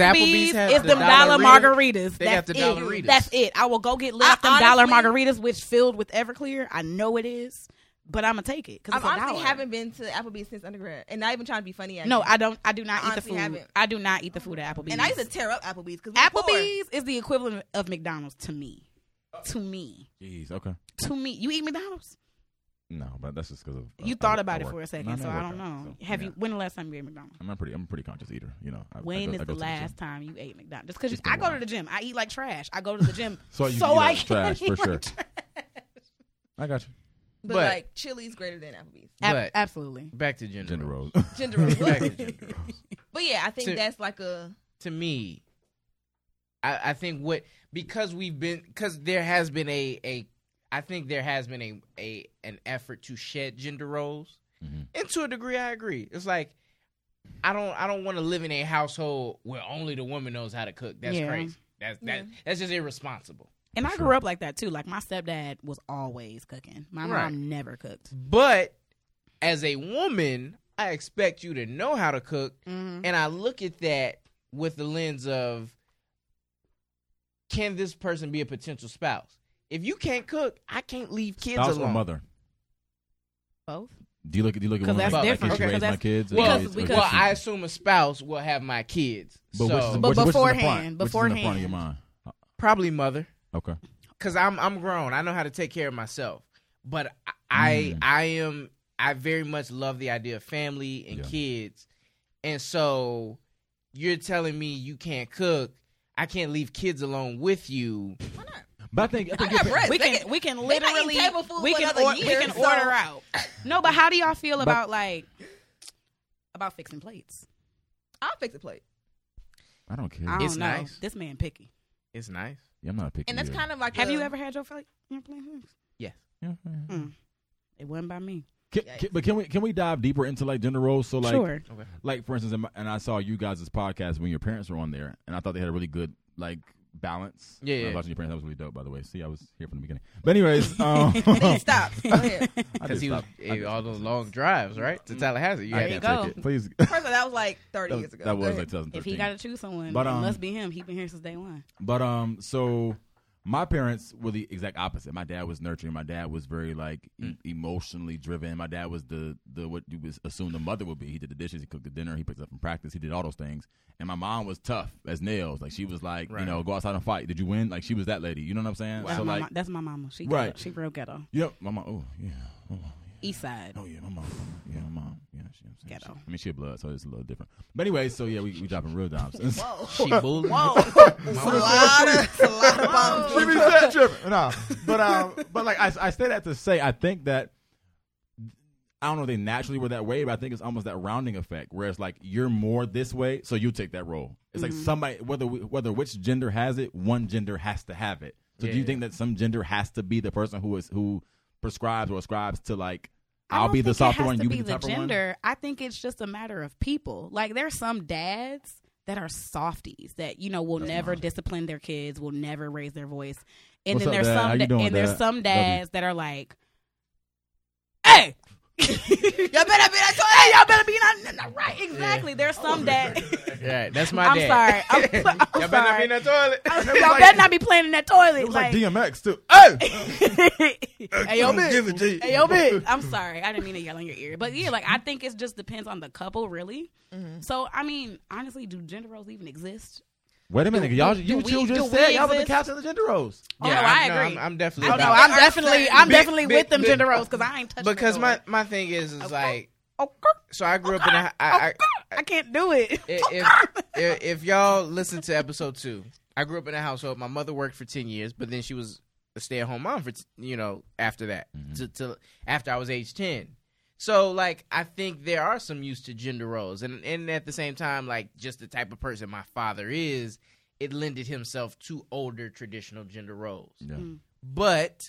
Applebee's Applebee's, have is the them dollar, dollarita? margaritas. They got That's the it. dollaritas. That's it. I will go get I left them dollar honestly- margaritas, which filled with Everclear. I know it is, but I'm gonna take it because I it's a honestly dollar. haven't been to Applebee's since undergrad, and not even trying to be funny. no, actually. I don't. I do not I eat the honestly food. haven't. I do not eat the food at Applebee's. and I used to tear up Applebee's because Applebee's is the equivalent of McDonald's to me. To me. Jeez. Okay. To me. You eat McDonald's? No, but that's just because of uh, You I- thought I- about I it work. for a No, second, no, so I work don't out, know. so, Have yeah. you? When the last time you ate McDonald's? I'm a pretty. I'm a pretty conscious eater. You know. I, I When go, is I go the to gym. last time you ate McDonald's? Just because It's been I a go to while. the gym, I eat like trash. I go to the gym, *laughs* so, So you eat I *laughs* like can trash, for eat sure. like trash. I got you. but, But- like Chili's greater than Applebee's. Ab- But- absolutely. back to gender. Gender roles. roles. *laughs* *laughs* Gender roles. Back to gender roles. But yeah, I think So- that's like a To me, I, I think what because we've been because there has been a a I think there has been a a an effort to shed gender roles, Mhm. and to a degree, I agree. It's like I don't I don't want to live in a household where only the woman knows how to cook. That's Yeah. crazy. That's that, that's just irresponsible. And I For grew up like that too. Like my stepdad was always cooking. My Right. mom never cooked. But as a woman, I expect you to know how to cook, Mm-hmm. Mm-hmm. and I look at that with the lens of can this person be a potential spouse? If you can't cook, I can't leave kids Spouse alone. or mother? Both. Do you look at do you look at 'Cause that's women like, like, different. can Okay. she raise 'Cause my that's- kids? Well, Is- is- because- well, I assume a spouse will have my kids. but which so is, But which, which is in the front? beforehand, Which is in the front of your beforehand. mind. Uh, probably mother, Okay. because I'm I'm grown. I know how to take care of myself. But I Mm. I am I very much love the idea of family and Yeah. kids, and so you're telling me you can't cook. I can't leave kids alone with you. Why not? But I think I think I got *laughs* your- breasts. We They can we can they might eat literally table food we for can another or, year, we can so- order out. No, but how do y'all feel about like about fixing plates? I'll fix a plate. I don't care. I don't It's know. nice. This man picky. It's nice. yeah, I'm not picky. And that's either. kind of like Have the- you ever had your plate? Your plate fixed? Yes. Yeah, yeah. It wasn't by me. Can, can, but can we can we dive deeper into like gender roles? So like sure. Okay. like for instance, in my- and I saw you guys' podcast when your parents were on there, and I thought they had a really good like balance. Yeah, When I yeah. was watching your parents. That was really dope, by the way. See, I was here from the beginning. But anyways, um, Please *laughs* stop. Go *laughs* ahead. *laughs* I Because did he was stop. I eh, did all stop. Mm-hmm. those long drives, right, to Tallahassee. You I had you can't to- go. take it. Please. First of all, that was like 30 years that, ago. that Go was ahead. *laughs* like 2013. If he got to choose someone, But, it um, must be him. He been here since day one. But um, so my parents were the exact opposite. My dad was nurturing. My dad was very like e- emotionally driven. My dad was the the what you would assume the mother would be. He did the dishes. He cooked the dinner. He picked up from practice. He did all those things. And my mom was tough as nails. Like she was like you Right. know go outside and fight. Did you win? Like she was that lady. You know what I'm saying? That's, So my, like mo- that's my mama. She Right. ghetto. she real ghetto. yep, my mom. Oh yeah. Oh, East side. oh yeah, my mom. Yeah, my mom. Yeah, she, I'm saying, Ghetto. she- I mean, she a blood, so it's a little different. But anyway, so yeah, we, we dropping real dimes. *laughs* *laughs* Whoa. She bullied. It's a lot of, it's a lot of *laughs* bombs. She be sad tripping. No, but um, but like I, I say that to say I think that I don't know if they naturally were that way, but I think it's almost that rounding effect where it's like you're more this way, so you take that role. It's Mm-hmm. like somebody whether we, whether which gender has it, one gender has to have it. So do Yeah, you yeah. think that some gender has to be the person who is who prescribes or ascribes to like I I'll don't be the think it softer has one, to you be be the the tougher one? gender. I think it's just a matter of people. Like there's some dads that are softies that you know will That's never mine. discipline their kids, will never raise their voice, and What's then up, there's Dad? How some you da- doing, and there's Dad? some Love you. dads that are like, hey. *laughs* Y'all better be like, Hey, y'all better be not, not right. Exactly. There's Oh, some dads. Yeah, that's my I'm dad. sorry. *laughs* *laughs* I'm, *laughs* I'm Y'all better not be sorry. in that toilet. *laughs* y'all better not be playing in that toilet. It was like, like- DMX too. Hey, *laughs* *laughs* hey, yo, I'm gonna bitch. give it to you. Hey, yo, bitch. I'm sorry. I didn't mean to yell in your ear. But yeah, like, I think it just depends on the couple, really. So, I mean, honestly, do gender roles even exist? Wait a *laughs* minute, y'all, do you we- two do just we said y'all were the exist? cats and the gender roles. Oh, Yeah, no, I'm- I no, agree. I'm, I'm definitely. Oh, no, about- I'm definitely, I'm Big- definitely big- with them big- gender roles because I ain't touching the because my door. my thing is is Okay. like Okay. so I grew up in a I, I, I can't do it. if, if- if if y'all listen to episode two, I grew up in a household. My mother worked for ten years, but then she was a stay at home mom for t- you know after that to, to after I was age ten. So like I think there are some use to gender roles, and and at the same time, like just the type of person my father is, it lended himself to older traditional gender roles Yeah. but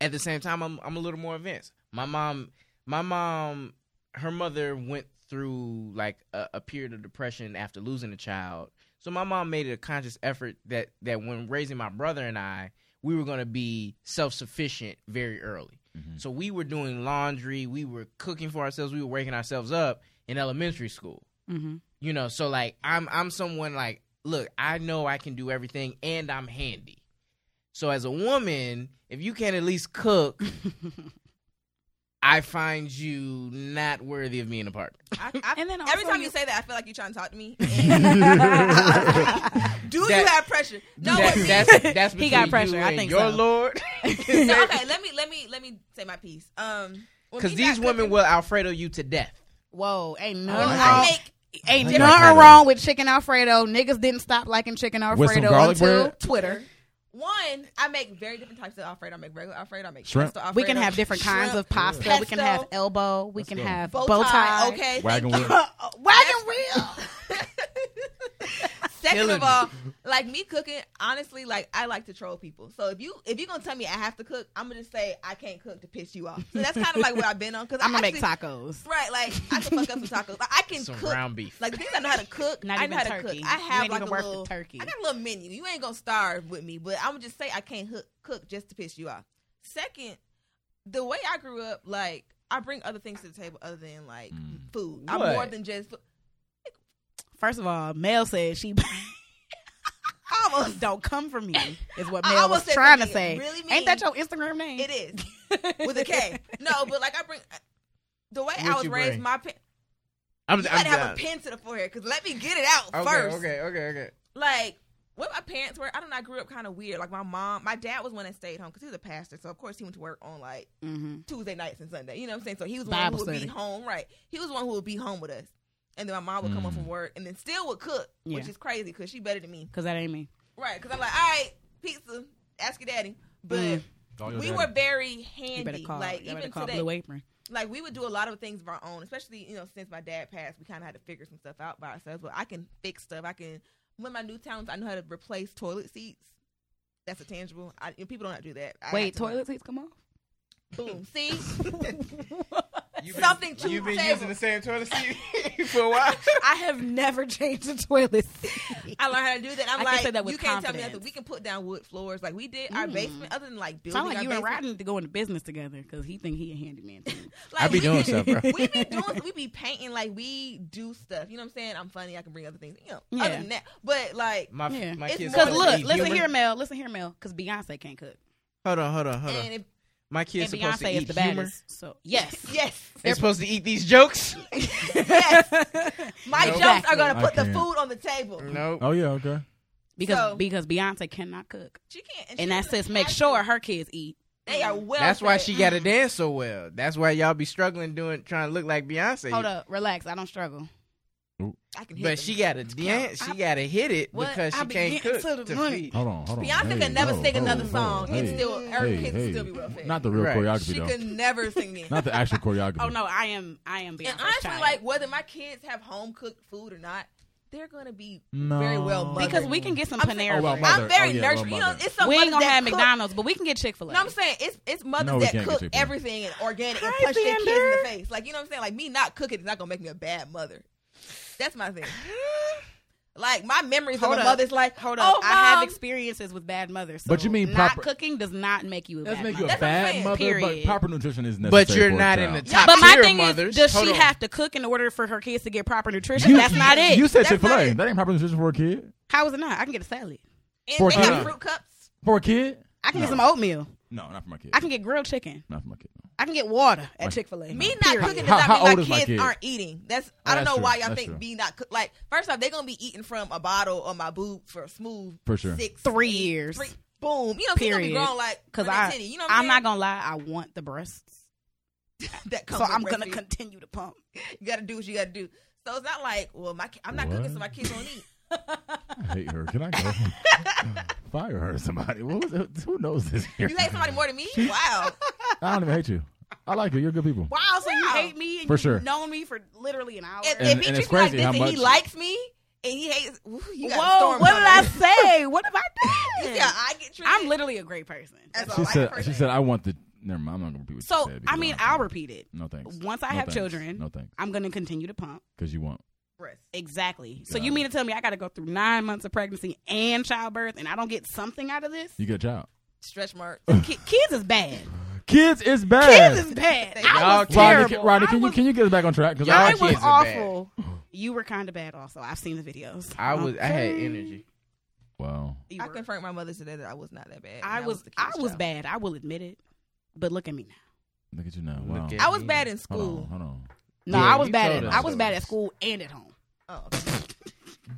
at the same time I'm I'm a little more advanced. My mom my mom her mother went through like a, a period of depression after losing a child. So my mom made a conscious effort that that when raising my brother and I, we were going to be self-sufficient very early. Mm-hmm. Mhm. So we were doing laundry, we were cooking for ourselves, we were waking ourselves up in elementary school mm-hmm. you know so like i'm i'm someone like look i know i can do everything and i'm handy so as a woman if you can't at least cook i find you not worthy of being a partner I, I, And then every also time you, you- say that, I feel like you're trying to talk to *laughs* me. Do you That- have pressure? *laughs* No, but That- see- *laughs* that's that's He got between pressure, you I and think your so. lord no, okay. Let me let me let me say my piece. Um, *laughs* when because we these got women cooking- will alfredo you to death *laughs* Whoa, ain't Well, nothing I wrong. make Ain't Chicken nothing Alfredo. wrong with chicken Alfredo. Niggas didn't stop liking chicken With some Alfredo garlic until bread? Twitter. one. I make very different types of Alfredo. I make regular Alfredo. I make Shrimp. pesto Alfredo. We can have different kinds shrimp, of pasta. We can have pesto, elbow. We can go. have bow bow tie. Okay, *laughs* Wagon thank wheel. you. wagon wheel. *laughs* Second killing of all, like me cooking, honestly, like I like to troll people. So if you if you're gonna tell me I have to cook, I'm gonna just say I can't cook to piss you off. So that's kind of like what I've been on because *laughs* I'm gonna make tacos. Right, like I can fuck up some tacos. Like, I can some cook. ground beef. Like the things I know how to cook, Not I even know how to turkey. cook. I You have ain't like even a worth the little turkey. I got a little menu. You ain't gonna starve with me, but I'm gonna just say I can't hook, cook just to piss you off. Second, the way I grew up, like I bring other things to the table other than like Mm. food. What? I'm more than just food. First of all, Mel said she *laughs* almost don't come for me is what I Mel almost was said trying for to me, say. really mean. Ain't that your Instagram name? *laughs* It is. with a K. No, but like I bring uh, the way What I was you raised. bring? My pen, I'm, you I'm gotta have a down. pen to the forehead because let me get it out Okay, first. okay, okay, okay. Like what my parents were. I don't know. I grew up kind of weird. Like my mom, my dad was one that stayed home because he was a pastor, so of course he went to work on like *laughs* Mm-hmm. Tuesday nights and Sunday. You know what I'm saying? So he was the Bible one who would be study. home. Right. He was the one who would be home with us. And then my mom would come home Mm. from work and then still would cook, which Yeah. is crazy because she better than me. Cause that ain't me. Right. Because I'm like, all right, pizza, ask your daddy. But Mm. Call your we daddy. were very You better handy. call. Like, you better even call today, Blue Apron. like we would do a lot of things of our own, especially you know since my dad passed, we kind of had to figure some stuff out by ourselves. But I can fix stuff. I can. One of my new talents, I know how to replace toilet seats. That's a tangible. I, you know, people don't do that. I had Wait, to learn. toilet seats come off. Boom. See, *laughs* You've Something to You've been the using the same toilet seat *laughs* for *laughs* a while. I have never changed a toilet seat. I learned how to do that. I'm I can like, say that with you can't tell me confidence. nothing. We can put down wood floors. Like we did our Mm. basement, other than like building Sound like our you and basement. Rod need to go into business together because he think he a handyman. Too. *laughs* Like, I be we doing did- stuff, bro. *laughs* we be doing we be painting like we do stuff. You know what I'm saying? I'm funny. I can bring other things. You know, Yeah. other than that, but Mm, like, My, Yeah. my It's kids. more than Because supposed to look, be listen human. here, Mel. Listen here, Mel. Because Beyonce can't cook, Hold on, hold on, hold on. and if, My kids and supposed to Beyonce is eat the humor. baddest. So yes, *laughs* yes, They're supposed to eat these jokes. yes, my Nope. jokes are Exactly. gonna put I the can't. food on the table. Nope. Oh yeah, okay. *laughs* because So- because Beyonce cannot cook, She can't, and she that sis doesn't make have to. sure her Mm. kids eat. they are well. That's why fed. she got to dance so well. That's why y'all be struggling doing trying to look like Beyonce. Hold up, relax. I don't struggle. I can hit But them. she got to dance. She got to hit it What? because she I be can't getting cook to the to, money. feed. Hold on, hold on. Beyonce Hey, could never hold sing on, another hold on, song and hey. still her Hey, kids hey. would still be well fed. Not the real Right. choreography she though. could never sing it. Not *laughs* the actual choreography. Oh no, I am. I am Beyonce. And honestly, like whether my kids have home cooked food or not, they're gonna be No. very well mothered. because we can get some I'm saying- Panera. Oh, well, Bread. Mother. I'm very Oh, yeah, nurturing. well, You know, mother. it's some we ain't mothers gonna that have cook- McDonald's, but we can get Chick Fil A. No, I'm saying it's it's mothers No, we that can't get cook Chick-fil-A. everything and organic and Hi, punch their kids in Xander. the face. Like you know what I'm saying? Like me not cooking is not gonna make me a bad mother. That's my *gasps* thing. Like my memories Hold of a up. mother's like, Hold up, Oh, I have Mom. experiences with bad mothers. So But you mean not proper- cooking does not make you a Does bad make you mother. a That's what I'm bad saying. mother, Period. but proper nutrition is necessary. But you're for a not in child. the Yeah, top but my tier thing mothers. is, does Hold she on. have to cook in order for her kids to get proper nutrition? That's not it. You said That's Chick Fil not A. it. That ain't proper nutrition for a kid. How is it not? I can get a salad. and For they a have kid. fruit cups. For a kid? I can get No. some oatmeal. No, not for my kid. I can get grilled chicken. Not for my kid. No. I can get water at Right. Chick Fil A. Me not cooking does How- not how mean old my is kids my kid? aren't eating. That's Oh, I don't that's know true. why y'all That's think true. me not cook. Like first off, they're gonna be eating from a bottle or my boob for a smooth For sure. six Three eight, years. three- boom, you know, she's gonna be Period. grown like Cause because I, titty. You know, what I'm not saying? gonna lie. I want the breasts, that comes so with I'm gonna breastfeeding. continue to pump. You gotta do what you gotta do. So it's not like, well, my ki- I'm not cooking, so What? my kids don't eat. I hate her. Can I go? *laughs* Fire her, somebody. What was who knows this? Here? You hate somebody more than me? *laughs* Wow, I don't even hate you. I like you. You're good people. Wow, so you Wow. hate me and For you sure. know me for literally an hour. if, And- if and he it's treats me like crazy this how and he much- likes me and he hates, ooh, you got a Whoa, storm what did *laughs* I coming. say? What have I *laughs* done? Yeah, I get treated. I'm literally a great person. That's all She like said. her She name. said. I want the. Never mind. I'm not gonna repeat what So you said. I because mean, don't- I'll repeat it. No thanks. Once I No have thanks. children, No thanks. I'm gonna continue to pump. Because you won't. Breast. Exactly. So Got you it. mean to tell me I got to go through nine months of pregnancy and childbirth, and I don't get something out of this? You get a child. stretch *laughs* marks. Ki- kids is bad. Kids is bad. Kids is bad. Y'all I was kids- Rodney, terrible. can, Rodney, I can you was, can you get us back on track? Because Y'all I I kids was are bad. awful. You were kind of bad, also. I've seen the videos. I was. I had Okay. energy. wow. You I were- confirmed my mother today that I was not that bad. and I was. the I kid's was child. bad. I will admit it. But look at me now. Look at you now. Look Oh, Wow. at- I was bad in Hold on. school. Hold on. No, Yeah, I was you bad. told At, us I was bad at those. school and at home. Oh,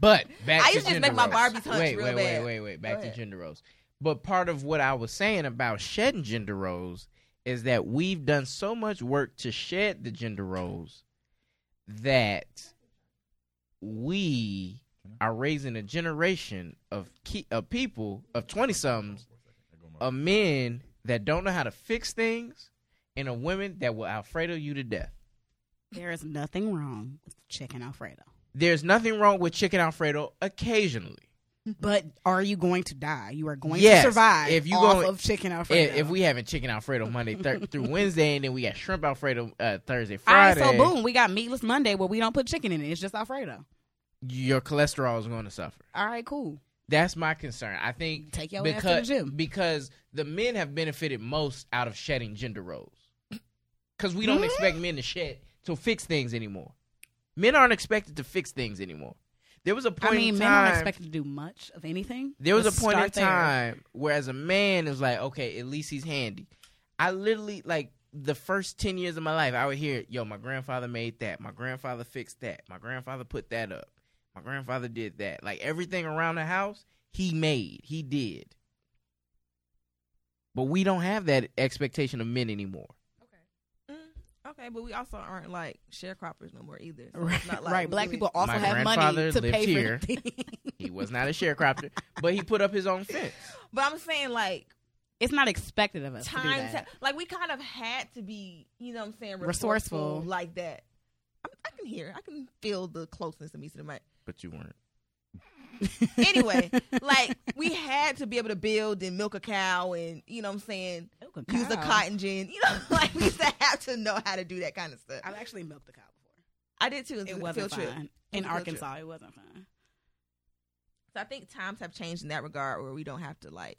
But back I used to to just gender make my roles. Barbies hunch wait, real wait, bad. wait, wait, wait. Go Back to ahead. gender roles. But part of what I was saying about shedding gender roles is that we've done so much work to shed the gender roles that we are raising a generation of key, of people of twenty somethings of men that don't know how to fix things and of women that will Alfredo you to death. There is nothing wrong with chicken Alfredo. There's nothing wrong with chicken Alfredo occasionally. But are you going to die? You are going Yes, to survive if you off going- of chicken Alfredo. If, if we having chicken Alfredo Monday *laughs* thir- through Wednesday, and then we got shrimp Alfredo uh, Thursday, all right, Friday, so boom, we got meatless Monday where we don't put chicken in it. It's just Alfredo. your cholesterol is going to suffer. All right, cool. That's my concern. I think Take your ass to the because gym. because the men have benefited most out of shedding gender roles. Because we don't Mhm. expect men to shed to fix things anymore. Men aren't expected to fix things anymore. There was a I point. mean, in men aren't time- expected to do much of anything. There was Let's a point in start there. time where, as a man, it was like, okay, at least he's handy. I literally like the first ten years of my life, I would hear, "Yo, my grandfather made that. My grandfather fixed that. My grandfather put that up. My grandfather did that. Like everything around the house, he made. He did." But we don't have that expectation of men anymore. *laughs* Mm, okay, but we also aren't like sharecroppers no more either. So Right, it's not like right. we Black really- people also My have grandfather money to lived pay here. for things. He was not a sharecropper, but he put up his own fence. But I'm saying like *laughs* It's not expected of us. to do time, that. to- like we kind of had to be, you know, what I'm saying Resourceful. like that. I, I can hear, I can feel the closeness of me to the mic. But you weren't. Anyway, *laughs* like we had to be able to build and milk a cow and you know what I'm saying use a Cow. cotton gin. You know, *laughs* like we used to have to know how to do that kind of stuff. I've actually milked a cow before. I did too. It wasn't field trip. fun in It was a field Arkansas. It wasn't fun. So I think times have changed in that regard, where we don't have to like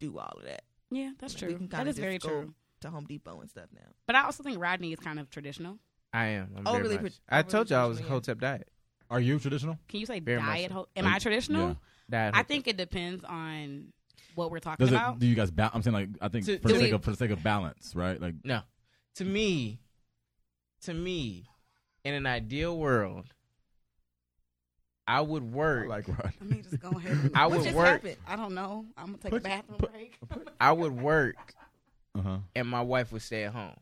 do all of that Yeah, that's We true. can That kinda is very just go- true. to Home Depot and stuff now. But I also think Rodney is kind of traditional. I am. I'm Oh, very really much- pret- I really told y'all I was a traditional, yeah. hotep diet. Are you traditional? Can you say Very much diet? so. Ho- Am Like, I traditional? yeah. Diet I Hotep. think it depends on what we're talking Does it? about. Do you guys? Ba- I'm saying like I think To- for the do sake we- of for the sake of balance, right? Like to me, to me, in an ideal world, I would work. like right. Let me just go ahead. and- I What would just work. happened? I don't know. I'm gonna take Put- a bathroom put- break. I would work, Uh huh. and my wife would stay at home.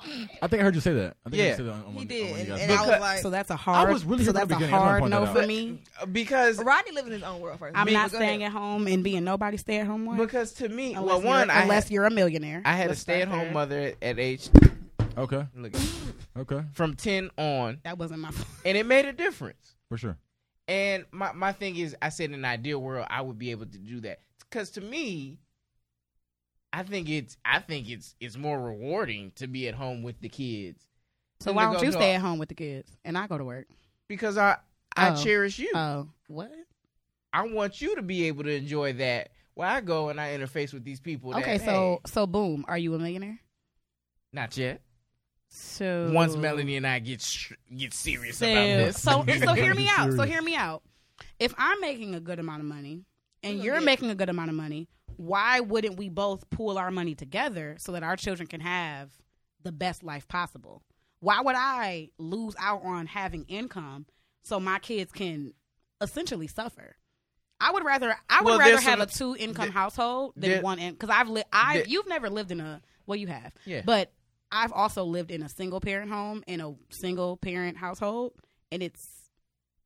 I think I heard you say that. I think Yeah. you said that on, on He one, did, on one of you and, and guys' I was Because- like, So that's a hard. was really so here that's from the a beginning. I hard wanna no point that for out. me. Because Rodney living his own world first. I'm Me, not but go ahead. staying at home and being nobody's stay at home wife. because to me, unless well, you're- one, I unless had, you're a millionaire, I had a Let's start stay at home there. mother at, at age Okay. look at- Okay. from ten on, That wasn't *laughs* my. fault. and it made a difference. For sure. And my my thing is, I said in an ideal world, I would be able to do that. Because to me, I think it's I think it's it's more rewarding to be at home with the kids So Then why they don't go you to stay a- at home with the kids and I go to work? because I I Oh. cherish you. Oh, what? I want you to be able to enjoy that where I go and I interface with these people. That, okay, so so boom, are you a millionaire? hey, not yet. So Once Melanie and I get sh- get serious so, about this, so *laughs* so hear me out. So hear me out. If I'm making a good amount of money and We'll you're get- making a good amount of money, why wouldn't we both pool our money together so that our children can have the best life possible? Why would I lose out on having income so my kids can essentially suffer? I would rather I would Well, rather there's have some- a two income the- household than there- one because I've lived I there- you've never lived in a well you have yeah. but I've also lived in a single parent home in a single parent household, and it's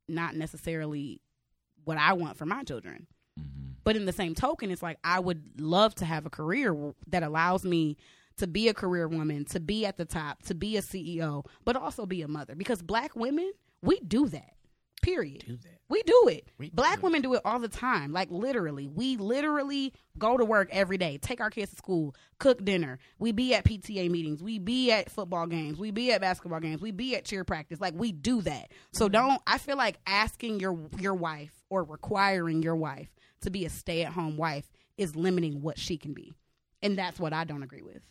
not necessarily what I want for my children. Mm-hmm. But in the same token, it's like I would love to have a career w- that allows me to be a career woman, to be at the top, to be a CEO, but also be a mother. Because black women, we do that. Period. do that. We do it. We Black do it. women do it all the time. Like literally, we literally go to work every day, take our kids to school, cook dinner. We be at PTA meetings. We be at football games. We be at basketball games. We be at cheer practice. Like we do that. So Mm-hmm. don't. I feel like asking your your wife or requiring your wife to be a stay at home wife is limiting what she can be, and that's what I don't agree with.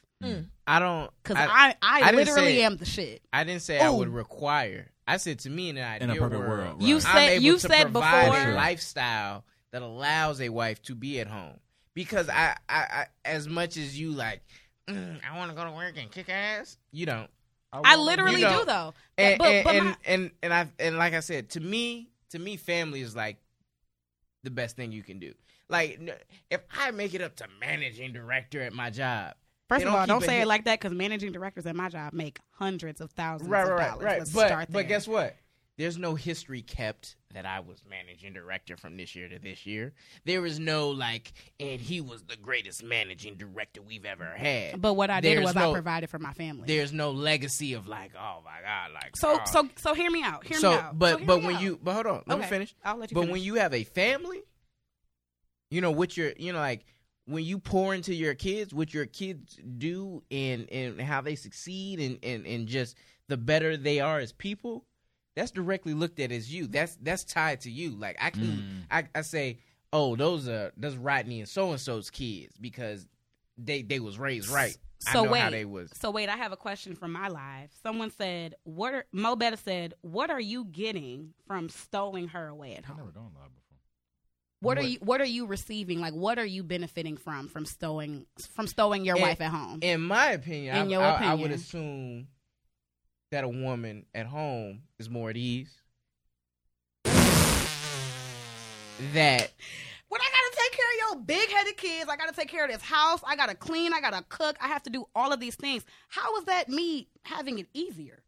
I don't Because I, I I, I didn't literally say- am the shit. I didn't say I would require. I said to me in an In ideal a perfect world, world. You right. said- I'm able you to said provide before- a lifestyle that allows a wife to be at home because I I, I as much as you like, "Mm, I want to go to work and kick ass. You don't. I You literally know, do though. and but and, but and, my, and and I and like I said, to me, to me, family is like the best thing you can do. Like n- if I make it up to managing director at my job, First They of don't all, don't keep a say hit- it like that because managing directors at my job make hundreds of thousands right, of right, dollars. right, right. Let's But start but there. guess what? There's no history kept that I was managing director from this year to this year. There is no like, and he was the greatest managing director we've ever had. But what I did There's was I no- provided for my family. There's no legacy of like, oh my god, like so oh. so so hear me out. Hear so, me out. but So hear but me when out. you but hold on, let me Okay, finish. I'll let you. But finish. when you have a family, you know what your you know like when you pour into your kids, what your kids do and and how they succeed and and and just the better they are as people, that's directly looked at as you. That's that's tied to you. Like I Mm. can Mm-hmm. Mm. I, I say, oh those are those Rodney and so and so's kids because they they was raised right. So I know how wait. they was. So wait, I have a question from my live. Someone said, "What?" Are, Mo Better said, "What are you getting from stowing her away at I've never home? gone live before. What are What? you What are you receiving? Like, what are you benefiting from from stowing from stowing your And- wife at home? In my opinion, In I, your I- I opinion. would assume that a woman at home is more at ease. That when I gotta take care of your big headed kids, I gotta take care of this house. I gotta clean. I gotta cook. I have to do all of these things. How is that me having it easier?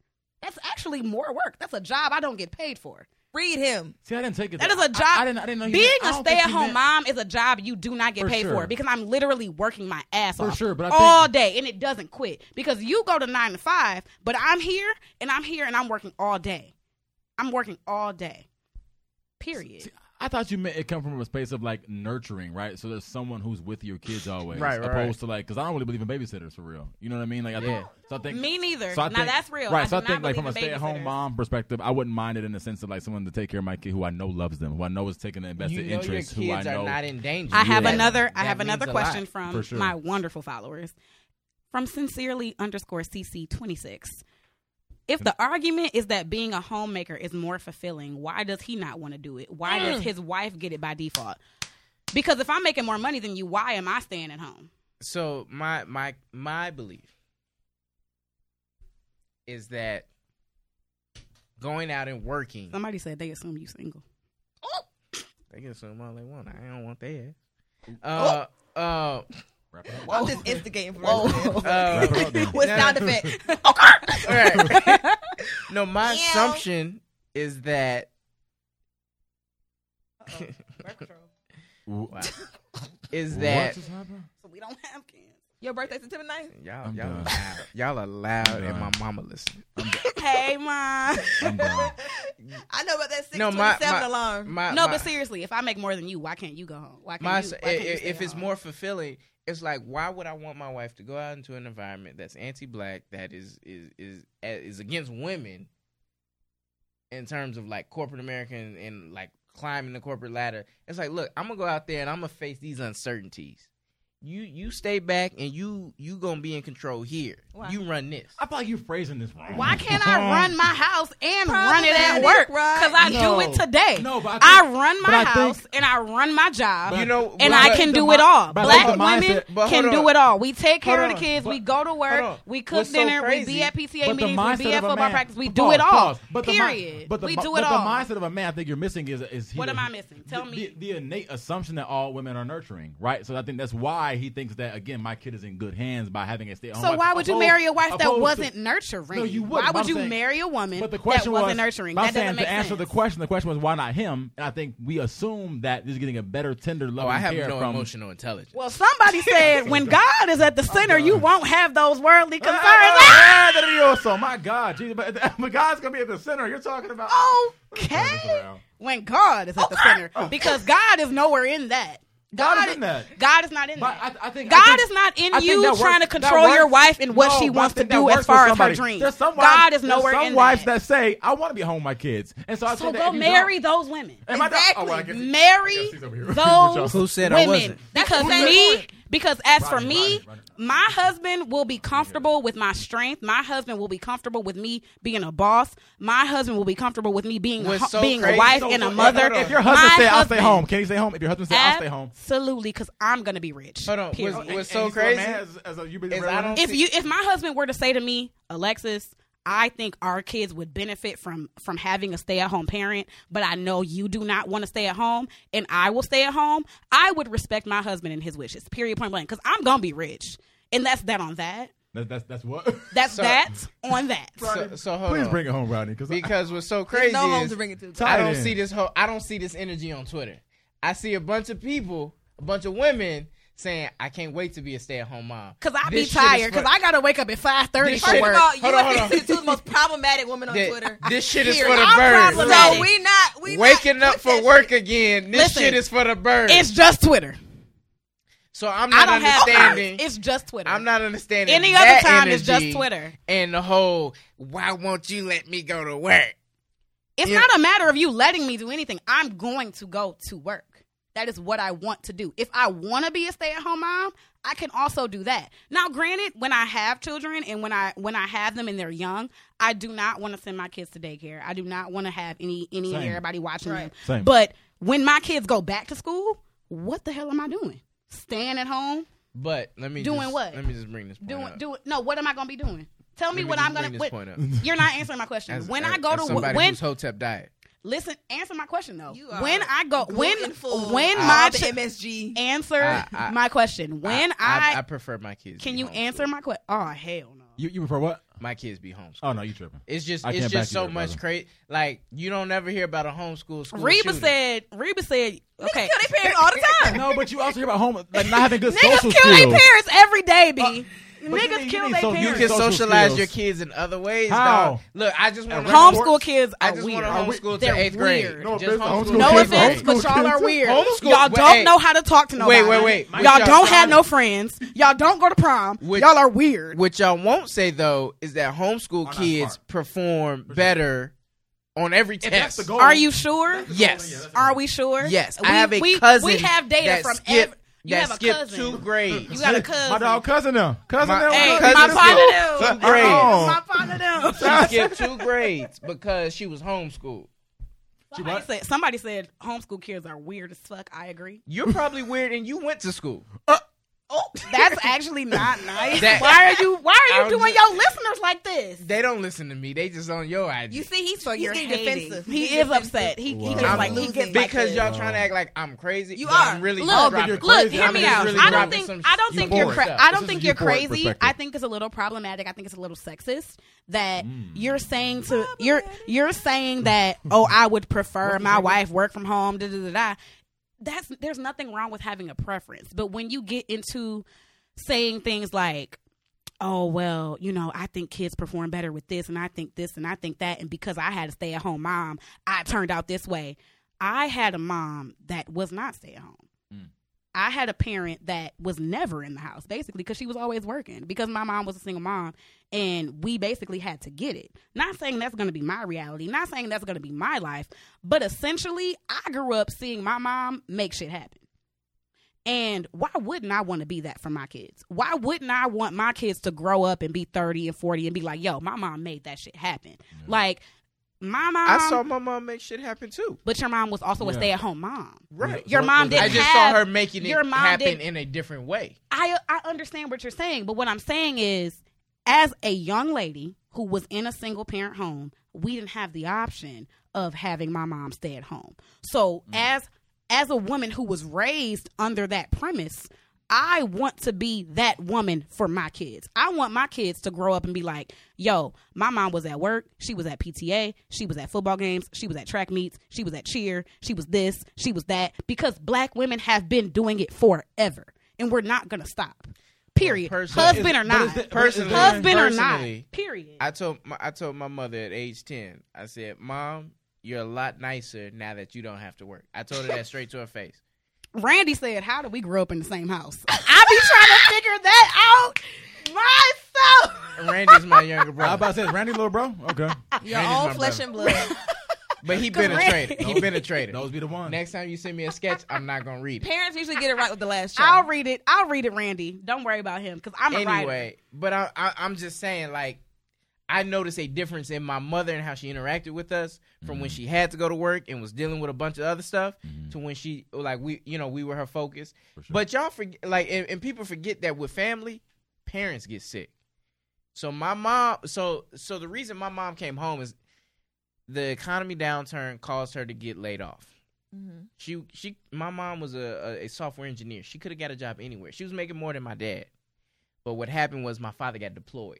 That's actually more work. That's a job I don't get paid for. Read him. See, I didn't take it. That there. is a I- job- I, didn't. I didn't know. he Being meant- I a don't stay think at he home meant- mom is a job you do not get For paid for sure. because I'm literally working my ass For off sure, but I all think- day and it doesn't quit because you go to nine to five, but I'm here and I'm here and I'm working all day. I'm working all day. Period. See, I thought you meant it come from a space of like nurturing, right? So there's someone who's with your kids always, Right, right, Opposed to like, because I don't really believe in babysitters for real. You know what I mean? Like, I Yeah. think, so I think Me neither. So I now think- that's real. Right. I so I do think not like from a believe in stay at home babysitters. mom perspective, I wouldn't mind it in the sense of like someone to take care of my kid who I know loves them, who I know is taking the invested you know your interest, kids who I are know. not in danger. I have Yeah. another. I That have another means a lot. question from For sure. my wonderful followers, from sincerely underscore cc twenty six. If the argument is that being a homemaker is more fulfilling, why does he not want to do it? Why does Mm. his wife get it by default? Because if I'm making more money than you, why am I staying at home? So my my my belief is that going out and working, Somebody said they assume you single. *laughs* they can assume all they want. I don't want that. Oh. Uh, uh, *laughs* Wrap it up. I'm just instigating for Whoa. myself. uh, Wrap it up then. *laughs* With *laughs* No, sound *laughs* effect. Right. no, my Meow. assumption is that. *laughs* W- Wow. is what that just happened? So we don't have kids. Your birthday September *laughs* 9th? y'all I'm y'all done. are loud. y'all are loud I'm and my done. mama listening. hey, *laughs* mom. I'm done. I know about that 627 No, my- my- alarm. My, No, Uh, my, but seriously, if I make more than you, why can't you go home? Why can't my, you? s- why can't you if, stay if at it's home? more fulfilling, it's like why would I want my wife to go out into an environment that's anti-black, that is is is is against women in terms of like corporate America and, and like climbing the corporate ladder. It's like, look, I'm gonna go out there and I'm gonna face these uncertainties. You you stay back and you you gonna be in control here. Why? You run this. I feel like you're phrasing this wrong. Why can't *laughs* I run my house and run it at Problematic, work? right? Because I No. do it today. No, but I think- run my but I house think- and I run my job. But- You know, and but- I but can the do mi- it all. but Black the mindset- women but hold can on. do it all. We take care Hold of the on. kids. we But- go to hold work. on. We cook What's so dinner. we crazy- be at PTA But the meetings. We mindset be at of a football man- practice. We do pause, it all. pause. But the mi- period. but the, we mi- do but it all. the mindset of a man, I think you're missing is is he What am I is- missing? Tell the, me. the, the innate assumption that all women are nurturing, right? So I think that's why he thinks that again, my kid is in good hands by having a stay at home. so why would you marry a wife that wasn't nurturing? No, you Why wouldn't, but would I'm you saying- marry a woman But the question that was wasn't nurturing? but I'm that saying doesn't make to answer sense. the question. The question was why not him? And I think we assume that he's getting a better tender Oh, love. I have care no from, emotional intelligence. Well, somebody said when God is at the center, you won't have those worldly Ah, concerns. ah, *laughs* ah, that is also, my God, Jesus, but, *laughs* but God's gonna be at the center. You're talking about Oh, Turn this okay. around. When God is at the center, because God is nowhere in that. God is in that. God is not in But that. I- I think- God I think- is not in I think you that works- trying to that control your works- wife and what No, she but I wants to think that do as works for far as her somebody. dreams. There's some wives, God is there's nowhere some in wives that. that. say, "I want to be home with my kids," and so I So think go that if you marry don't- those women. Am I not- Exactly. oh, I guess- I Marry guess he's over here. *laughs* those Who said I women. wasn't? Because Who said me, what? because as for Roger, me, Roger, Roger. my husband will be comfortable with my strength. My husband will be comfortable with me being a boss. My husband will be comfortable with me being a, What's hu- so being a crazy- wife so- and a so- mother. hold on. If your husband My said, "I'll stay husband- home," can he stay home? If your husband said, "I'll stay home," Absolutely, because I'm gonna be rich. Hold on, was- period. was- What's And so he's a man crazy as- as a- you been is I around don't him? if you if my husband were to say to me, Alexis, I think our kids would benefit from from having a stay at home parent, but I know you do not want to stay at home, and I will stay at home. I would respect my husband and his wishes. Period, point blank, because I'm gonna be rich, and that's that on that. That's that's that's *laughs* what. That's So- that on that. So, so hold *laughs* Please on. bring it home, Rodney, because because what's so There's crazy no home is to bring it to. Top- I don't Tight end. see this whole. I don't see this energy on Twitter. I see a bunch of people, a bunch of women saying, "I can't wait to be a stay-at-home mom." Cause I be This shit is tired. Cause for- I gotta wake up at five thirty This for First shit- work. of all, Hold you on, are hold on. the two *laughs* most problematic women on That- Twitter. *laughs* *laughs* this shit is Period. for the I'm birds. problematic. No, we not. We Waking not up for work again. This Listen, shit is for the birds. It's just Twitter. so I'm I not don't have understanding. time. It's just Twitter. I'm not understanding. Any other that time, it's energy just Twitter. And the whole, why won't you let me go to work? It's Yeah. not a matter of you letting me do anything. I'm going to go to work. That is what I want to do. If I want to be a stay-at-home mom, I can also do that. Now, granted, when I have children and when I when I have them and they're young, I do not want to send my kids to daycare. I do not want to have any any and Same. everybody watching them. Right. Same. But when my kids go back to school, what the hell am I doing? Staying at home, But let me Doing just- what? Let me just bring this point doing up. doing no. What am I going to be doing? Tell me Let what just I'm going bring to. this point up. *laughs* You're not answering my question. As- when as- I go as to somebody work, when who's Hotep diet. Listen, answer my question though. You are When I go, when gluten-full, when all my the chi- MSG. answer I- I- my question. When I, I, prefer my kids. can be you homeschooled. answer my question? Oh hell no. you you prefer what? My kids be homeschooled. Oh no, you tripping. It's just I it's can't back just you so there, much brother. crazy. Like you don't ever hear about a homeschool school. Reba shooting. said. Reba said. Okay. Niggas kill their parents all *laughs* the time. no, but you also hear about home like not having good Niggas social kill their skills. parents every day, b. but you Niggas need- you kill need their so- you you parents. can Social socialize skills. your kids in other ways. How? dog. Look, I just want At homeschool kids I are just weird. want to Are we- homeschool They're to eighth grade. weird. No, Just there's homeschool. homeschool No kids are offense, homeschool but y'all kids. are weird. Homeschool- Y'all wait, don't hey. know how to talk to nobody. Wait, wait, wait. My Y'all job- don't have no friends. Y'all don't go to prom. Which- y'all are weird. What y'all won't say though is that homeschool not kids smart. perform better on every test. are you sure? Yes. Are we sure? Yes, we, I have a we, cousin. We have data that from skip, ev- You that have a skipped cousin. two grades. You got a My cousin. dog cousin them. Cousin My- them. Hey, cousin my is partner still do. two grades. My partner do. She skipped two grades because she was homeschooled. Somebody said, somebody said homeschool kids are weird as fuck. I agree. You're probably weird and you went to school. Oh. *laughs* That's actually not nice. That- why are you Why are you I'm doing just- your listeners like this? They don't listen to me. They just on your IG. You see, he's, So he's you're getting hating. defensive. He He's is defensive. upset. He, he Wow. gets I'm like he losing. gets like because this. y'all trying to act like I'm crazy. You but I'm are. really Look, not look, dropping- you're Look, crazy. hear I'm me just out. really I don't dropping think some I don't think you're euphoric cra- stuff. I don't This think is you're euphoric crazy. perspective. I think it's a little problematic. I think it's a little sexist that Mm. you're saying to you're you're saying that oh I would prefer my wife work from home da da da da. That's there's nothing wrong with having a preference, but when you get into saying things like oh well you know i think kids perform better with this and i think this and i think that and because i had a stay-at-home mom i turned out this way i had a mom that was not stay-at-home i had a parent that was never in the house basically because she was always working because my mom was a single mom and we basically had to get it not saying that's going to be my reality not saying that's going to be my life but essentially i grew up seeing my mom make shit happen and why wouldn't I want to be that for my kids? Why wouldn't I want my kids to grow up and be 30 and 40 and be like, yo, my mom made that shit happen? Like, my mom. I saw my mom make shit happen too. but your mom was also a Yeah. stay at home mom. Right. Your So- mom didn't I just have- saw her making it your mom happen didn't- in a different way. I I understand what you're saying, but what I'm saying is, as a young lady who was in a single parent home, we didn't have the option of having my mom stay at home. So as as a woman who was raised under that premise, I want to be that woman for my kids. I want my kids to grow up and be like, yo, my mom was at work, she was at PTA, she was at football games, she was at track meets, she was at cheer, she was this, she was that, because black women have been doing it forever and we're not gonna stop. Period. personally- Husband or But is not. that- but is Personally, that- Husband or not. Personally, Period. I told my I told my mother at age ten. I said, "Mom, you're a lot nicer now that you don't have to work." I told her that straight to her *laughs* face. Randy said, How do we grow up in the same house? *laughs* I be trying to figure that out myself. And Randy's my younger I brother, about to say Randy little bro. Okay. Your Randy's own my flesh brother. and blood. *laughs* but he been a Randy- traitor. He been a traitor. Those be the ones. Next time you send me a sketch, I'm not gonna read it. Parents usually get it right with the last I'll child. read it. I'll read it, Randy. Don't worry about him because I'm a writer. anyway, but I, I, I'm just saying, like, I noticed a difference in my mother and how she interacted with us from when she had to go to work and was dealing with a bunch of other stuff to when she, like, we, you know, we were her focus. sure. But y'all forget, like, and, and people forget that with family, parents get sick. So my mom, so so the reason my mom came home is the economy downturn caused her to get laid off. Mm-hmm. She she my mom was a, a, a software engineer. She could have got a job anywhere. She was making more than my dad. But what happened was my father got deployed.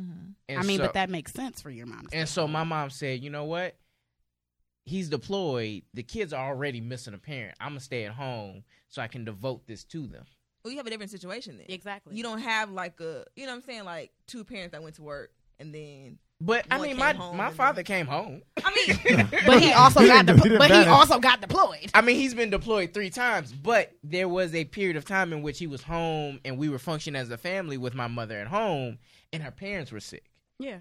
Mm-hmm. And I mean, so- but that makes sense for your mom. to And say. so my mom said, you know what? He's deployed. The kids are already missing a parent. I'm gonna stay at home so I can devote this to them. Well, you have a different situation then. exactly. You *laughs* don't have like a, you know what I'm saying, like two parents that went to work and then. But I Boy mean, came my home my and- father came home. I mean, But *laughs* he also He got. didn't- he Depl- didn't but he matter. also got deployed. I mean, he's been deployed three times, but there was a period of time in which he was home and we were functioning as a family with my mother at home, and her parents were sick. Yeah.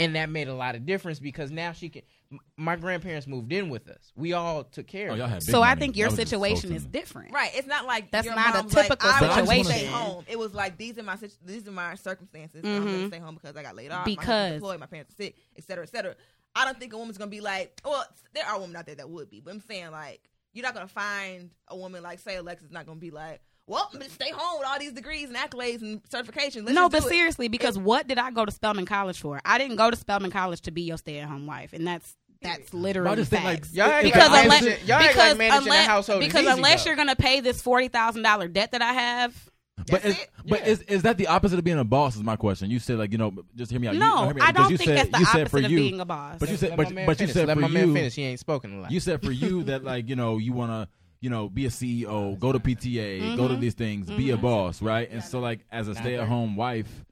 And that made a lot of difference because now she can. m- My grandparents moved in with us. We all took care Oh, of. y'all them. had big So I money. think your Y'all was just situation floating. is *laughs* different. Right. It's not like That's your not a mom's like, typical I want to stay situation. home. It was like these are my situ- these are my circumstances. I'm going Mhm. to stay home because I got laid off. my Because- husband's deployed, my parents are sick, et cetera, et cetera. I don't think a woman's gonna be like. Well, there are women out there that would be, but I'm saying like you're not gonna find a woman like say Alexa's not gonna be like, well, I'm gonna stay home with all these degrees and accolades and certifications. Let's no, just but do it." seriously, because what did I go to Spelman College for? I didn't go to Spelman College to be your stay-at-home wife, and that's that's literally But I just think like facts. Y'all act because like unless managing- y'all act because like managing unless, a household is because easy, unless though. you're gonna pay this forty thousand dollar debt that I have, But That's is, it? but Yeah. is is that the opposite of being a boss? Is my question. You said like you know, just hear me out. You- no, hear me out, I because don't you think said, that's the you opposite said for of you, being a boss. But you said, Let but, my man but you finish. said let for my you, man finish. He ain't spoken a lot. you said for you that like you know you want to you know be a CEO, go to PTA, go to Mhm. these things, be a Mhm. boss, right? And so like as a Not stay at home wife,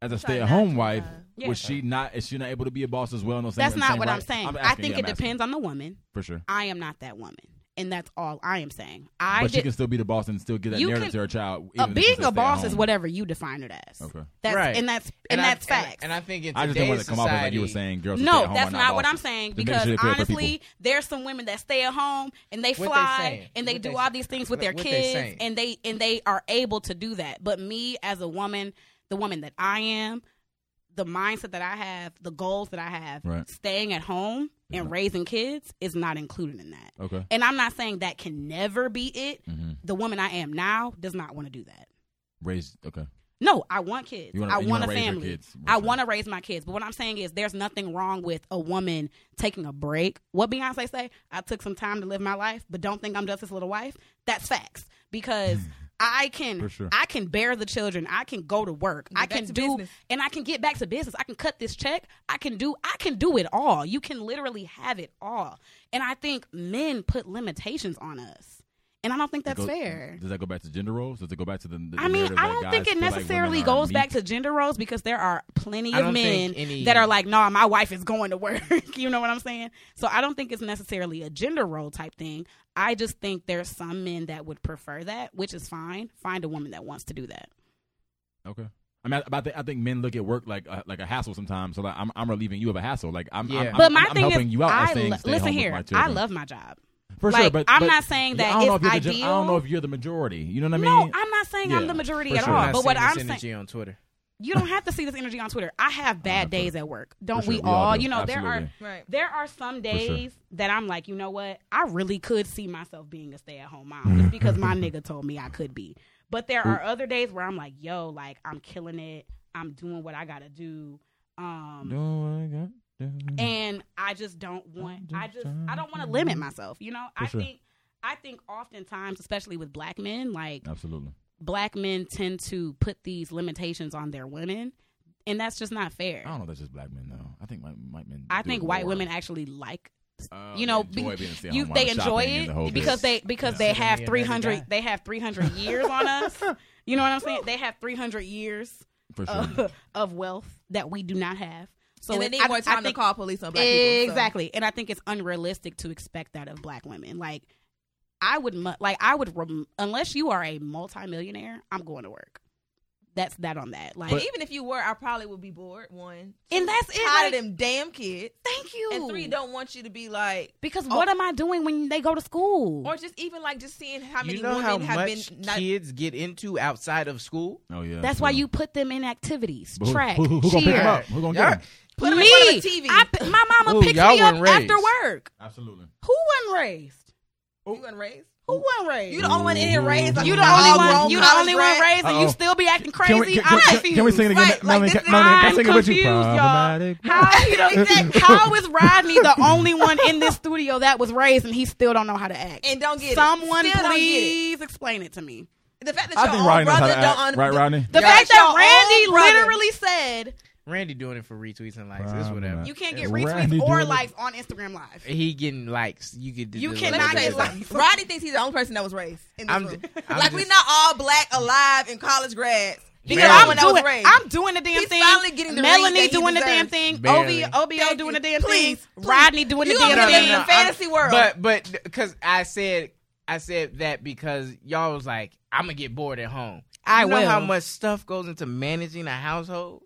as a Try stay at home not wife, to, uh, was she not? Is she not able to be a boss as well? No, that's not what I'm saying. i think it depends on the woman. for sure. I am not that woman, and that's all I am saying. I but she did- can still be the boss and still get that You narrative can- to her uh, child. even if it's being a stay-at-home. boss is whatever you define it as. Okay. That's Right. and that's and, I- that's and I- facts. And I think in I just didn't want today's to come off like society, you were saying girls. who stay at No, home that's are not, what I'm bosses. saying. Just making Because sure they pay for honestly, there's some women that stay at home and they What they fly saying? and they What do they all saying? these things with their What they kids saying? and they and they are able to do that. But me as a woman, the woman that I am, the mindset that I have, the goals that I have, Right. staying at home and Yeah. raising kids is not included in that. Okay. And I'm not saying that can never be it. Mm. Mm-hmm. The woman I am now does not want to do that. Raised. Okay. No, I want kids. You wanna- I you want wanna a raise your family. kids. I want to raise my kids. But what I'm saying is, there's nothing wrong with a woman taking a break. What Beyonce say? I took some time to live my life, but don't think I'm just his little wife. That's facts *laughs* because I can, For sure. I can bear the children. I can go to work. I Get back can to do, business. and I can get back to business. I can cut this check. I can do, I can do it all. You can literally have it all. And I think men put limitations on us, and I don't think that's Go- fair. Does that go back to gender roles? Does it go back to the? the I mean, narrative I that don't think it guys feel like necessarily women are goes back meat? to gender roles because there are plenty I of don't men think any- that are like, no, my wife is going to work. *laughs* you know what I'm saying? So I don't think it's necessarily a gender role type thing. I just think there's some men that would prefer that, which is fine. Find a woman that wants to do that. Okay. I mean, I, I, think, I think men look at work like a, like a hassle sometimes. So like, I'm I'm relieving you of a hassle. Like I'm Yeah. I'm, I'm, But my I'm thing helping is, you out. by I saying lo- stay listen home with here. my I children. love my job. For like, sure, but, I'm but not saying yeah, that I don't know it's if you're the gen- I don't ideal. know if you're the majority. You know what I no, mean? I'm not saying I'm Yeah, the majority for at sure. I'm not all. But what seeing this I'm saying, energy on Twitter. you don't have to see this energy on Twitter. I have bad for- days at work. Don't sure, we, we all all? do. You know, there are Absolutely. right. There are some sure. days that I'm like, you know what? I really could see myself being a stay at home Mm-hmm. mom just because my nigga told me I could be. But there are other days where I'm like, yo, like I'm killing it. I'm doing what I gotta do. Um No, I got- and I just don't want I just I don't wanna limit myself, you know? For I sure. think I think oftentimes, especially with black men, like Absolutely. black men tend to put these limitations on their women and that's just not fair. I don't know. if That's just black men though. I think white, white men. I do think it white more. women actually like Uh, you know, they enjoy be- being stay at you home they while enjoy shopping and the whole it because bit. they because Yeah. they Sitting have there, three baby, hundred die. they have three hundred years *laughs* on us. You know what I'm saying? They have three hundred years for sure. of, of wealth that we do not have. So and they it- need I- more I time think- to call police on black people. so- exactly, and I think it's unrealistic to expect that of black women. Like I would mu- like I would rem- unless you are a multimillionaire, I'm going to work. That's that on that. Like and even if you were, I probably would be bored. One, and that's it. tired like, of them damn kids. thank you. And three, don't want you to be like because Oh. what am I doing when they go to school? Or just even like just seeing how many you know women how have much been not, kids get into outside of school? Oh yeah. That's why true. you put them in activities, But who- track, Who, who, who gonna pick cheer. them up? Who gonna get Y'all- them? Put 'em in me, front of the TV. I p- my mama Ooh, picked y'all me up weren't raised. after work. Absolutely. Who wasn't raised? you weren't raised. Who wasn't raised? You the only one in here raised. Like You a the only full-grown one. You the college only one grad. raised, and you Uh-oh. still be acting crazy. Can we, can, I'm can, confused. can we sing it again? Right, like, Melanie, this is- can, Melanie, can I I'm sing it with you? confused, y'all. Problematic. *laughs* How, you know, exactly. *laughs* how is Rodney the only one in this studio that was raised and he still don't know how to act? and don't get it. Someone Still don't get it. please explain it to me. The fact that I your think own Rodney knows how brother to don't act. under- right, Rodney? The Y'all- fact that your own Randy brother literally said Randy doing it for retweets and likes. It's Probably whatever. not. you can't get It's retweets Randy or doing it. likes on Instagram Live. He getting likes. You could. do You the Let me cannot little tell you bit. something. Rodney thinks he's the only person that was raised in this *laughs* I'm room. ju- I'm like we're just- not all black alive and college grads. He's Because the only Barely. I'm one that was doing, raised. I'm doing the damn He's thing. finally getting the raise Melanie that he doing the damn deserves. thing. Barely. Obi, OBO Thank doing you. the damn Please, thing. please. Rodney doing You the gonna damn be thing. living in a fantasy world. But but because I said I said that because y'all was like I'm gonna get bored at home. I you know how will. much stuff goes into managing a household.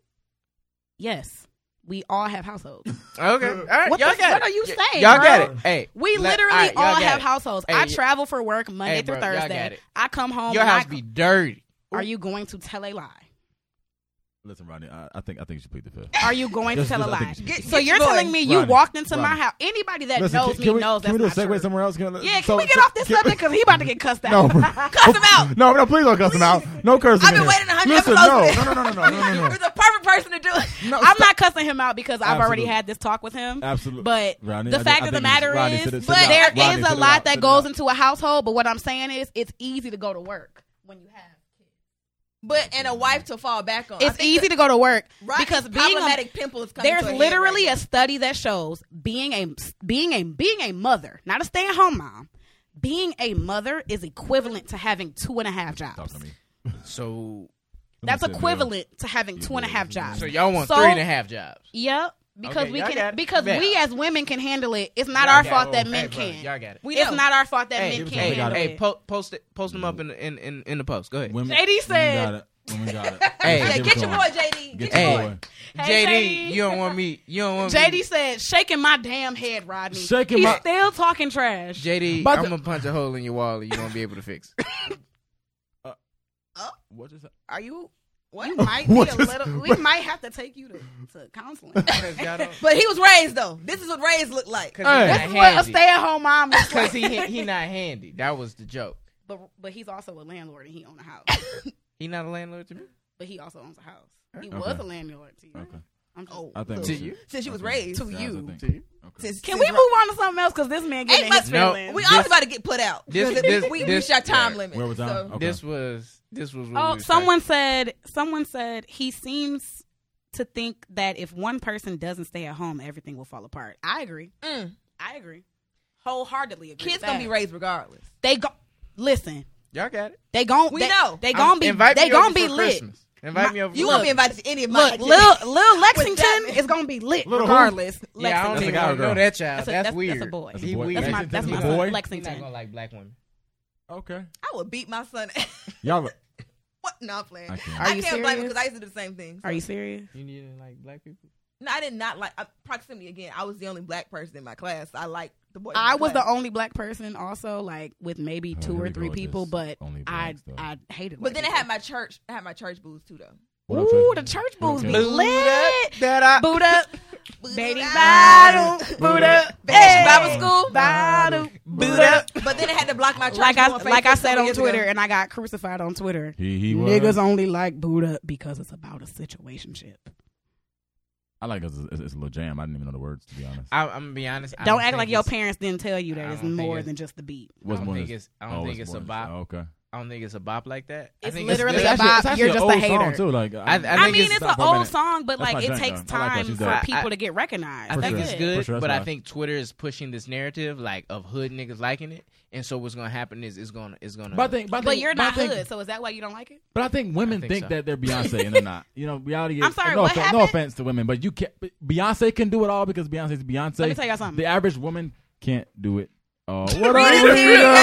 Yes, we all have households. Okay, all right. What y'all the- got it. what are you Y- saying, Y'all bro? got it. Hey, We let- literally right, y'all all got have it. households. Hey, I y- travel for work Monday Hey, through bro, y'all got Thursday. it. I come home. Your and I house c- be dirty. Are you going to tell a lie? Listen, Rodney, I, I think I think you should plead the fifth. Are you going to Just- tell a just- I think lie? you should- Get- So get you're your boy. telling me you Rodney, walked into my Rodney. house. Anybody that Listen, knows can, me can we, knows can that's we do a not segue true. somewhere else? Can, Yeah, can so- we get off this can- subject because he about to get cussed out. No, Cuss him out. No, no, please don't cuss him out. No cursing. I've been in here. waiting a hundred Listen, episodes No, for no, no, no, no, no, no, *laughs* You're no. the perfect person to do it. No, I'm stop. not cussing him out because I've already Absolutely. had this talk with him. Absolutely. But Rodney, the I fact think- I of the think you should- matter Rodney, is, sit it- sit but it out. there is Rodney, sit a it lot out. Sit that it goes out. into a household. But what I'm saying is, it's easy to go to work when you have. But and a wife to fall back on. I It's think easy to go to work Rodney's because being a, problematic pimple is coming. there's to a head literally right a study that shows being a being a being a mother, not a stay at home mom, being a mother is equivalent to having two and a half Talk jobs. to me. So That's Listen, equivalent to having two and a half Yeah. jobs. so y'all want So- three and a half jobs. Yep. Because Okay, we y'all got can it. because Bet. we as women can handle it. It's not Y'all our got fault it. that Hey, men bro, can. y'all got it. We it's know. not our fault that Hey, men give us can't one. We got handle it. Hey, it. po- post it, post them up in the in, in, in the post. Go ahead. Women, JD women said- got it. Women *laughs* got it. Hey. there. a- Yeah, Give it get to your boy, him. JD. Get Get your Hey. boy. your boy. Hey, JD, JD. you don't want me. You don't want me. JD said, shaking my damn head, Rodney. Shaking He's my- still talking trash. JD, But I'm the- gonna punch a hole in your wall and you won't be able to fix. it. What is that? Are you? you *laughs* What? might need What a is- little. We might have to take you to, to *laughs* counseling. this is Because y'all don't. But he was raised though. This is what raised looked like. Because Hey. he's not That's what a handy. stay-at-home *laughs* mom looks Because like. he he not handy. That was the joke. But but he's also a landlord and he owns a house. He not a landlord to me. But he also owns a house. He Okay. was a landlord to you. Okay. I'm just, Oh, I think look. To you. Since you was Okay. raised. To Guys, I you. think- To you. Okay. Since, Can since we Ro- move on to something else? Because this man getting Ain't in his my- No, feelings. We This- always about to get put out. this- Because this- we this- reached our time yeah. limit. Where was I? So- Okay. This was this was. What we Oh, was someone said someone said he seems to think that if one person doesn't stay at home, everything will fall apart. I agree. Mm. I agree. Wholeheartedly agree. Kids gonna be raised regardless. They go listen. Y'all got it. They gon' We they, know. they I'm- gon' be invite they me gon' over be for lit. Christmas. Invite My- me over. You for won't Christmas. be invited to any of my *laughs* Look, Lil Lil that Lexington man. is gonna be lit Lil who? regardless. Yeah, I don't Lexington. even That's a guy or wanna know girl? that child. That's That's, a- that's a weird. boy. That's a He boy. weird. That's my Lexington that's is my a son, boy? He not gonna Lexington. like black women. Okay. I would beat my son. *laughs* Y'all. what? No, I'm playing. I I can't. can't, Are you blame him serious? because I used to do the same thing. Are you serious? You need to like black people. No, I did not like uh, proximity again. I was the only black person in my class. I liked the boy. I was the only black person also, like with maybe Oh, two here or we go three with people, this but only I blacks, though. I hated But black then I people. had my church. I had my church booze too, though. What up, Ooh, the Jay? church What booths up, Jay? be Boot lit. That I. Boot up, baby Baby bottle, boot up, Bash hey. Bible school. bottle, boot Boot up. But then I had to block my church. Like I from like I Facebook said couple on years Twitter, *laughs* ago. and I got crucified on Twitter. He he was. Niggas only like boot up because it's about a situationship. I like it's, it's, it's a little jam. I didn't even know the words to be honest. I, I'm gonna be honest. I Don't act think like your it's- parents didn't tell you that I it's don't think more it's- than just the beat. I don't more think than- it's. I don't oh, think it's a more than- bop. oh, okay. I don't think it's a bop like that. I It's think literally good. a bop. actually- You're actually just an a old song, hater. too. Like I, I I, think mean, it's it's, not an bumping old it. song, but That's like my it jam, takes though. I like that. time She's for dope. people I- to get recognized. I For That's think sure. it's it. good, For sure, that's but I why. think Twitter is pushing this narrative like of hood niggas liking it, and so what's gonna happen is it's gonna it's gonna. But I think, but, I But think- you're not but I think, hood, so is that why you don't like it? But I think women I think think, so. that they're Beyonce and they're not. You *laughs* know, reality. Is, I'm sorry, No, what offense, happened? no offense to women, but you can't. but Beyonce can do it all because Beyonce's Beyonce. Let me tell y'all something. The average woman can't do it. *laughs* Oh, what Rita! are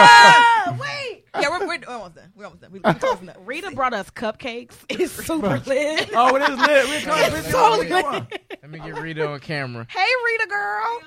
Ah, wait. Yeah, we're, we're almost done. We're almost done. We're closing up. Rita brought us cupcakes. It's super lit. Oh, it is lit. *laughs* We're coming. It's It's so lit. Come on. Let me get Rita on camera. Hey, Rita girl.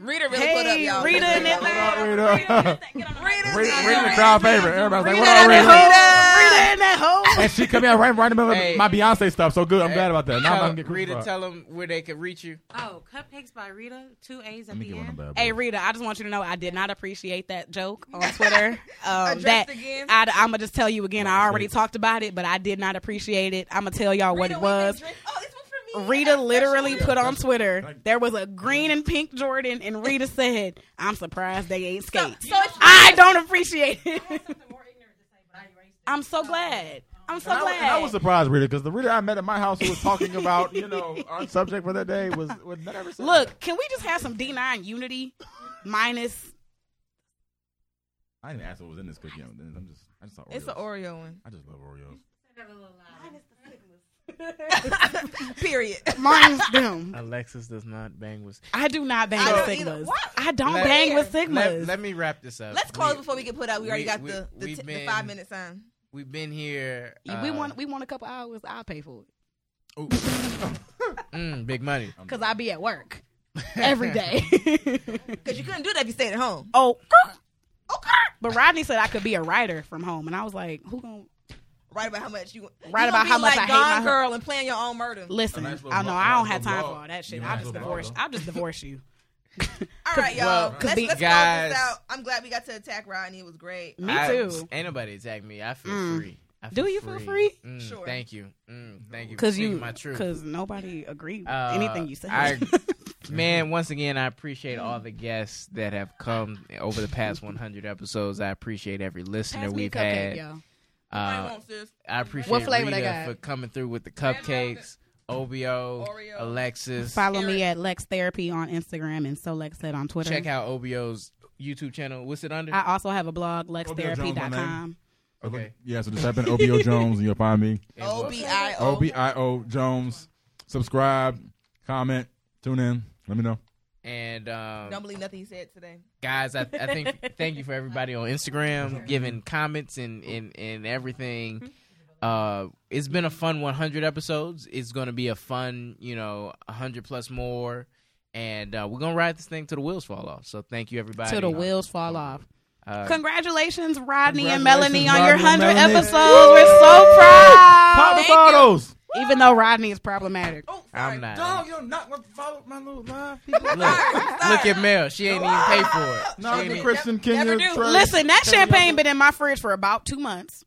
Rita really put up, Hey, y'all. Rita in Atlanta. Hold on, *laughs* Rita. Rita's Rita, in Rita, there. the crowd favorite. Everybody's like, Rita, "What up, Rita, Rita?" Rita. Rita in that hole. And she come out right, right in the middle Hey. of my Beyonce stuff. So good. I'm Hey, glad about that. Now I'm tell- gonna get Rita, crucified. tell them where they could reach you. Oh, cupcakes by Rita, two A's Let at me the get one of end. them *laughs* bad Hey, boys. Rita, I just want you to know I did not appreciate that joke on Twitter. Um, Addressed that again. I, am gonna just tell you again. I already Thanks. talked about it, but I did not appreciate it. I'm gonna tell y'all what Rita, we it been was. drink- Oh, this was mean, Rita that's literally special. put on Twitter there was a green and pink Jordan, and Rita said, "I'm surprised they ain't So, skates. so it's I don't appreciate it. *laughs* Something more ignorant to say, but I erased it. I'm so glad. I'm so And I, glad. and I was surprised, Rita, because the Rita I met at my house who was talking about, you know, *laughs* our subject for that day was, was not ever said that. Look, can we just have some D9 unity minus? I didn't ask what was in this cookie. I'm I'm just, I just saw Oreos. It's an Oreo one. I just love Oreos. Said it a little louder. *laughs* *laughs* Period. Mine's *laughs* them. Alexis does not bang with. I do not bang I with don't either. Sigmas. What? I don't Let- bang with Let- Sigmas. Let, let me wrap this up. Let's close Uh, We- before we get put out. We, we- already got we- the, the, we've t- the been- five minute sign. We've been here. If we uh, want we want a couple hours. I'll pay for it mm, big money. because I'll be at work every day. Because you couldn't do that if you stayed at home. *laughs* oh, okay. But Rodney said I could be a writer from home, and I was like, "Who gonna Right about how much you. you Right gonna about be how much like I hate Gone my- Girl and plan your own murder. listen?" A nice little I know vlog- I don't nice have little time vlog. for all that shit. You I'll nice just little divorce. vlog, though. I'll just divorce *laughs* you. All right, well, y'all. could Let's, be- let's close guys. Uh, this out. I'm glad we got to attack Rodney. It was great. Me I- too. Ain't nobody attack me. I feel Mm. free. I Do you feel free? Mm, Sure. Thank you. Mm, thank you. for Because speaking you, my truth. because nobody agreed with Uh, anything you said. *laughs* I- man, once again, I appreciate all the guests that have come over the past 100 episodes. I appreciate every listener Pass me a we've cupcake, had. y'all. I Uh, won't, sis. I appreciate What flavor Rita they got? for coming through with the cupcakes. OBO, Oreo. Alexis. Follow Eric. me at Lex Therapy on Instagram and So Lex Said on Twitter. Check out OBO's YouTube channel. What's it under? I also have a blog, lextherapy.com. Jones, Okay. Yeah, so just type *laughs* in OBO Jones and you'll find me. And O what- B I O. Oh. O B I O Jones. Subscribe, comment, tune in. Let me know. And um, Don't believe nothing you said today. guys I, I think thank you for everybody on instagram giving comments and and, and everything uh it's been a fun 100 episodes it's gonna be a fun you know 100 plus more and uh, we're gonna ride this thing till the wheels fall off so thank you everybody Till the wheels fall off. Uh, Congratulations, Rodney and Congratulations, Melanie, on your Rodney 100 and Melanie. episodes. We're so Pop proud. the bottles. Even though Rodney is problematic. Oh, sorry. i'm not Dog, you don't not follow my little live. *laughs* look, look at mel she ain't even pay for it No, She ain't the even- Christian King never of do. Trash. Listen, that champagne been in my fridge for about two months.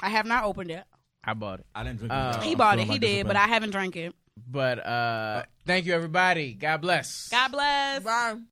I have not opened it. i bought it Oh, I didn't drink. Uh, He I'm bought it. He did, but I haven't drank it. but uh thank you everybody god bless God bless. Bye.